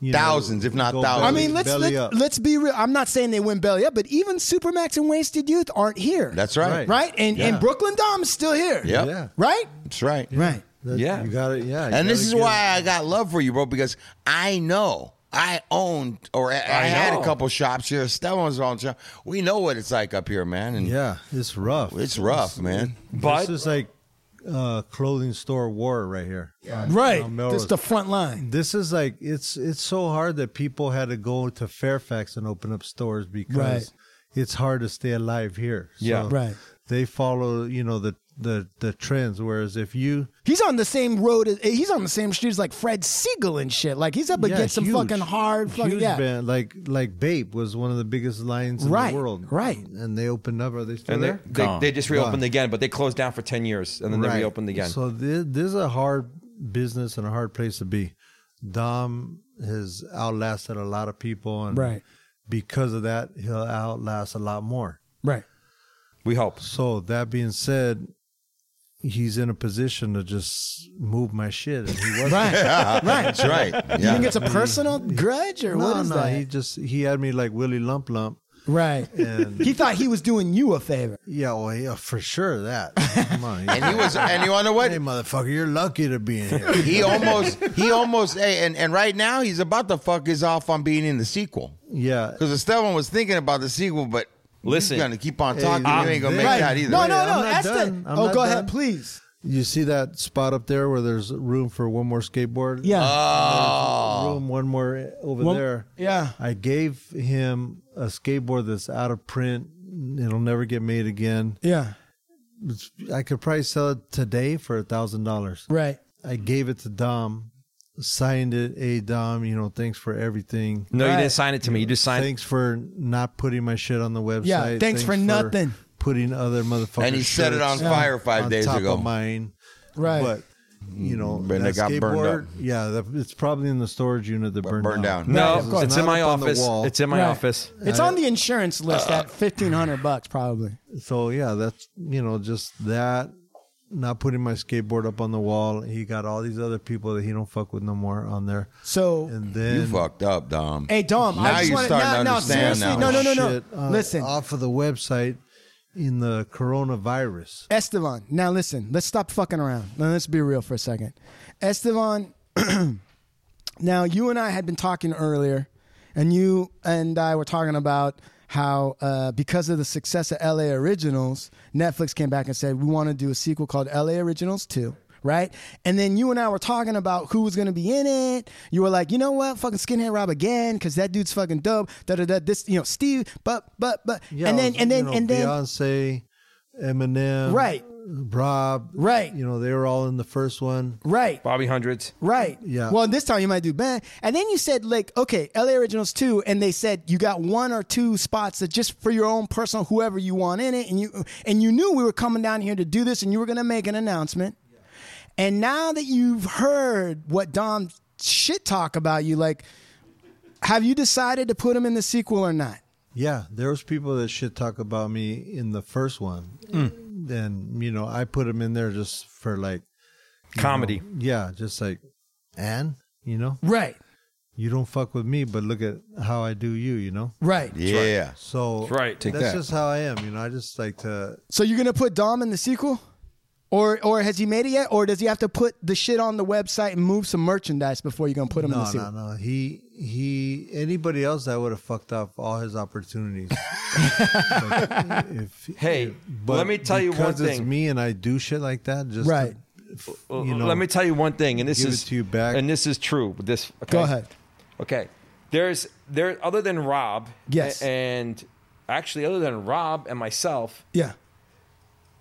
Speaker 9: you know,
Speaker 2: Thousands, if not
Speaker 9: go
Speaker 2: thousands.
Speaker 3: I
Speaker 9: belly-
Speaker 3: mean, let's
Speaker 9: belly
Speaker 3: let,
Speaker 9: up.
Speaker 3: let's be real. I'm not saying they win belly up, but even Supermax and Wasted Youth aren't here.
Speaker 2: That's right.
Speaker 9: Right.
Speaker 3: right. And and
Speaker 9: Yeah.
Speaker 3: Brooklyn Dom is still here.
Speaker 2: Yep.
Speaker 9: Yeah.
Speaker 3: Right.
Speaker 2: That's right.
Speaker 3: Right.
Speaker 9: That-
Speaker 8: Yeah.
Speaker 9: you got it. Yeah, you
Speaker 2: And this
Speaker 9: gotta
Speaker 2: is
Speaker 9: get it.
Speaker 2: why I got love for you, bro, because I know I owned or I, I had
Speaker 8: know.
Speaker 2: a couple shops here. Stellan's on shop. We know what it's like up here, man. And
Speaker 9: Yeah, it's rough.
Speaker 2: it's rough, man.
Speaker 8: but
Speaker 9: this is like uh, clothing store war right here.
Speaker 3: Right.
Speaker 9: On Melrose.
Speaker 3: That's the front line.
Speaker 9: this is like it's it's so hard that people had to go to Fairfax and open up stores because
Speaker 3: Right.
Speaker 9: it's hard to stay alive here. So
Speaker 8: Yeah.
Speaker 3: Right.
Speaker 9: They follow, you know, the the the trends. Whereas if you
Speaker 3: He's on the same road. As, he's on the same streets like Fred Siegel and shit. Like he's up
Speaker 9: yeah,
Speaker 3: against some
Speaker 9: huge,
Speaker 3: fucking hard fucking
Speaker 9: huge
Speaker 3: yeah.
Speaker 9: band, like like Babe was one of the biggest lines
Speaker 3: Right,
Speaker 9: in the world.
Speaker 3: right.
Speaker 9: And they opened up. Are they still
Speaker 8: and they,
Speaker 9: there?
Speaker 8: they, they just reopened
Speaker 9: Gone.
Speaker 8: again, but they closed down for ten years, and then they reopened again.
Speaker 9: So this, this is a hard business and a hard place to be. Dom has outlasted a lot of people, and
Speaker 3: Right.
Speaker 9: because of that, he'll outlast a lot more.
Speaker 3: Right.
Speaker 8: we hope.
Speaker 9: So that being said, he's in a position to just move my shit, and he wasn't.
Speaker 3: Right.
Speaker 2: That's right.
Speaker 3: You
Speaker 2: Yeah.
Speaker 3: think it's a personal grudge or what
Speaker 9: No,
Speaker 3: is
Speaker 9: no,
Speaker 3: that?
Speaker 9: he just he had me like Willy Lump Lump,
Speaker 3: right.
Speaker 9: and
Speaker 3: He thought he was doing you a favor.
Speaker 9: yeah, well, yeah, for sure that. Come on,
Speaker 2: and he was, and you want to know
Speaker 9: hey,
Speaker 2: what?
Speaker 9: motherfucker, you're lucky to be in here.
Speaker 2: He almost, he almost, hey, and, and right now he's about to fuck his off on being in the sequel.
Speaker 9: yeah,
Speaker 2: Because Esteban was thinking about the sequel, but
Speaker 8: Listen.
Speaker 2: he's going to keep on talking.
Speaker 9: I'm
Speaker 2: you ain't going to make
Speaker 9: there.
Speaker 2: that either.
Speaker 3: No,
Speaker 9: Right,
Speaker 3: no,
Speaker 9: I'm
Speaker 3: no.
Speaker 9: not
Speaker 3: That's the-
Speaker 9: done. I'm
Speaker 3: Oh,
Speaker 9: not
Speaker 3: go ahead,
Speaker 9: done.
Speaker 3: please.
Speaker 9: You see that spot up there where there's room for one more skateboard?
Speaker 3: Yeah.
Speaker 9: Uh,
Speaker 2: Oh.
Speaker 9: Room one more over
Speaker 3: One-
Speaker 9: there.
Speaker 3: yeah.
Speaker 9: I gave him a skateboard that's out of print. It'll never get made again.
Speaker 3: yeah.
Speaker 9: I could probably sell it today for a thousand dollars.
Speaker 3: Right.
Speaker 9: I gave it to Dom, signed it. Hey Dom, you know, thanks for everything.
Speaker 8: No, you
Speaker 3: Right.
Speaker 8: didn't sign it to me. You just signed.
Speaker 9: Thanks for not putting my shit on the website.
Speaker 3: Yeah, thanks for nothing.
Speaker 9: Putting other motherfuckers.
Speaker 2: And he set it on
Speaker 9: shirts
Speaker 2: fire five
Speaker 9: on
Speaker 2: days
Speaker 9: top
Speaker 2: ago.
Speaker 9: Of mine.
Speaker 3: Right.
Speaker 9: But you know,
Speaker 2: But
Speaker 9: that
Speaker 2: it got
Speaker 9: skateboard,
Speaker 2: burned up.
Speaker 9: Yeah, that, it's probably in the storage unit that burned,
Speaker 2: burned down.
Speaker 8: no,
Speaker 9: of course.
Speaker 8: it's in
Speaker 9: Not
Speaker 8: my
Speaker 9: up on the
Speaker 8: office.
Speaker 9: wall.
Speaker 8: It's in my
Speaker 3: Right.
Speaker 8: office.
Speaker 3: It's
Speaker 9: Uh,
Speaker 3: on the insurance list at fifteen hundred bucks probably.
Speaker 9: So yeah, that's you know just that. Not putting my skateboard up on the wall. He got all these other people that he don't fuck with no more on there.
Speaker 3: So
Speaker 9: And
Speaker 2: You
Speaker 9: then
Speaker 2: fucked up, Dom.
Speaker 3: Hey Dom,
Speaker 2: Now
Speaker 3: I just
Speaker 2: you're
Speaker 3: want
Speaker 2: starting
Speaker 3: no,
Speaker 2: to
Speaker 3: no,
Speaker 2: understand
Speaker 3: seriously,
Speaker 2: now.
Speaker 3: no, no, no, no.
Speaker 9: shit, uh,
Speaker 3: listen,
Speaker 9: off of the website in the coronavirus.
Speaker 3: Estevan. Now listen, let's stop fucking around. Now let's be real for a second. Estevan, now you and I had been talking earlier, and you and I were talking about how uh, because of the success of LA Originals, Netflix came back and said we want to do a sequel called LA Originals Two. Right, and then you and I were talking about who was gonna be in it. You were like, you know what, fucking skinhead Rob again, because that dude's fucking dope. Da da da. This, you know, Steve, but but but,
Speaker 9: Yeah,
Speaker 3: and then
Speaker 9: it was,
Speaker 3: and then
Speaker 9: you know,
Speaker 3: and then
Speaker 9: Beyonce, Eminem,
Speaker 3: Right.
Speaker 9: Rob.
Speaker 3: Right.
Speaker 9: You know, they were all in the first one.
Speaker 3: Right.
Speaker 8: Bobby Hundreds.
Speaker 3: Right.
Speaker 9: Yeah.
Speaker 3: Well, this time you might do bad. And then you said like, okay, LA Originals two, and they said you got one or two spots that just for your own personal whoever you want in it, and you and you knew we were coming down here to do this, and you were going to make an announcement. And now that you've heard what Dom shit talk about you, like, have you decided to put him in the sequel or not?
Speaker 9: Yeah, there was people that shit talk about me in the first one.
Speaker 3: Hmm.
Speaker 9: Then you know, I put them in there just for like
Speaker 8: Comedy.
Speaker 9: yeah, just like and you know,
Speaker 3: Right.
Speaker 9: you don't fuck with me, but look at how I do you. You know,
Speaker 3: Right.
Speaker 2: Yeah.
Speaker 9: so
Speaker 8: That's right, take
Speaker 9: that's
Speaker 8: that.
Speaker 9: just how I am. You know, I just like to.
Speaker 3: So you're gonna put Dom in the sequel, or or has he made it yet? Or does he have to put the shit on the website and move some merchandise before you're gonna put him in
Speaker 9: No,
Speaker 3: the
Speaker 9: no,
Speaker 3: sequel?
Speaker 9: no. He he. Anybody else, I would have fucked up all his opportunities. Like, if,
Speaker 8: Hey, let me tell you one
Speaker 9: because it's
Speaker 8: thing.
Speaker 9: me and I do shit like that. Just to-
Speaker 3: Right.
Speaker 8: Well,
Speaker 9: you know,
Speaker 8: let me tell you one thing, and this
Speaker 9: give
Speaker 8: is
Speaker 9: it to you back.
Speaker 8: and this is true. but This okay?
Speaker 3: Go ahead.
Speaker 8: Okay, there's there other than Rob,
Speaker 3: Yes.
Speaker 8: a- and actually other than Rob and myself,
Speaker 3: Yeah.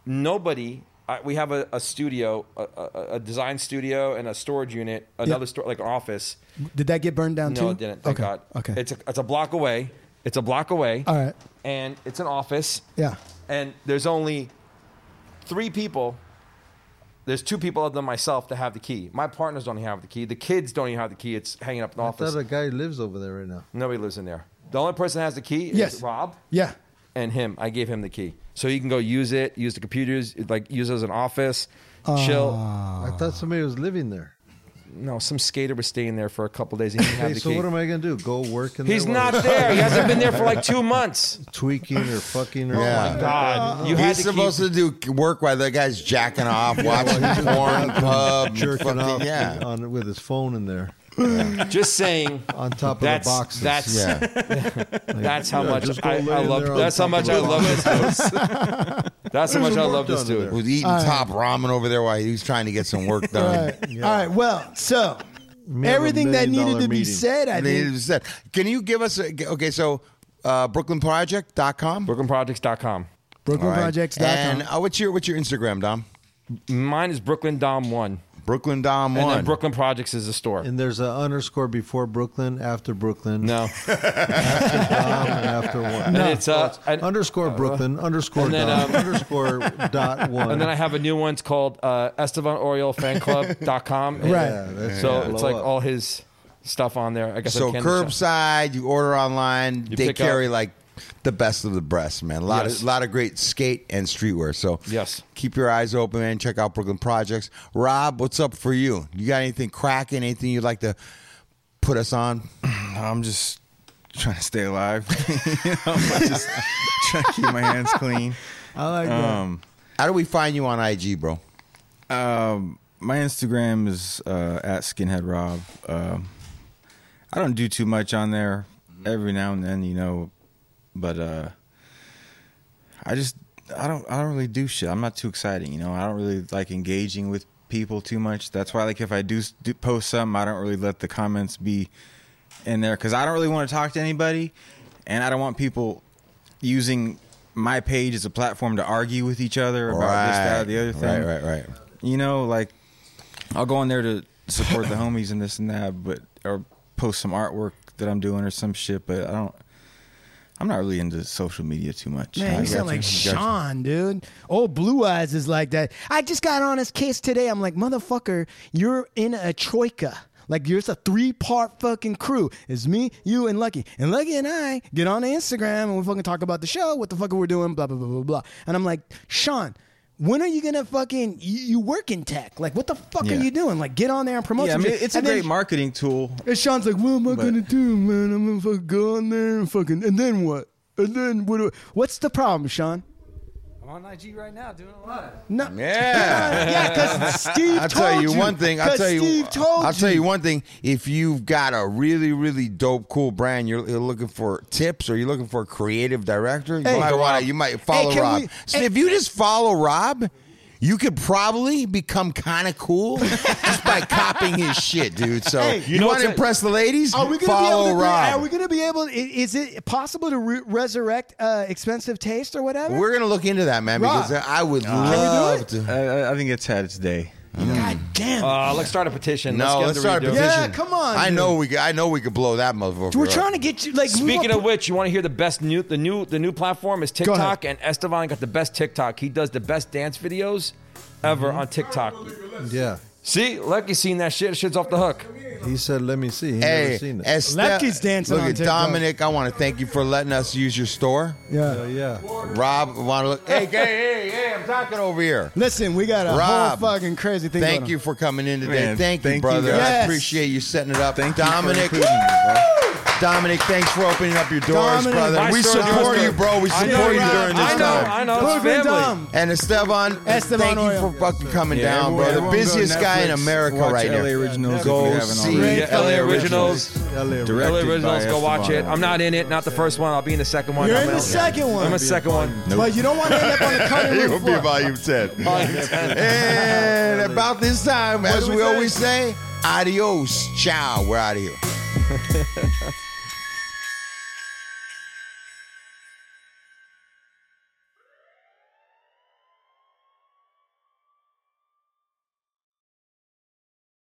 Speaker 8: nobody. I, we have a, a studio, a, a, a design studio, and a storage unit, another store like an office.
Speaker 3: Did that get burned down too?
Speaker 8: No, it didn't. Thank
Speaker 3: okay.
Speaker 8: God.
Speaker 3: Okay.
Speaker 8: It's a, it's a block away. It's a block away.
Speaker 3: All right.
Speaker 8: And it's an office.
Speaker 3: Yeah.
Speaker 8: And there's only three people. There's two people other than myself that have the key. My partners don't even have the key. The kids don't even have the key. It's hanging up in the
Speaker 9: I thought
Speaker 8: office.
Speaker 9: a guy lives over there right now.
Speaker 8: Nobody lives in there. The only person that has the key
Speaker 3: Yes.
Speaker 8: is Rob
Speaker 3: Yeah.
Speaker 8: and him. I gave him the key. So he can go use it, use the computers, like use it as an office, chill.
Speaker 3: Ah.
Speaker 9: I thought somebody was living there.
Speaker 8: No, some skater was staying there for a couple days. And he didn't have
Speaker 9: Hey,
Speaker 8: the
Speaker 9: so
Speaker 8: key.
Speaker 9: what am I gonna do? Go work in
Speaker 8: He's
Speaker 9: there while
Speaker 8: not there. He hasn't been there for like two months.
Speaker 9: tweaking or fucking or
Speaker 2: Yeah.
Speaker 9: Uh,
Speaker 8: God, you
Speaker 2: He's
Speaker 8: had to
Speaker 2: supposed
Speaker 8: keep,
Speaker 2: to do work while the guy's jacking off, watching porn, pub,
Speaker 9: jerking
Speaker 2: fucking-
Speaker 9: off
Speaker 2: Yeah.
Speaker 9: on with his phone in there
Speaker 8: just saying.
Speaker 9: on top of
Speaker 8: That's
Speaker 9: the boxes.
Speaker 8: that's
Speaker 2: Yeah.
Speaker 8: that's how
Speaker 9: Yeah,
Speaker 8: much
Speaker 9: just go
Speaker 8: I,
Speaker 9: lay
Speaker 8: I
Speaker 9: in
Speaker 8: love.
Speaker 9: there on
Speaker 8: That's how
Speaker 9: top of
Speaker 8: much
Speaker 9: the
Speaker 8: I love this dude. That's how much I love
Speaker 9: some work
Speaker 8: this
Speaker 9: done in
Speaker 8: dude.
Speaker 2: was eating top ramen over there while he was trying to get some work
Speaker 3: All
Speaker 2: done.
Speaker 3: right. All right. Well, so
Speaker 9: We have a
Speaker 3: everything that
Speaker 9: million
Speaker 3: needed to
Speaker 9: dollar
Speaker 3: be
Speaker 9: meeting.
Speaker 3: said, I
Speaker 2: And then
Speaker 3: think.
Speaker 2: it said- Can you give us a, okay? So, uh, BrooklynProject.com.
Speaker 8: BrooklynProjects.com.
Speaker 3: BrooklynProjects.com.
Speaker 2: And uh, what's your what's your Instagram, Dom?
Speaker 8: Mine is Brooklyn Dom One,
Speaker 2: Brooklyn Dom
Speaker 8: and
Speaker 2: One.
Speaker 8: then Brooklyn Projects is the store.
Speaker 9: And there's an underscore before Brooklyn, after Brooklyn,
Speaker 8: No,
Speaker 9: Dom, and after one.
Speaker 8: and it's uh, and,
Speaker 9: underscore Brooklyn, underscore
Speaker 8: and then,
Speaker 9: Dom,
Speaker 8: um,
Speaker 9: underscore dot one.
Speaker 8: and then I have a new one. It's called uh, Estevan Oriol Fan Club.com.
Speaker 3: Right.
Speaker 9: yeah, that's
Speaker 8: So
Speaker 9: yeah,
Speaker 8: it's
Speaker 9: blow
Speaker 8: like
Speaker 9: up.
Speaker 8: all his stuff on there. I guess
Speaker 2: so
Speaker 8: I can
Speaker 2: curbside, you order online. they
Speaker 8: pick
Speaker 2: carry
Speaker 8: up.
Speaker 2: like the best of the best, man. A lot
Speaker 8: Yes.
Speaker 2: of lot of great skate and streetwear. So
Speaker 8: Yes.
Speaker 2: keep your eyes open and check out Brooklyn Projects. Rob, what's up for you? You got anything cracking? Anything you'd like to put us on?
Speaker 6: I'm just trying to stay alive. you know, I'm just trying to keep my hands clean.
Speaker 9: I like that.
Speaker 6: Um,
Speaker 2: How do we find you on IG, bro?
Speaker 6: um, my Instagram is uh, at Skinhead Rob. Um, I don't do too much on there. Every now and then, you know, but uh, I just I don't I don't really do shit. I'm not too exciting, you know. I don't really like engaging with people too much. That's why, like, if I do, s- do post something, I don't really let the comments be in there because I don't really want to talk to anybody, and I don't want people using my page as a platform to argue with each other about this, that, or uh, the other thing
Speaker 2: Right, right, right.
Speaker 6: you know, like I'll go in there to support the homies and this and that, but or post some artwork that I'm doing or some shit. But I don't. I'm not really into social media too much.
Speaker 3: Man,
Speaker 6: I
Speaker 3: you sound
Speaker 6: got
Speaker 3: like
Speaker 6: I got
Speaker 3: Sean, dude. Old Blue Eyes is like that. I just got on his case today. I'm like, motherfucker, you're in a troika. Like, you're it's a three part fucking crew. It's me, you, and Lucky. And Lucky and I get on the Instagram and we fucking talk about the show, what the fuck we're doing, blah, blah, blah, blah, blah. And I'm like, Sean, when are you gonna fucking you, you work in tech? Like, what the fuck
Speaker 6: Yeah.
Speaker 3: are you doing? Like, get on there and promote.
Speaker 6: Yeah, I
Speaker 3: some
Speaker 6: mean,
Speaker 3: shit.
Speaker 6: it's a
Speaker 3: And then-
Speaker 6: great marketing tool.
Speaker 3: and Sean's like, "What am I
Speaker 6: But-
Speaker 3: gonna do, man? I'm gonna fucking go on there and fucking, and then what? And then what? do- what's the problem, Sean?"
Speaker 5: I'm on IG right now doing a lot.
Speaker 3: No.
Speaker 2: Yeah.
Speaker 3: yeah, because Steve
Speaker 2: I'll
Speaker 3: told
Speaker 2: tell you one thing. I'll
Speaker 3: 'Cause
Speaker 2: tell you.
Speaker 3: Steve told
Speaker 2: I'll tell you one thing. If you've got a really, really dope, cool brand, you're, you're looking for tips, or you're looking for a creative director, you
Speaker 3: Hey.
Speaker 2: might want to. You might follow
Speaker 3: Hey, can
Speaker 2: Rob.
Speaker 3: we-
Speaker 2: so
Speaker 3: hey.
Speaker 2: if you just follow Rob, You could probably become kind of cool just by copying his shit, dude. So
Speaker 3: Hey,
Speaker 2: you,
Speaker 3: you know
Speaker 2: want
Speaker 6: what's
Speaker 2: to
Speaker 6: a-
Speaker 2: impress the ladies?
Speaker 3: Are we gonna
Speaker 2: Follow
Speaker 3: be able to?
Speaker 2: Rob.
Speaker 3: Are we gonna be able? i- Is it possible to re- resurrect uh, expensive taste or whatever?
Speaker 2: We're gonna look into that, man,
Speaker 3: Rob.
Speaker 2: because I would
Speaker 3: we do
Speaker 2: love
Speaker 3: it?
Speaker 2: to.
Speaker 6: I, I think it's had its day.
Speaker 3: God damn.
Speaker 8: Uh, let's start a petition.
Speaker 2: No,
Speaker 8: get
Speaker 2: let's
Speaker 8: the
Speaker 2: start a
Speaker 8: redo.
Speaker 2: petition.
Speaker 3: yeah, come on.
Speaker 2: I
Speaker 3: dude.
Speaker 2: know we. could- I know we could blow that motherfucker.
Speaker 3: We're
Speaker 2: up.
Speaker 3: trying to get you like. move
Speaker 8: Speaking
Speaker 3: up-
Speaker 8: of which, you want to hear the best new the new the new platform is
Speaker 3: ahead.
Speaker 8: TikTok, and Estevan got the best TikTok. He does the best dance videos ever on TikTok.
Speaker 9: Yeah.
Speaker 8: See, Lucky seen that shit. Shit's off the hook.
Speaker 9: He said, "Let me see." He never
Speaker 2: Hey,
Speaker 9: seen it.
Speaker 2: Este-
Speaker 3: Lepke's dancing
Speaker 2: Look
Speaker 3: on
Speaker 2: at
Speaker 3: TikTok.
Speaker 2: Dominic. I want to thank you for letting us use your store.
Speaker 9: Uh,
Speaker 3: yeah.
Speaker 9: yeah.
Speaker 2: Rob, want to look? Hey, hey, hey, hey! I'm talking over here.
Speaker 3: Listen, we got a
Speaker 2: Rob,
Speaker 3: whole fucking crazy thing.
Speaker 2: Thank
Speaker 3: going
Speaker 2: you
Speaker 3: on.
Speaker 2: for coming in today.
Speaker 6: Man,
Speaker 2: thank, you,
Speaker 6: thank you,
Speaker 2: brother.
Speaker 6: guys.
Speaker 2: I
Speaker 3: Yes.
Speaker 2: appreciate you setting it up.
Speaker 6: Thank you for
Speaker 2: Dominic.
Speaker 6: including me, bro.
Speaker 2: Dominic, thanks for opening up your doors,
Speaker 3: Dominic,
Speaker 2: brother.
Speaker 3: my
Speaker 2: We
Speaker 8: store
Speaker 2: support
Speaker 8: goes
Speaker 2: you,
Speaker 8: to-
Speaker 2: bro. We
Speaker 8: I
Speaker 2: support
Speaker 8: know,
Speaker 2: you
Speaker 8: Rob.
Speaker 2: during this
Speaker 8: I know,
Speaker 2: time.
Speaker 8: I know. It's
Speaker 3: Perfect
Speaker 8: family.
Speaker 3: dumb.
Speaker 2: And Esteban,
Speaker 3: Esteban
Speaker 2: thank you
Speaker 3: Orion.
Speaker 2: for fucking coming
Speaker 6: Yeah,
Speaker 2: down,
Speaker 6: everyone-
Speaker 2: bro. The
Speaker 6: everyone go
Speaker 2: busiest guy in
Speaker 6: Netflix,
Speaker 2: America
Speaker 6: watch
Speaker 2: right
Speaker 6: LA
Speaker 2: now.
Speaker 6: Originals if
Speaker 2: Go
Speaker 6: you haven't
Speaker 2: see
Speaker 6: already.
Speaker 8: Yeah, LA Originals.
Speaker 6: Direct-
Speaker 9: LA
Speaker 8: LA
Speaker 6: Directed by
Speaker 8: Originals, go watch it.
Speaker 6: Estevan.
Speaker 8: I'm not in it, not the first one. I'll be in the second one.
Speaker 3: You're
Speaker 8: I'm
Speaker 3: in the
Speaker 8: out.
Speaker 3: second one.
Speaker 8: I'm in the second one.
Speaker 3: But you don't want to end up on the cutting
Speaker 2: It
Speaker 3: room
Speaker 2: will be
Speaker 3: floor.
Speaker 2: volume 10. and about this time, as we always say, adios, ciao. We're out of here.